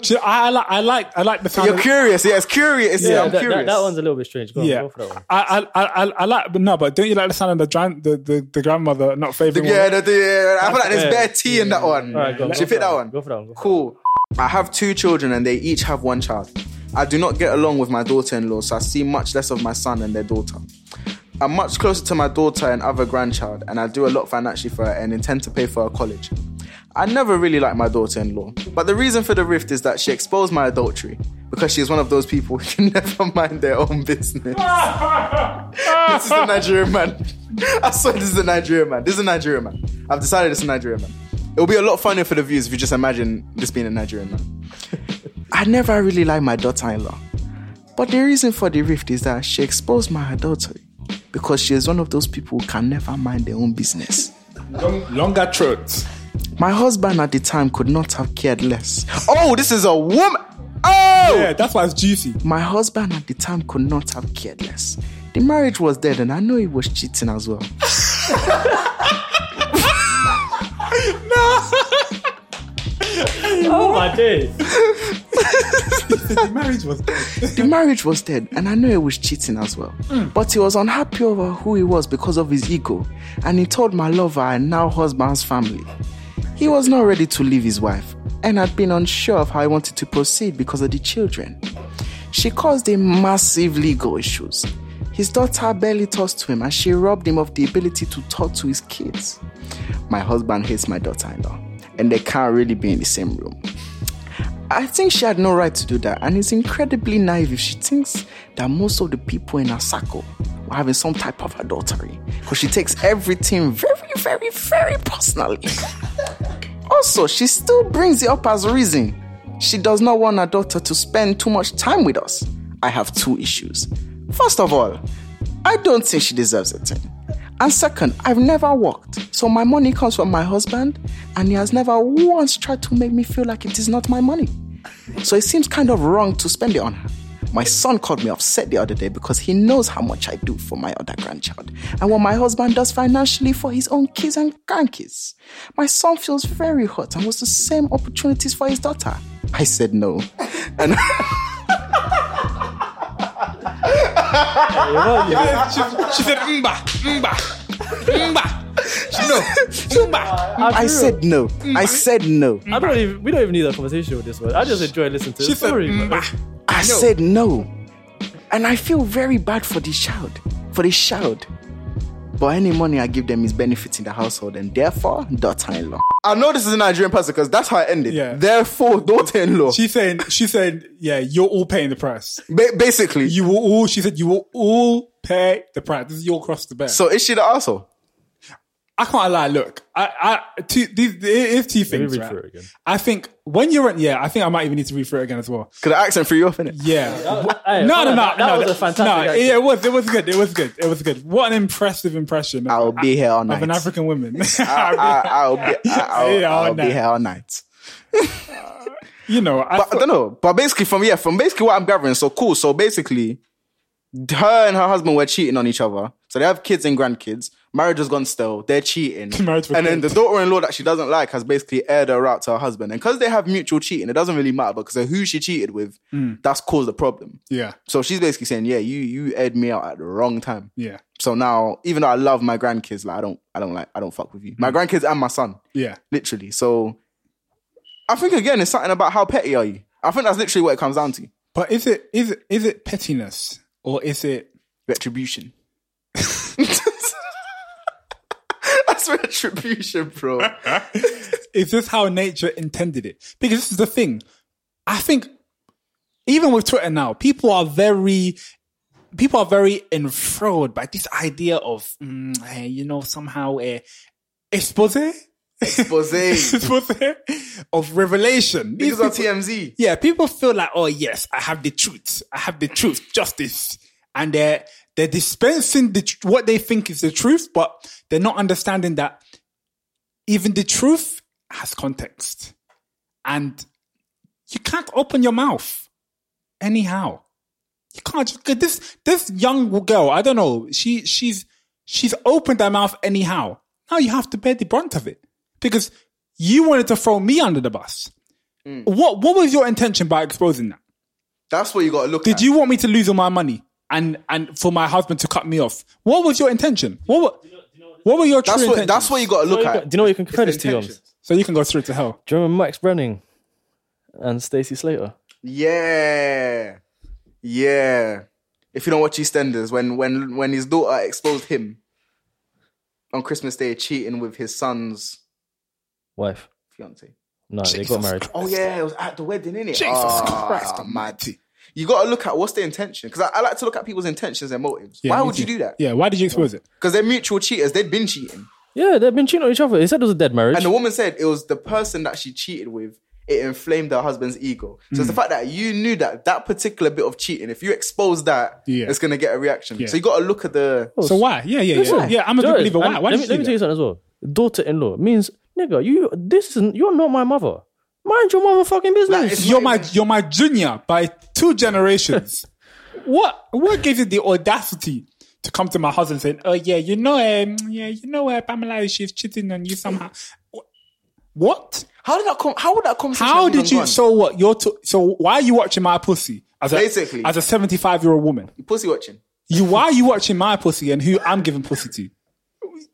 Speaker 3: Do you- I, I like I like I like the sound.
Speaker 5: you're
Speaker 3: Of,
Speaker 5: curious. Yeah, it's curious. Yeah,
Speaker 4: Yeah,
Speaker 5: I'm
Speaker 4: that,
Speaker 5: curious.
Speaker 4: that, that one's a little bit strange. Go, on,
Speaker 3: yeah,
Speaker 4: go for that one.
Speaker 3: I, I I I- I like, but no, but don't you like the sound of the grand, the, the, the grandmother not favouring?
Speaker 5: yeah,
Speaker 3: one?
Speaker 5: the, the, I feel like there's bare tea in that one.
Speaker 4: All right, go, on,
Speaker 5: Should
Speaker 4: go
Speaker 5: fit
Speaker 4: for
Speaker 5: that one.
Speaker 4: Go for that one. Go for that one.
Speaker 5: Cool. I have two children and they each have one child. I do not get along with my daughter in law, so I see much less of my son and their daughter. I'm much closer to my daughter and other grandchild, and I do a lot financially for her and intend to pay for her college. I never really liked my daughter in law, but the reason for the rift is that she exposed my adultery because she is one of those people who can never mind their own business. this is a Nigerian man. I swear this is a Nigerian man. This is a Nigerian man. I've decided it's a Nigerian man. It'll be a lot funnier for the views if you just imagine this being a Nigerian man. I never really liked my daughter-in-law. But the reason for the rift is that she exposed my adultery because she is one of those people who can never mind their own business.
Speaker 3: Long, longer throats.
Speaker 5: My husband at the time could not have cared less. Oh, this is a woman. Oh!
Speaker 3: Yeah, that's why it's juicy.
Speaker 5: My husband at the time could not have cared less. The marriage was dead, and I know he was cheating as well. no.
Speaker 2: gay.
Speaker 3: Marriage was
Speaker 5: The marriage was dead, and I know he was cheating as well. But he was unhappy over who he was because of his ego, and he told my lover and now husband's family. He was not ready to leave his wife, and had been unsure of how he wanted to proceed because of the children. She caused him massive legal issues. His daughter barely talks to him, and she robbed him of the ability to talk to his kids. My husband hates my daughter in law, and they can't really be in the same room. I think she had no right to do that, and it's incredibly naive if she thinks that most of the people in her circle were having some type of adultery, because she takes everything very, very, very personally. also, she still brings it up as reason. She does not want her daughter to spend too much time with us. I have two issues. First of all, I don't think she deserves a thing. And second, I've never worked, so my money comes from my husband, and he has never once tried to make me feel like it is not my money. So it seems kind of wrong to spend it on her. My son called me upset the other day because he knows how much I do for my other grandchild and what my husband does financially for his own kids and grandkids. My son feels very hurt and wants the same opportunities for his daughter. I said no. And
Speaker 3: She said, Mba, Mba, Mba. No, Mba.
Speaker 5: I said no. I said no.
Speaker 4: I don't even. We don't even need a conversation with this one. I just enjoy listening to
Speaker 3: She
Speaker 4: the
Speaker 3: said,
Speaker 4: story. man.
Speaker 3: Mba.
Speaker 5: I said no. And I feel very bad for this child. For this child. But any money I give them is benefiting the household and therefore daughter in law. I know this is a Nigerian person because that's how it ended.
Speaker 3: Yeah.
Speaker 5: Therefore, daughter in law.
Speaker 3: She said, she said, yeah, you're all paying the price.
Speaker 5: basically.
Speaker 3: You will all, she said, you will all pay the price. This is your cross to bear.
Speaker 5: so is she the asshole?
Speaker 3: I can't lie. Look, I, I, two, these, it is two things.
Speaker 4: read
Speaker 3: right?
Speaker 4: through it again.
Speaker 3: I think when you're, in- yeah, I think I might even need to read through it again as well.
Speaker 5: Because the accent threw you off, innit?
Speaker 3: Yeah.
Speaker 4: Hey,
Speaker 3: no,
Speaker 4: hold
Speaker 3: no, no,
Speaker 4: on, that-
Speaker 3: no.
Speaker 4: that was a fantastic
Speaker 3: No,
Speaker 4: idea.
Speaker 3: yeah, it was. It was good. It was good. It was good. What an impressive impression.
Speaker 5: I'll
Speaker 3: of-
Speaker 5: be here all
Speaker 3: Of an
Speaker 5: night.
Speaker 3: African woman.
Speaker 4: Uh,
Speaker 5: I, will be, I, will
Speaker 3: Yeah, all
Speaker 5: I'll be
Speaker 3: night.
Speaker 5: here all night.
Speaker 3: you know, I,
Speaker 5: But I don't know. But basically, from yeah, from basically what I'm gathering, so cool. So basically, her and her husband were cheating on each other. So they have kids and grandkids. Marriage has gone stale. They're cheating.
Speaker 3: Marriage was
Speaker 5: and then the
Speaker 3: good.
Speaker 5: daughter-in-law that she doesn't like has basically aired her out to her husband. And because they have mutual cheating, it doesn't really matter because of who she cheated with,
Speaker 3: Mm.
Speaker 5: that's caused the problem.
Speaker 3: yeah,
Speaker 5: So she's basically saying, Yeah, you you aired me out at the wrong time.
Speaker 3: yeah,
Speaker 5: So now, even though I love my grandkids, like I don't I don't like I don't fuck with you. My
Speaker 3: Mm.
Speaker 5: grandkids and my son
Speaker 3: yeah.
Speaker 5: literally. So I think again, it's something about how petty are you. I think that's literally what it comes down to:
Speaker 3: But is it is it is it pettiness or is it?
Speaker 5: retribution. that's retribution, bro.
Speaker 3: Is this how nature intended it? Because this is the thing. I think even with Twitter now, people are very people are very enthralled by this idea of mm, eh, you know somehow uh, expose.
Speaker 5: Expose.
Speaker 3: Expose of revelation. These
Speaker 5: These are
Speaker 3: people-
Speaker 5: TMZ.
Speaker 3: yeah, people feel like, oh yes, I have the truth. I have the truth, justice, and they're they're dispensing the tr- what they think is the truth, but they're not understanding that even the truth has context, and you can't open your mouth anyhow. You can't just 'cause this this young girl. I don't know. She she's she's opened her mouth anyhow. Now you have to bear the brunt of it because you wanted to throw me under the bus. What what was your intention by exposing that?
Speaker 5: That's what you got to look
Speaker 3: Did
Speaker 5: at.
Speaker 3: you want me to lose all my money and and for my husband to cut me off? What was your intention? What were, what were your true
Speaker 5: That's what.
Speaker 3: intentions?
Speaker 5: That's what you got to look
Speaker 4: Do you know what
Speaker 5: at.
Speaker 4: you can- do you know what you can compare this to? Yoms?
Speaker 3: so you can go straight to hell.
Speaker 4: Do you remember Max Brenning and Stacey Slater?
Speaker 5: Yeah, yeah. If you don't watch EastEnders, when when when his daughter exposed him on Christmas Day cheating with his son's
Speaker 4: Wife.
Speaker 5: fiance.
Speaker 4: No, they got married.
Speaker 5: Oh yeah, it was at the wedding, innit? Jesus Christ, Almighty! You got to look at what's the intention because I, I like to look at people's intentions and motives.
Speaker 3: Yeah,
Speaker 5: why
Speaker 3: me
Speaker 5: would you
Speaker 3: too.
Speaker 5: do that?
Speaker 3: Yeah, why did you expose it?
Speaker 5: Because they're mutual cheaters. They've been cheating,
Speaker 4: Yeah, they've been cheating on each other. He said it was a dead marriage.
Speaker 5: and the woman said it was the person that she cheated with. It inflamed her husband's ego. So
Speaker 3: Mm.
Speaker 5: it's the fact that you knew that that particular bit of cheating, if you expose that,
Speaker 3: Yeah.
Speaker 5: it's going to get a reaction. So you got to look at the.
Speaker 3: So why? Yeah, yeah, yeah. Yeah, I'm a
Speaker 4: Do you
Speaker 3: good
Speaker 4: know
Speaker 3: believer.
Speaker 4: what it is?
Speaker 3: Why?
Speaker 4: And
Speaker 3: Why
Speaker 4: let
Speaker 3: did
Speaker 4: me,
Speaker 3: you
Speaker 4: let
Speaker 3: do
Speaker 4: me tell you
Speaker 3: that?
Speaker 4: something as well. Daughter-in-law means nigga. You this isn't. You're not my mother. Mind your motherfucking business.
Speaker 5: it's
Speaker 3: You're
Speaker 5: not
Speaker 3: my
Speaker 5: even-
Speaker 3: you're my junior by two generations. what what gives you the audacity to come to my house and saying, "Oh yeah, you know, um, yeah, you know, uh, Pamela, she's cheating on you somehow." What?
Speaker 5: How did that come? How would that conversation?
Speaker 3: How
Speaker 5: have
Speaker 3: did
Speaker 5: even
Speaker 3: you?
Speaker 5: gone?
Speaker 3: So what? You're t- so why are you watching my pussy? As a,
Speaker 5: Basically.
Speaker 3: as a 75 year old woman,
Speaker 5: pussy watching?
Speaker 3: you why are you watching my pussy and who I'm giving pussy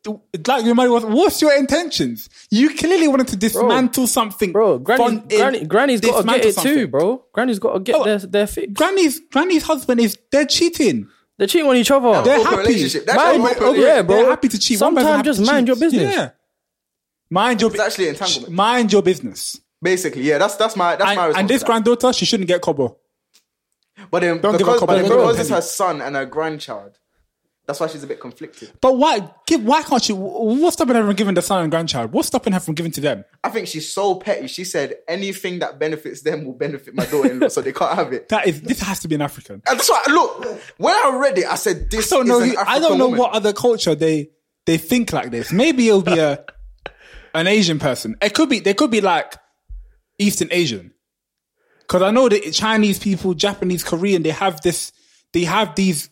Speaker 3: to? Like your money was. What's your intentions? You clearly wanted to dismantle something,
Speaker 4: Bro, granny,
Speaker 3: Fun-
Speaker 4: granny, granny's got to get
Speaker 3: dismantle
Speaker 4: it too,
Speaker 3: something. Oh.
Speaker 4: bro. Granny's got to get their, their fix.
Speaker 3: Granny's granny's husband is they're cheating.
Speaker 4: They're cheating on each other.
Speaker 3: They're
Speaker 5: Open
Speaker 3: happy.
Speaker 5: relationship. That's
Speaker 4: Mind-
Speaker 5: open
Speaker 4: okay,
Speaker 5: relationship.
Speaker 4: yeah, bro.
Speaker 3: They're happy to cheat. One person
Speaker 4: Sometimes
Speaker 3: happy
Speaker 4: just
Speaker 3: to
Speaker 4: mind
Speaker 3: cheat.
Speaker 4: your business.
Speaker 3: Yeah. Mind your
Speaker 5: It's actually entanglement.
Speaker 3: Mind your business.
Speaker 5: Basically, yeah. That's that's my that's
Speaker 3: And,
Speaker 5: my response.
Speaker 3: and
Speaker 5: to
Speaker 3: this
Speaker 5: that.
Speaker 3: granddaughter, she shouldn't get cobble.
Speaker 5: but then
Speaker 3: Don't give a
Speaker 5: because,
Speaker 3: couple
Speaker 5: but then
Speaker 3: of
Speaker 5: because
Speaker 3: pennies.
Speaker 5: it's her son and her grandchild, that's why she's a bit conflicted.
Speaker 3: But why? Give, why can't she? What's stopping her from giving the son and grandchild? What's stopping her from giving to them?
Speaker 5: I think she's so petty. She said anything that benefits them will benefit my daughter-in-law, so they can't have it.
Speaker 3: That is. This has to be an African.
Speaker 5: And that's why. Look, when I read it, I said this.
Speaker 3: I don't know.
Speaker 5: Is an
Speaker 3: Who, I
Speaker 5: African
Speaker 3: don't know
Speaker 5: woman.
Speaker 3: what other culture they they think like this. Maybe it'll be a an Asian person. It could be. They could be like Eastern Asian. Because I know that Chinese people, Japanese, Korean, they have this. They have these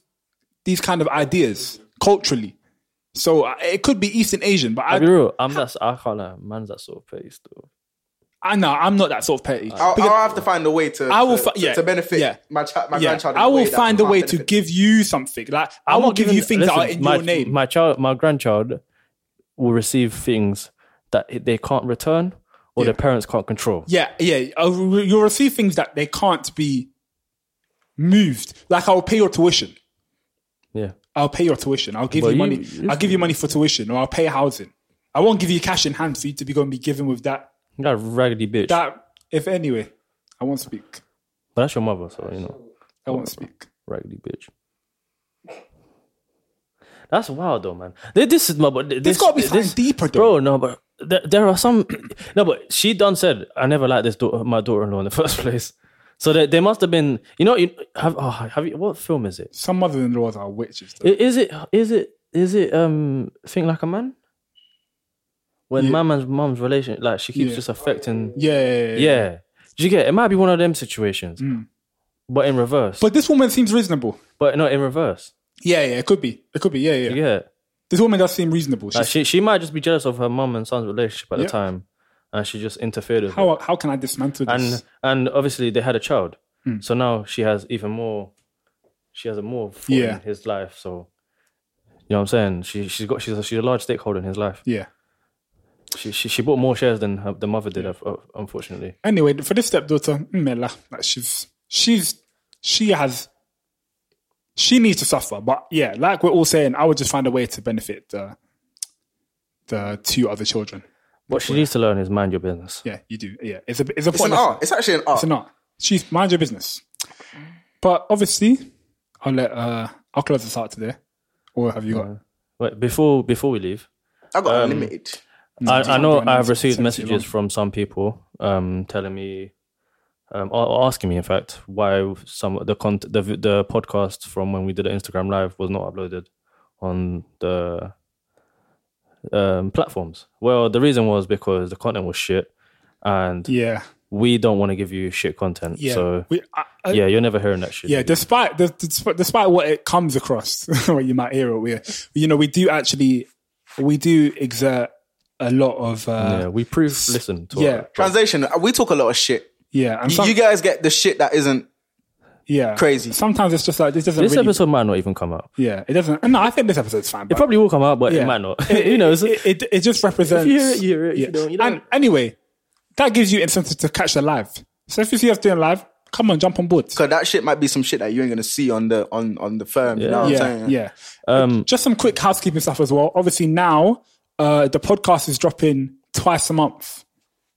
Speaker 3: these kind of ideas culturally. So uh, it could be Eastern Asian, but
Speaker 4: I'll be
Speaker 3: I,
Speaker 4: real. I'm that. I can't lie. Man's that sort of place, though.
Speaker 3: I know I'm not that sort of petty.
Speaker 5: I'll,
Speaker 3: Because-
Speaker 5: I'll have to find a way to.
Speaker 3: I will
Speaker 5: to,
Speaker 3: fi- yeah,
Speaker 5: to benefit
Speaker 3: yeah.
Speaker 5: my child, my
Speaker 3: yeah,
Speaker 5: grandchild. in
Speaker 3: I
Speaker 5: a
Speaker 3: will
Speaker 5: way that
Speaker 3: find a
Speaker 5: can't
Speaker 3: way to
Speaker 5: benefit
Speaker 3: give you something. Like I will
Speaker 4: won't
Speaker 3: give
Speaker 4: even-
Speaker 3: you things that are
Speaker 4: listen,
Speaker 3: in
Speaker 4: my,
Speaker 3: your name.
Speaker 4: My child, my grandchild, will receive things that they can't return or their parents can't control.
Speaker 3: Yeah, yeah. I'll- You'll receive things that they can't be moved. Like I'll pay your tuition.
Speaker 4: Yeah.
Speaker 3: I'll pay your tuition. I'll give
Speaker 4: But
Speaker 3: you
Speaker 4: you-
Speaker 3: money.
Speaker 4: you-
Speaker 3: I'll give you money for tuition, or I'll pay housing. I won't give you cash in hand for you to be going to be given with that.
Speaker 4: You got a raggedy bitch.
Speaker 3: That, if anyway, I won't speak.
Speaker 4: but that's your mother, so you know,
Speaker 3: I won't speak.
Speaker 4: raggedy bitch. That's wild, though, man. Th- This is my. but th- This
Speaker 3: There's got to be something
Speaker 4: this-
Speaker 3: deeper, though.
Speaker 4: bro. No, but there, there are some. No, but she done said I never liked this daughter, my daughter-in-law in the first place. So there, there must have been. You know, you have. Oh, have you? What film is it?
Speaker 3: Some mother-in-laws are witches. Though.
Speaker 4: I- Is it? Is it? Is it? Um, think like a man. When
Speaker 3: Yeah.
Speaker 4: my man's mom's relation, like she keeps
Speaker 3: Yeah.
Speaker 4: just affecting.
Speaker 3: yeah, yeah, yeah, yeah.
Speaker 4: Yeah. Do you get it? Might be one of them situations, but in reverse. But,
Speaker 3: But this woman seems reasonable.
Speaker 4: no, in reverse.
Speaker 3: Yeah, yeah. It could be. It could be. Yeah, yeah.
Speaker 4: Yeah. get
Speaker 3: This woman does seem reasonable.
Speaker 4: Like
Speaker 3: She's,
Speaker 4: she, she might just be jealous of her mum and son's relationship at
Speaker 3: Yeah.
Speaker 4: the time, and she just interfered with it.
Speaker 3: how how can I dismantle this?
Speaker 4: And and obviously they had a child,
Speaker 3: Mm.
Speaker 4: so now she has even more. She has a more foot
Speaker 3: Yeah.
Speaker 4: in his life, so you know what I'm saying. She she's got she's a, she's a large stakeholder in his life.
Speaker 3: yeah.
Speaker 4: She she, she bought more shares than her, the mother did, uh, unfortunately.
Speaker 3: anyway, for this stepdaughter, mm, Mela, like she's she's she has she needs to suffer. But yeah, like we're all saying, I would just find a way to benefit the the two other children.
Speaker 4: What she needs to learn is mind your business.
Speaker 3: Yeah, you do. Yeah, it's a it's a
Speaker 5: It's an art. It's actually an art.
Speaker 3: It's an art. She's mind your business. But obviously, I'll let uh I'll close this out today. Or have you got?
Speaker 4: Wait, before before we leave,
Speaker 5: I got unlimited.
Speaker 3: Mm.
Speaker 4: I, I know
Speaker 3: Brandon,
Speaker 4: I've received
Speaker 3: send it to your
Speaker 4: messages from some people um, telling me, um, or or asking me, in fact, why some the con- the vi- the podcast from when we did an Instagram live was not uploaded on the um, platforms. Well, the reason was because the content was shit, and
Speaker 3: Yeah,
Speaker 4: we don't want to give you shit content.
Speaker 3: yeah.
Speaker 4: So
Speaker 3: we, I, I,
Speaker 4: yeah, you're never hearing that shit.
Speaker 3: Yeah, despite the, despite despite what it comes across, what you might hear or we, you know, we do actually we do exert a lot of
Speaker 4: yeah.
Speaker 3: uh,
Speaker 4: We proof listen to
Speaker 3: yeah,
Speaker 4: yeah.
Speaker 5: Translation. uh, We talk a lot of shit.
Speaker 3: yeah, and some,
Speaker 5: you guys get the shit that isn't.
Speaker 3: yeah,
Speaker 5: crazy.
Speaker 3: Sometimes it's just like this doesn't
Speaker 4: This
Speaker 3: really,
Speaker 4: episode might not even come out.
Speaker 3: yeah, it doesn't. No, I think this episode's fine.
Speaker 4: It probably will come out, but it might not. Who knows?
Speaker 3: It, it, it just represents.
Speaker 4: you hear it, you hear it. If
Speaker 3: Yeah.
Speaker 4: you don't, you don't.
Speaker 3: And anyway, that gives you incentive to catch the live. So if you see us doing live, come on, jump on board.
Speaker 5: Cause that shit might be some shit that you ain't gonna see on the on on the firm. You know what I'm
Speaker 3: yeah,
Speaker 5: saying?
Speaker 3: yeah.
Speaker 4: Um,
Speaker 3: Just some quick housekeeping stuff as well. Obviously, now uh, the podcast is dropping twice a month.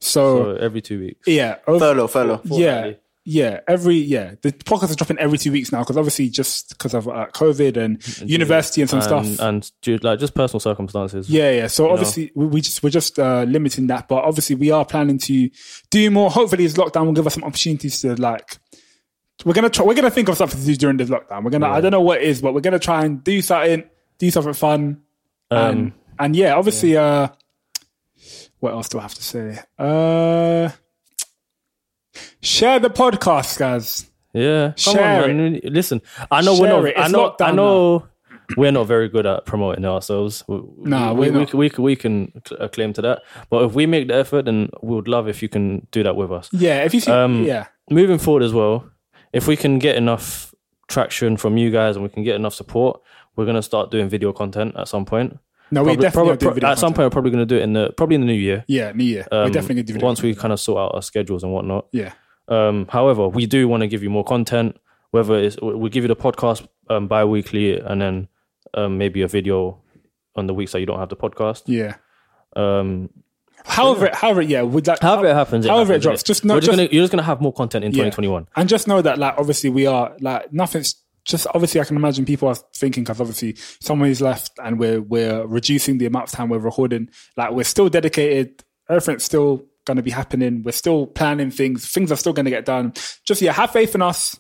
Speaker 3: So,
Speaker 4: So every two weeks.
Speaker 3: yeah, over-
Speaker 5: Furlough, furlough.
Speaker 3: yeah, yeah. Every yeah, the podcast is dropping every two weeks now because obviously just because of uh, COVID and university and some
Speaker 4: and, uh,
Speaker 3: stuff.
Speaker 4: and due, like just personal circumstances.
Speaker 3: yeah, yeah. So obviously we, we just we're just uh, limiting that, but obviously we are planning to do more. Hopefully, this lockdown will give us some opportunities to like we're gonna try, we're gonna think of something to do during this lockdown. We're gonna I don't know what it is, but we're gonna try and do something, do something fun,
Speaker 4: Um,
Speaker 3: and and yeah, obviously. uh What else do I have to say? Uh Share the podcast, guys.
Speaker 4: yeah. Come
Speaker 3: Share
Speaker 4: on, man. Listen, I know
Speaker 3: Share
Speaker 4: we're not.
Speaker 3: it.
Speaker 4: I
Speaker 3: It's
Speaker 4: know.
Speaker 3: lockdown
Speaker 4: I know. we're not very good at promoting ourselves. We,
Speaker 3: Nah,
Speaker 4: we,
Speaker 3: we're
Speaker 4: we,
Speaker 3: not.
Speaker 4: we, we can cl- uh, claim to that. But if we make the effort, then we would love if you can do that with us.
Speaker 3: Yeah, if you see,
Speaker 4: Um,
Speaker 3: yeah,
Speaker 4: Moving forward as well, if we can get enough traction from you guys and we can get enough support, we're gonna start doing video content at some point.
Speaker 3: no, we
Speaker 4: Probably-
Speaker 3: definitely
Speaker 4: probably-
Speaker 3: gonna do video
Speaker 4: at some point,
Speaker 3: content.
Speaker 4: we're probably gonna do it in the probably in the new year.
Speaker 3: Yeah, New Year.
Speaker 4: Um,
Speaker 3: we definitely gonna do video.
Speaker 4: once we kind of sort out our schedules and whatnot.
Speaker 3: yeah,
Speaker 4: Um, however, we do want to give you more content. Whether it's we- we give you the podcast um, bi-weekly and then um, maybe a video on the weeks that you don't have the podcast.
Speaker 3: yeah.
Speaker 4: Um,
Speaker 3: However, however, yeah, would that
Speaker 4: however it happens, it
Speaker 3: However it drops.
Speaker 4: happens, innit?
Speaker 3: Just not
Speaker 4: We're just
Speaker 3: just-
Speaker 4: gonna, you're just gonna have more content in
Speaker 3: Yeah.
Speaker 4: 2021.
Speaker 3: And just know that, like, obviously, we are like nothing's just obviously. I can imagine people are thinking because obviously someone's left, and we're we're reducing the amount of time we're recording. Like, we're still dedicated. Everything's still going to be happening. We're still planning things. Things are still going to get done. Just yeah, have faith in us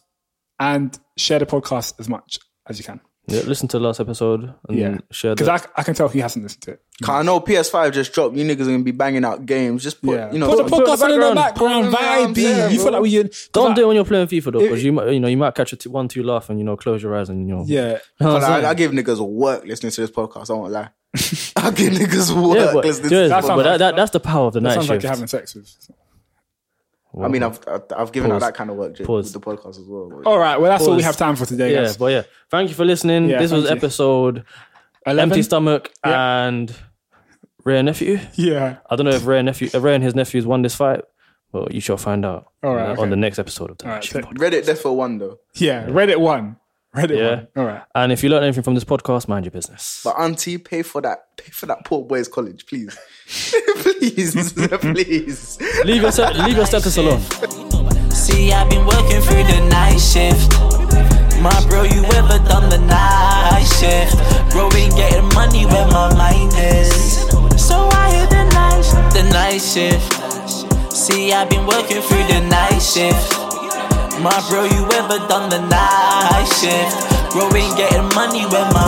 Speaker 3: and share the podcast as much as you can.
Speaker 4: Yeah, listen to the last episode and
Speaker 3: Yeah,
Speaker 5: Mm.
Speaker 4: share
Speaker 3: because
Speaker 4: that.
Speaker 3: I, I can tell who hasn't listened to it.
Speaker 5: I know PS5 just dropped. You niggas are gonna be banging out games. Just put,
Speaker 3: Yeah,
Speaker 5: you know,
Speaker 3: put the
Speaker 5: put-
Speaker 3: podcast in the background,
Speaker 5: background.
Speaker 3: vibe.
Speaker 5: Yeah,
Speaker 3: you feel
Speaker 5: bro.
Speaker 3: like we in.
Speaker 4: Don't
Speaker 3: like,
Speaker 4: do it when you're playing FIFA though, because you might you know you might catch a two, one two laugh and you know close your eyes and you know
Speaker 3: Yeah,
Speaker 5: But I, I give niggas work listening to this podcast. I won't lie. I give niggas work
Speaker 4: yeah, but,
Speaker 5: listening
Speaker 4: yeah,
Speaker 5: to
Speaker 3: That
Speaker 4: but
Speaker 5: this podcast.
Speaker 3: sounds
Speaker 4: that,
Speaker 3: like-
Speaker 4: that, that's the power of the
Speaker 3: that
Speaker 4: night
Speaker 3: sounds like
Speaker 4: shift.
Speaker 3: you're having sex with.
Speaker 5: I mean, I've I've, I've given out
Speaker 4: Pause.
Speaker 5: that kind of work Jake,
Speaker 4: Pause. Oh.
Speaker 5: with the podcast as well.
Speaker 3: All right, well, that's all we
Speaker 4: Pause.
Speaker 3: have time for today,
Speaker 4: yeah,
Speaker 3: guys.
Speaker 4: but yeah, thank you for listening.
Speaker 3: Yeah,
Speaker 4: this was
Speaker 3: thank you.
Speaker 4: episode
Speaker 3: 11?
Speaker 4: empty stomach and rare nephew.
Speaker 3: Yeah.
Speaker 4: I don't know if rare nephew, uh, rare and his nephews won this fight, but you shall find out
Speaker 3: All right,
Speaker 4: uh,
Speaker 3: okay.
Speaker 4: on the next episode of the
Speaker 3: All right.
Speaker 4: Night
Speaker 3: so-
Speaker 4: Shift.
Speaker 5: Reddit there for one though.
Speaker 3: yeah. Reddit one. Reddit
Speaker 4: Yeah.
Speaker 3: one. All right.
Speaker 4: And if you learn anything from this podcast, mind your business.
Speaker 5: But auntie, pay for that. Pay for that poor boy's college, please. please, please.
Speaker 4: leave your se- leave your status alone.
Speaker 1: See, I've been working through the night shift. My bro, you ever done the night shift? Bro, been getting money where my mind is. So I hit the night, the night shift. See, I've been working through the night shift. My bro, you ever done the night shift? Bro, been getting money where my